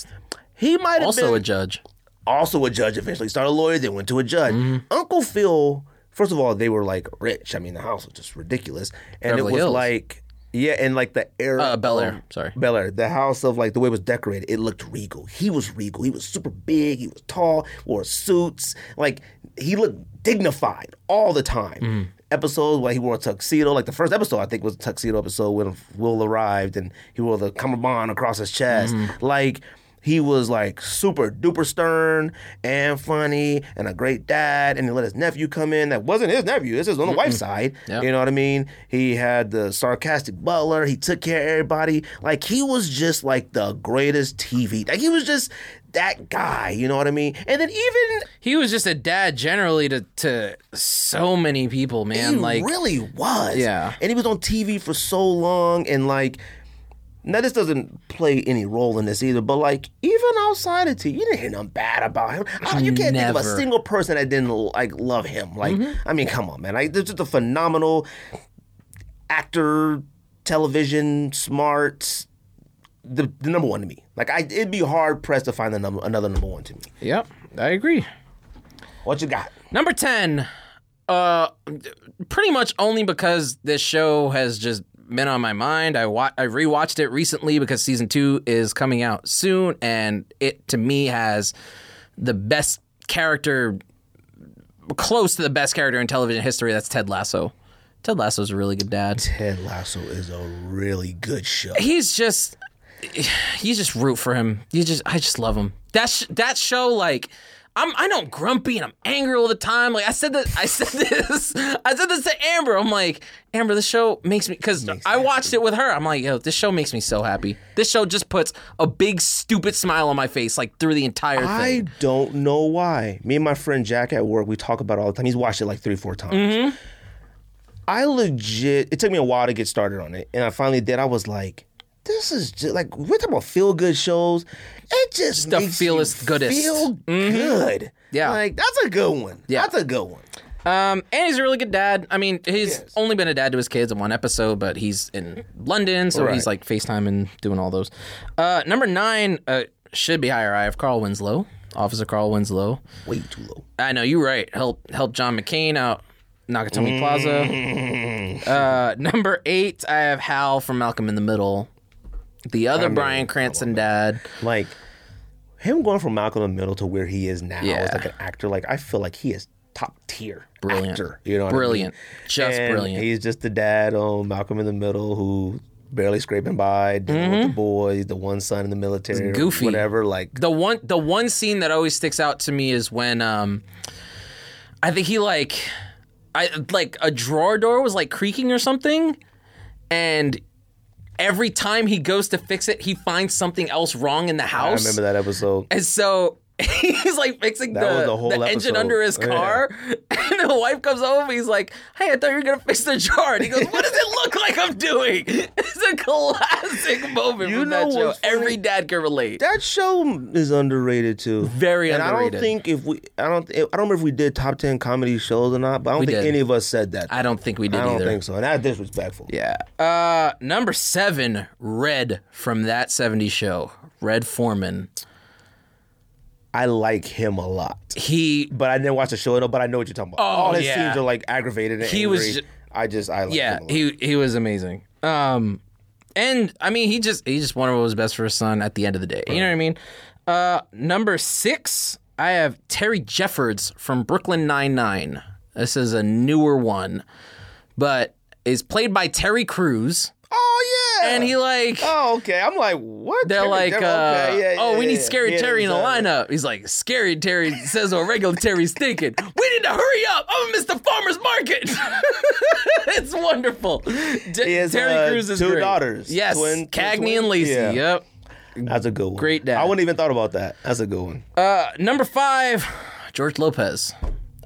Speaker 1: he might have
Speaker 2: also a
Speaker 1: been
Speaker 2: judge.
Speaker 1: also a judge eventually, started a lawyer, then went to a judge.
Speaker 2: Mm-hmm.
Speaker 1: Uncle Phil, first of all, they were like rich. I mean, the house was just ridiculous. And
Speaker 2: Beverly
Speaker 1: it was
Speaker 2: Hills.
Speaker 1: like yeah, and like the era
Speaker 2: Uh, Bel Air.
Speaker 1: of-
Speaker 2: Sorry.
Speaker 1: Bel Air, the house of like the way it was decorated, it looked regal. He was regal. He was super big. He was tall. Wore suits. Like he looked dignified all the time.
Speaker 2: Mm-hmm.
Speaker 1: Episodes where he wore a tuxedo, like the first episode I think was a tuxedo episode when Will arrived and he wore the cummerbund across his chest.
Speaker 2: Mm-hmm.
Speaker 1: Like he was like super duper stern and funny and a great dad. And he let his nephew come in. That wasn't his nephew. This is on the wife's side.
Speaker 2: Yeah.
Speaker 1: You know what I mean? He had the sarcastic butler. He took care of everybody. Like he was just like the greatest TV. Like he was just that guy. You know what I mean? And then even
Speaker 2: He was just a dad generally to to so many people, man.
Speaker 1: he
Speaker 2: like,
Speaker 1: really was.
Speaker 2: Yeah.
Speaker 1: And he was on TV for so long and like now this doesn't play any role in this either, but like even outside of TV, you didn't hear nothing bad about him. I- you can't think of a
Speaker 2: Never.
Speaker 1: single person that didn't like love him. Like I mean, come on, man. Like this just a phenomenal actor, television, smart, the, the number one to me. Like I, it'd be hard pressed to find the number, another number one to me.
Speaker 2: yep, I agree.
Speaker 1: What you got?
Speaker 2: Number 10. Uh pretty much only because this show has just been on my mind. I wa- I rewatched it recently because season 2 is coming out soon and it to me has the best character close to the best character in television history. That's Ted Lasso. Ted Lasso's a really good dad.
Speaker 1: Ted Lasso is a really good show.
Speaker 2: He's just you just root for him. You just I just love him. That sh- that show like I'm I know I'm grumpy and I'm angry all the time. Like I said that I [laughs] said this I said this to Amber. I'm like Amber, this show makes me because I watched it with her. I'm like yo, this show makes me so happy. This show just puts a big stupid smile on my face like through the entire
Speaker 1: I
Speaker 2: thing.
Speaker 1: don't know why. Me and my friend Jack at work, we talk about it all the time. He's watched it like three, four times.
Speaker 2: Mm-hmm.
Speaker 1: I legit, it took me a while to get started on it. And I finally did. I was like, this is just like, we're talking about feel good shows. It just
Speaker 2: the
Speaker 1: makes
Speaker 2: feelest
Speaker 1: you
Speaker 2: goodest. Mm-hmm.
Speaker 1: feel good.
Speaker 2: Yeah.
Speaker 1: Like, that's a good one.
Speaker 2: Yeah.
Speaker 1: That's a good one.
Speaker 2: Um, and he's a really good dad. I mean, he's only been a dad to his kids in one episode, but he's in London, so
Speaker 1: Right.
Speaker 2: he's like FaceTime and doing all those. Uh, number nine uh, should be higher. I have Carl Winslow, Officer Carl Winslow.
Speaker 1: Way too low.
Speaker 2: I know you're right. Help help John McCain out Nakatomi Plaza.
Speaker 1: Mm.
Speaker 2: Uh, number eight, I have Hal from Malcolm in the Middle, the other Brian Cranston dad.
Speaker 1: Like, him going from Malcolm in the Middle to where he is now
Speaker 2: Yeah.
Speaker 1: as like an actor, like, I feel like he is top tier
Speaker 2: Brilliant.
Speaker 1: actor. You know what I mean?
Speaker 2: Brilliant, just
Speaker 1: And
Speaker 2: brilliant.
Speaker 1: He's just the dad on Malcolm in the Middle who barely scraping by, dealing with the boys, the one son in the military, or
Speaker 2: Mm-hmm. goofy.
Speaker 1: whatever. Like,
Speaker 2: the one the one scene that always sticks out to me is when um I think he like I like a drawer door was like creaking or something and every time he goes to fix it he finds something else wrong in the
Speaker 1: I
Speaker 2: house
Speaker 1: remember that episode.
Speaker 2: and so [laughs] he's like fixing
Speaker 1: That was
Speaker 2: the,
Speaker 1: the whole
Speaker 2: the engine
Speaker 1: episode.
Speaker 2: under his
Speaker 1: Yeah.
Speaker 2: car, [laughs] and the wife comes over. He's like, "Hey, I thought you were gonna fix the jar." And he goes, "What does it look like I'm doing?" [laughs] It's a classic moment
Speaker 1: You
Speaker 2: from
Speaker 1: know
Speaker 2: that show.
Speaker 1: what's funny?
Speaker 2: Every dad can relate.
Speaker 1: That show is underrated too.
Speaker 2: Very
Speaker 1: and
Speaker 2: underrated.
Speaker 1: I don't think if we, I don't, I don't remember if we did top ten comedy shows or not, but I don't think
Speaker 2: did.
Speaker 1: any of us said that.
Speaker 2: I don't think we did
Speaker 1: I don't
Speaker 2: either.
Speaker 1: think so, and that's disrespectful.
Speaker 2: Yeah. Uh, number seven, Red from that '70s show, Red Foreman.
Speaker 1: I like him a lot,
Speaker 2: He
Speaker 1: but I didn't watch the show at all. But I know what you're talking about.
Speaker 2: Oh,
Speaker 1: all his
Speaker 2: yeah.
Speaker 1: scenes are like aggravated. And
Speaker 2: He
Speaker 1: angry.
Speaker 2: was ju-
Speaker 1: I just, I like
Speaker 2: yeah
Speaker 1: him a lot.
Speaker 2: he he was amazing um and i mean he just he just wanted what was best for his son at the end of the day you know what i mean uh number six i have terry jeffords from brooklyn 99 this is a newer one but is played by terry cruz
Speaker 1: oh yeah,
Speaker 2: and he like
Speaker 1: Oh okay, I'm like what?
Speaker 2: they're
Speaker 1: Terry
Speaker 2: like,
Speaker 1: Jefferson?
Speaker 2: uh,
Speaker 1: Okay, yeah,
Speaker 2: oh,
Speaker 1: yeah,
Speaker 2: we need
Speaker 1: yeah.
Speaker 2: Scary
Speaker 1: Yeah,
Speaker 2: Terry in the
Speaker 1: exactly.
Speaker 2: lineup. He's like, Scary Terry says what regular Terry's thinking. We need to hurry up. I'm gonna miss the farmer's market. [laughs] it's wonderful. D-
Speaker 1: has,
Speaker 2: Terry
Speaker 1: uh,
Speaker 2: Crews is
Speaker 1: two
Speaker 2: great.
Speaker 1: daughters.
Speaker 2: Yes,
Speaker 1: Twin- two
Speaker 2: Cagney
Speaker 1: twins?
Speaker 2: and Lacey.
Speaker 1: Yeah.
Speaker 2: Yep.
Speaker 1: That's a good one.
Speaker 2: Great dad.
Speaker 1: I wouldn't even thought about that. That's a good one.
Speaker 2: Uh, number five, George Lopez.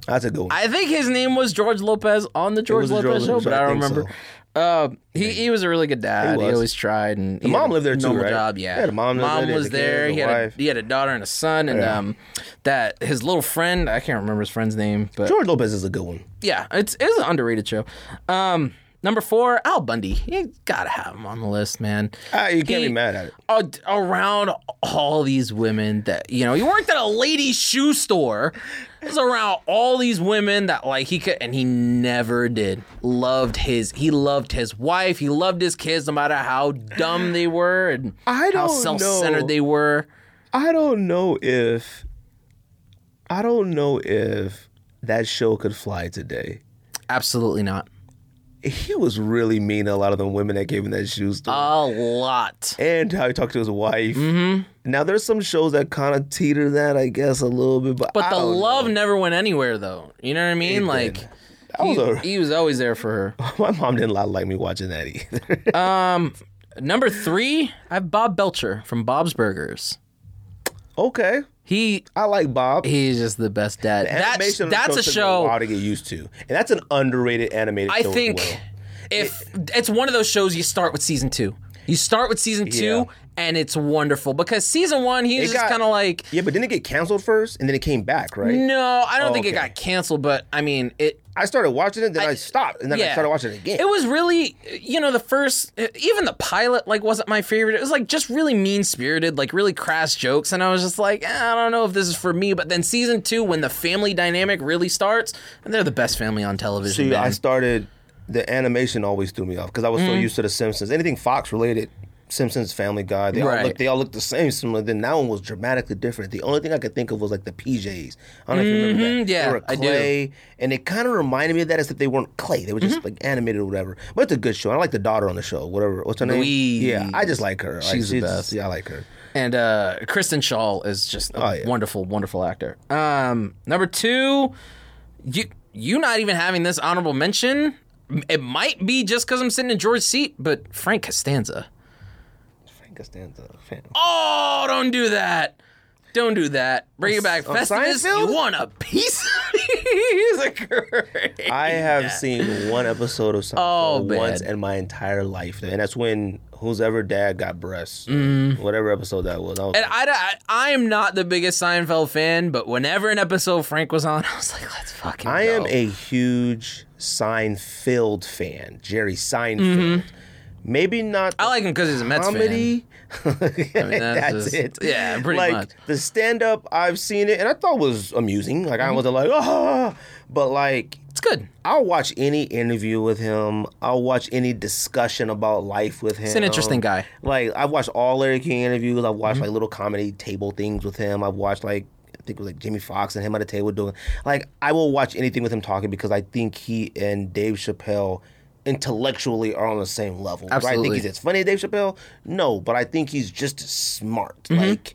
Speaker 1: That's a good one.
Speaker 2: I think his name was George Lopez on the George
Speaker 1: was the George
Speaker 2: Lopez show,
Speaker 1: Lopez
Speaker 2: but
Speaker 1: show,
Speaker 2: I
Speaker 1: I
Speaker 2: don't
Speaker 1: think
Speaker 2: remember. Uh, he, he was a really good dad. He,
Speaker 1: was.
Speaker 2: always tried, and the
Speaker 1: mom lived there too,
Speaker 2: normal
Speaker 1: right?
Speaker 2: Job, yeah.
Speaker 1: Yeah, the mom lived there, they had
Speaker 2: was
Speaker 1: the
Speaker 2: there.
Speaker 1: kids,
Speaker 2: He
Speaker 1: the
Speaker 2: had a,
Speaker 1: wife.
Speaker 2: he had a daughter and a son, and um, that his little friend. I can't remember his friend's name, but
Speaker 1: George Lopez is a good one.
Speaker 2: yeah, it's it's an underrated show. Um, number four, Al Bundy. You gotta have him on the list, man.
Speaker 1: Ah, you can't
Speaker 2: He-
Speaker 1: be mad at it.
Speaker 2: a- around all these women that you know he worked at a ladies shoe store he was around all these women that like he could and he never did loved his he loved his wife he loved his kids no matter how dumb they were and
Speaker 1: I
Speaker 2: how
Speaker 1: don't
Speaker 2: self-centered
Speaker 1: know.
Speaker 2: they were
Speaker 1: I don't know if I don't know if that show could fly today.
Speaker 2: absolutely not
Speaker 1: He was really mean to a lot of the women that gave him that shoes to
Speaker 2: a lot
Speaker 1: and how he talked to his wife. Mm-hmm. Now there's some shows that kind of teeter that I guess a little bit, but
Speaker 2: but
Speaker 1: I
Speaker 2: the
Speaker 1: don't know.
Speaker 2: love never went anywhere though you know what i mean like
Speaker 1: I was
Speaker 2: he,
Speaker 1: a-
Speaker 2: he was always there for her
Speaker 1: [laughs] my mom didn't lot like me watching that either. [laughs]
Speaker 2: number three i have bob belcher from bob's burgers
Speaker 1: okay,
Speaker 2: he
Speaker 1: I like Bob.
Speaker 2: He's just the best dad. That's
Speaker 1: Animation on the
Speaker 2: that's a
Speaker 1: took me A
Speaker 2: show.
Speaker 1: while to get used to, and that's an underrated animated.
Speaker 2: I
Speaker 1: show as
Speaker 2: think
Speaker 1: well.
Speaker 2: if it's one of those shows, you start with season two. You start with season two,
Speaker 1: Yeah.
Speaker 2: and it's wonderful because season one, he's
Speaker 1: It
Speaker 2: just
Speaker 1: got-
Speaker 2: kind of like,
Speaker 1: Yeah, but didn't it get canceled first, and then it came back, right?
Speaker 2: no, I don't think it
Speaker 1: okay.
Speaker 2: got canceled, but I mean, it
Speaker 1: I started watching it, then I, stopped, and then I
Speaker 2: yeah.
Speaker 1: started watching it again.
Speaker 2: It was really, you know, the first, even the pilot, like, wasn't my favorite. It was like just really mean spirited, like really crass jokes, and I was just like, eh, I don't know if this is for me. But then season two, when the family dynamic really starts, and they're the best family on television.
Speaker 1: Dude, I
Speaker 2: man. Mm.
Speaker 1: started the animation always threw me off because I was so used to the Simpsons. Anything Fox related, Simpsons, Family Guy, they all
Speaker 2: Right.
Speaker 1: look they all look the same similar. Then that one was dramatically different. The only thing I could think of was like the PJs. I don't know if you remember that.
Speaker 2: Mm-hmm. yeah,
Speaker 1: they were
Speaker 2: I do.
Speaker 1: clay, and it kind of reminded me of that, except they weren't clay. They were
Speaker 2: Mm-hmm.
Speaker 1: just like animated or whatever. But it's a good show. I like the daughter on the show. Whatever, what's her name?
Speaker 2: Louise.
Speaker 1: Yeah, I just like her. Like,
Speaker 2: She's the best.
Speaker 1: Yeah, I like her.
Speaker 2: And uh, Kristen Shaw is just a
Speaker 1: Oh, yeah.
Speaker 2: wonderful, wonderful actor. Um, number two, you you not even having this honorable mention. It might be just because I'm sitting in George's seat, but Frank Costanza.
Speaker 1: Frank Costanza. Fan.
Speaker 2: Oh, don't do that. Don't do that. Bring it back.
Speaker 1: on
Speaker 2: Festivus,
Speaker 1: Seinfeld?
Speaker 2: you want a piece of [laughs] me? He's a great.
Speaker 1: I have seen one episode of
Speaker 2: Oh,
Speaker 1: Seinfeld once
Speaker 2: man.
Speaker 1: in my entire life, and that's when whose ever dad got breasts, whatever episode that was. I was
Speaker 2: Mm-hmm. And I, I, I am not the biggest Seinfeld fan, but whenever an episode Frank was on, [laughs] I was like, let's fucking
Speaker 1: I
Speaker 2: go.
Speaker 1: am a huge Seinfeld fan, Jerry Seinfeld. Maybe not
Speaker 2: Mm-hmm. I like him because he's a Mets fan.
Speaker 1: comedy. [laughs]
Speaker 2: that's
Speaker 1: that's
Speaker 2: just-
Speaker 1: it.
Speaker 2: yeah, pretty
Speaker 1: like,
Speaker 2: much.
Speaker 1: The stand up, I've seen it, and I thought it was amusing. Like
Speaker 2: Mm-hmm.
Speaker 1: I wasn't like, oh, but like
Speaker 2: It's good.
Speaker 1: I'll watch any interview with him. I'll watch any discussion about life with him. It's
Speaker 2: an interesting guy. Mm-hmm.
Speaker 1: Like I've watched all Larry King interviews. I've watched like little comedy table things with him. I've watched like I think it was like Jimmy Fox and him at a table doing. Like I will watch anything with him talking because I think he and Dave Chappelle intellectually are on the same level. Do I think
Speaker 2: Absolutely.
Speaker 1: he's as funny as Dave Chappelle? No, but I think he's just as smart.
Speaker 2: Mm-hmm.
Speaker 1: Like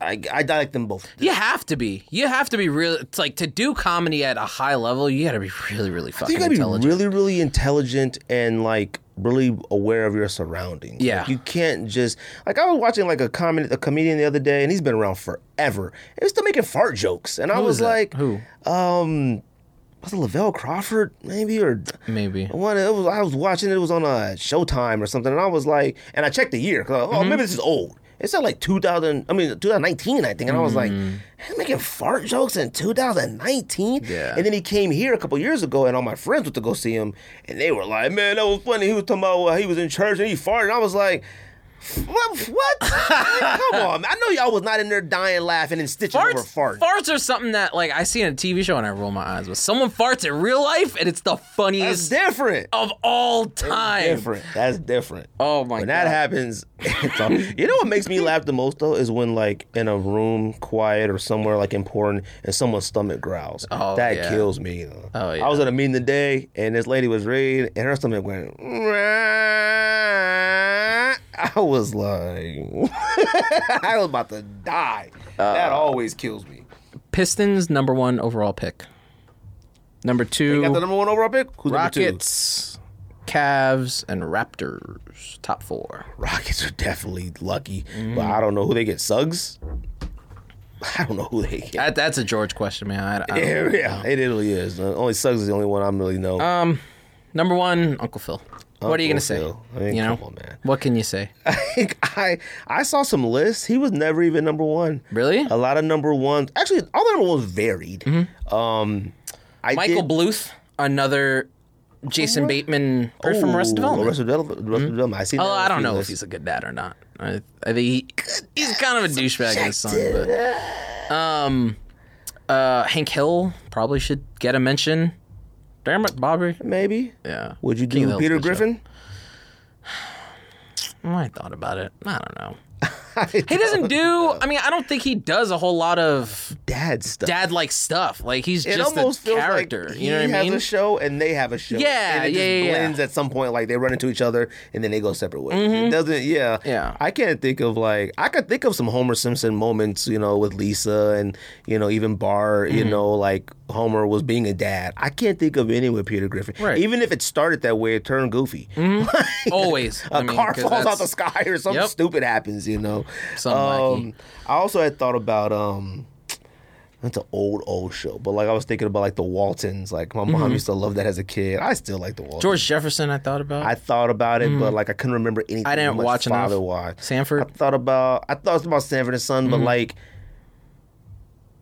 Speaker 1: I, I like them both.
Speaker 2: You have to be. You have to be real. It's like to do comedy at a high level, you got to be really, really fucking
Speaker 1: you gotta be
Speaker 2: intelligent.
Speaker 1: really, really intelligent and like really aware of your surroundings.
Speaker 2: Yeah.
Speaker 1: Like, you can't just like I was watching like a comedy a comedian the other day, and he's been around forever. He was still making fart jokes, and I
Speaker 2: Who
Speaker 1: was
Speaker 2: is that?
Speaker 1: like,
Speaker 2: who?
Speaker 1: was it Lavelle Crawford maybe or
Speaker 2: Mm. Maybe.
Speaker 1: one it was I was watching it, it was on a Showtime or something, and I was like, and I checked the year because oh
Speaker 2: Mm-hmm.
Speaker 1: maybe this is old. It said like 2000, I mean 2019, I think, and I was like,
Speaker 2: Mm-hmm.
Speaker 1: he's making fart jokes in 2019.
Speaker 2: Yeah.
Speaker 1: And then he came here a couple years ago, and all my friends went to go see him, and they were like, man, that was funny. He was talking about uh, he was in church and he farted. And I was like. What? what?
Speaker 2: [laughs]
Speaker 1: Come on! man. I know y'all was not in there dying, laughing, and stitching over
Speaker 2: Farts,
Speaker 1: fart.
Speaker 2: farts are something that like I see in a TV show and I roll my eyes. But someone farts in real life and it's the
Speaker 1: That's
Speaker 2: funniest
Speaker 1: different.
Speaker 2: of all time.
Speaker 1: different. That's different.
Speaker 2: Oh my
Speaker 1: when
Speaker 2: god.
Speaker 1: that happens, [laughs] it's
Speaker 2: [laughs]
Speaker 1: all- you know what makes me laugh the most though is when like in a room, quiet or somewhere like important, and someone's stomach growls.
Speaker 2: Oh,
Speaker 1: that
Speaker 2: yeah.
Speaker 1: kills me. though.
Speaker 2: Oh, yeah.
Speaker 1: I was at a meeting today, and this lady was reading, and her stomach went. I was like, [laughs] I was about to die.
Speaker 2: Uh,
Speaker 1: that always kills me.
Speaker 2: Pistons number one overall pick. Number
Speaker 1: You got the
Speaker 2: two
Speaker 1: number one overall pick? Who's number two?
Speaker 2: Rockets, Cavs, and Raptors. Top four.
Speaker 1: Rockets are definitely lucky,
Speaker 2: Mm-hmm.
Speaker 1: but I don't know who they get. Suggs. I don't know who they
Speaker 2: [laughs]
Speaker 1: get.
Speaker 2: That, that's a George question, man. I, I
Speaker 1: [laughs] Yeah,
Speaker 2: don't-
Speaker 1: yeah, it really is. Uh, only Suggs is the only one I really know.
Speaker 2: Number one, Uncle Phil. Uh, what are you gonna
Speaker 1: Uncle Phil.
Speaker 2: say?
Speaker 1: I mean,
Speaker 2: you know,
Speaker 1: come on, man. [laughs]
Speaker 2: what can you say?
Speaker 1: I I saw some lists. He was never even number one.
Speaker 2: Really?
Speaker 1: A lot of number ones. Actually, all the number ones varied. Um, I
Speaker 2: Mm-hmm. Michael
Speaker 1: did,
Speaker 2: Bluth, another Jason Bateman bird from Arrested
Speaker 1: Ooh,
Speaker 2: Development.
Speaker 1: Oh, Arrested Development. Arrested Development. I seen.
Speaker 2: Although
Speaker 1: that on
Speaker 2: I
Speaker 1: a
Speaker 2: don't
Speaker 1: few
Speaker 2: know if
Speaker 1: lists.
Speaker 2: he's a good dad or not. I, I think he, he's kind of a douchebag in his son. But, um, uh, Hank Hill probably should get a mention. Damn it, Bobby.
Speaker 1: maybe.
Speaker 2: Yeah.
Speaker 1: Would you
Speaker 2: King of the
Speaker 1: do
Speaker 2: Hill's
Speaker 1: Peter
Speaker 2: good show.
Speaker 1: Griffin? [laughs]
Speaker 2: Well, I thought about it. I don't know. He doesn't do. I mean, I don't think he does a whole lot of
Speaker 1: dad stuff.
Speaker 2: dad like stuff. Like he's
Speaker 1: it
Speaker 2: just
Speaker 1: almost
Speaker 2: a
Speaker 1: feels
Speaker 2: character.
Speaker 1: like
Speaker 2: you know
Speaker 1: he
Speaker 2: what I mean?
Speaker 1: has a show and they have a show.
Speaker 2: Yeah,
Speaker 1: and it
Speaker 2: yeah,
Speaker 1: just
Speaker 2: yeah, yeah.
Speaker 1: blends at some point. Like they run into each other and then they go separate ways. It doesn't. Yeah,
Speaker 2: Mm-hmm. Yeah.
Speaker 1: I can't think of like I could think of some Homer Simpson moments, you know, with Lisa and you know even Bar. You
Speaker 2: Mm-hmm.
Speaker 1: know, like Homer was being a dad. I can't think of any with Peter Griffin.
Speaker 2: Right.
Speaker 1: Even if it started that way, it turned goofy.
Speaker 2: Always.
Speaker 1: [laughs] A
Speaker 2: I mean,
Speaker 1: car
Speaker 2: 'cause
Speaker 1: falls out
Speaker 2: that's-
Speaker 1: the sky or something
Speaker 2: Yep.
Speaker 1: stupid happens, you know.
Speaker 2: Something
Speaker 1: um, I also had thought about um that's an old old show, but like I was thinking about like the Waltons. Like my
Speaker 2: Mm-hmm.
Speaker 1: mom used to love that as a kid. I still like the Waltons.
Speaker 2: George Jefferson. I thought about.
Speaker 1: I thought about it, but like I couldn't remember anything.
Speaker 2: Mm. I didn't
Speaker 1: my
Speaker 2: watch enough.
Speaker 1: father watched.
Speaker 2: Sanford?
Speaker 1: I thought about I thought about Sanford and Son,
Speaker 2: Mm-hmm.
Speaker 1: but like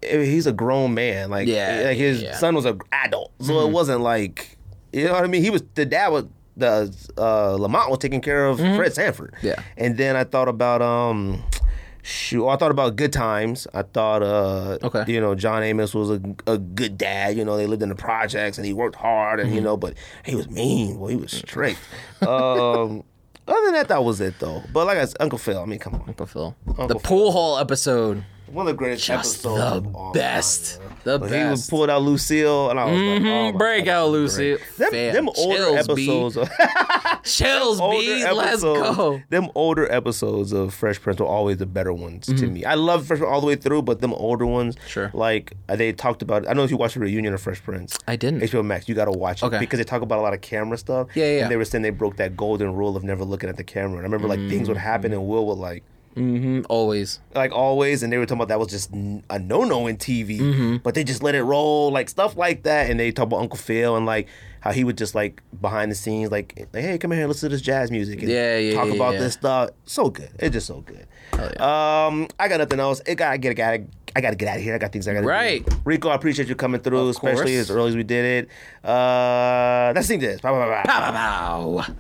Speaker 1: eh, he's a grown man. Like eh,
Speaker 2: Yeah,
Speaker 1: like his
Speaker 2: yeah, Mm-hmm. yeah.
Speaker 1: son was an adult, so it wasn't like you know what I mean. He was the dad was the uh, Lamont was taking care of Fred Sanford.
Speaker 2: Mm-hmm. Yeah.
Speaker 1: and then I thought about um. Shoot, oh, I thought about good times. I thought, uh,
Speaker 2: Okay.
Speaker 1: you know, John Amos was a, a good dad. You know, they lived in the projects and he worked hard
Speaker 2: Mm-hmm.
Speaker 1: and, you know, but he was mean. Well, he was strict. um, [laughs] other than that, that was it, though. But like I said, Uncle Phil, I mean, come on.
Speaker 2: Uncle Phil.
Speaker 1: Uncle
Speaker 2: the pool hall episode.
Speaker 1: One of the greatest
Speaker 2: Just
Speaker 1: episodes.
Speaker 2: the
Speaker 1: of all
Speaker 2: best.
Speaker 1: time, man.
Speaker 2: The
Speaker 1: When He was
Speaker 2: best.
Speaker 1: pulled out Lucille and I was like, oh my
Speaker 2: Break
Speaker 1: God,
Speaker 2: out,
Speaker 1: that's great.
Speaker 2: Lucy.
Speaker 1: Them,
Speaker 2: Fam,
Speaker 1: them older
Speaker 2: chills, B.
Speaker 1: episodes.
Speaker 2: Chills, B.
Speaker 1: older
Speaker 2: Let's
Speaker 1: episodes-
Speaker 2: go.
Speaker 1: Them older episodes of Fresh Prince were always the better ones to me. I love Fresh Prince all the way through, but them older ones,
Speaker 2: Mm-hmm. Sure.
Speaker 1: Like they talked about. I don't know if you watched the reunion of Fresh Prince.
Speaker 2: I didn't.
Speaker 1: HBO Max. You got to watch it
Speaker 2: Okay.
Speaker 1: because they talk about a lot of camera stuff.
Speaker 2: Yeah, yeah, yeah.
Speaker 1: And they were saying they broke that golden rule of never looking at the camera. And I remember like things
Speaker 2: Mm-hmm.
Speaker 1: would happen and Will would like.
Speaker 2: Mm, Always.
Speaker 1: Like always, and they were talking about that was just n- a no no in TV,
Speaker 2: Mm-hmm.
Speaker 1: but they just let it roll, like stuff like that. And they talk about Uncle Phil and like how he would just like behind the scenes, like, like, hey, come here, listen to this jazz music, and
Speaker 2: Yeah, yeah,
Speaker 1: talk
Speaker 2: yeah,
Speaker 1: about
Speaker 2: yeah.
Speaker 1: this stuff. So good, it's just so good. Um, I got nothing else. It got I gotta get I gotta get out of here. I got things I gotta
Speaker 2: Right.
Speaker 1: do. Rico, I appreciate you coming through, especially
Speaker 2: course.
Speaker 1: as early as we did it. Uh, that's the thing. This. Bye bye bye bye.
Speaker 2: Bow, bow, bow.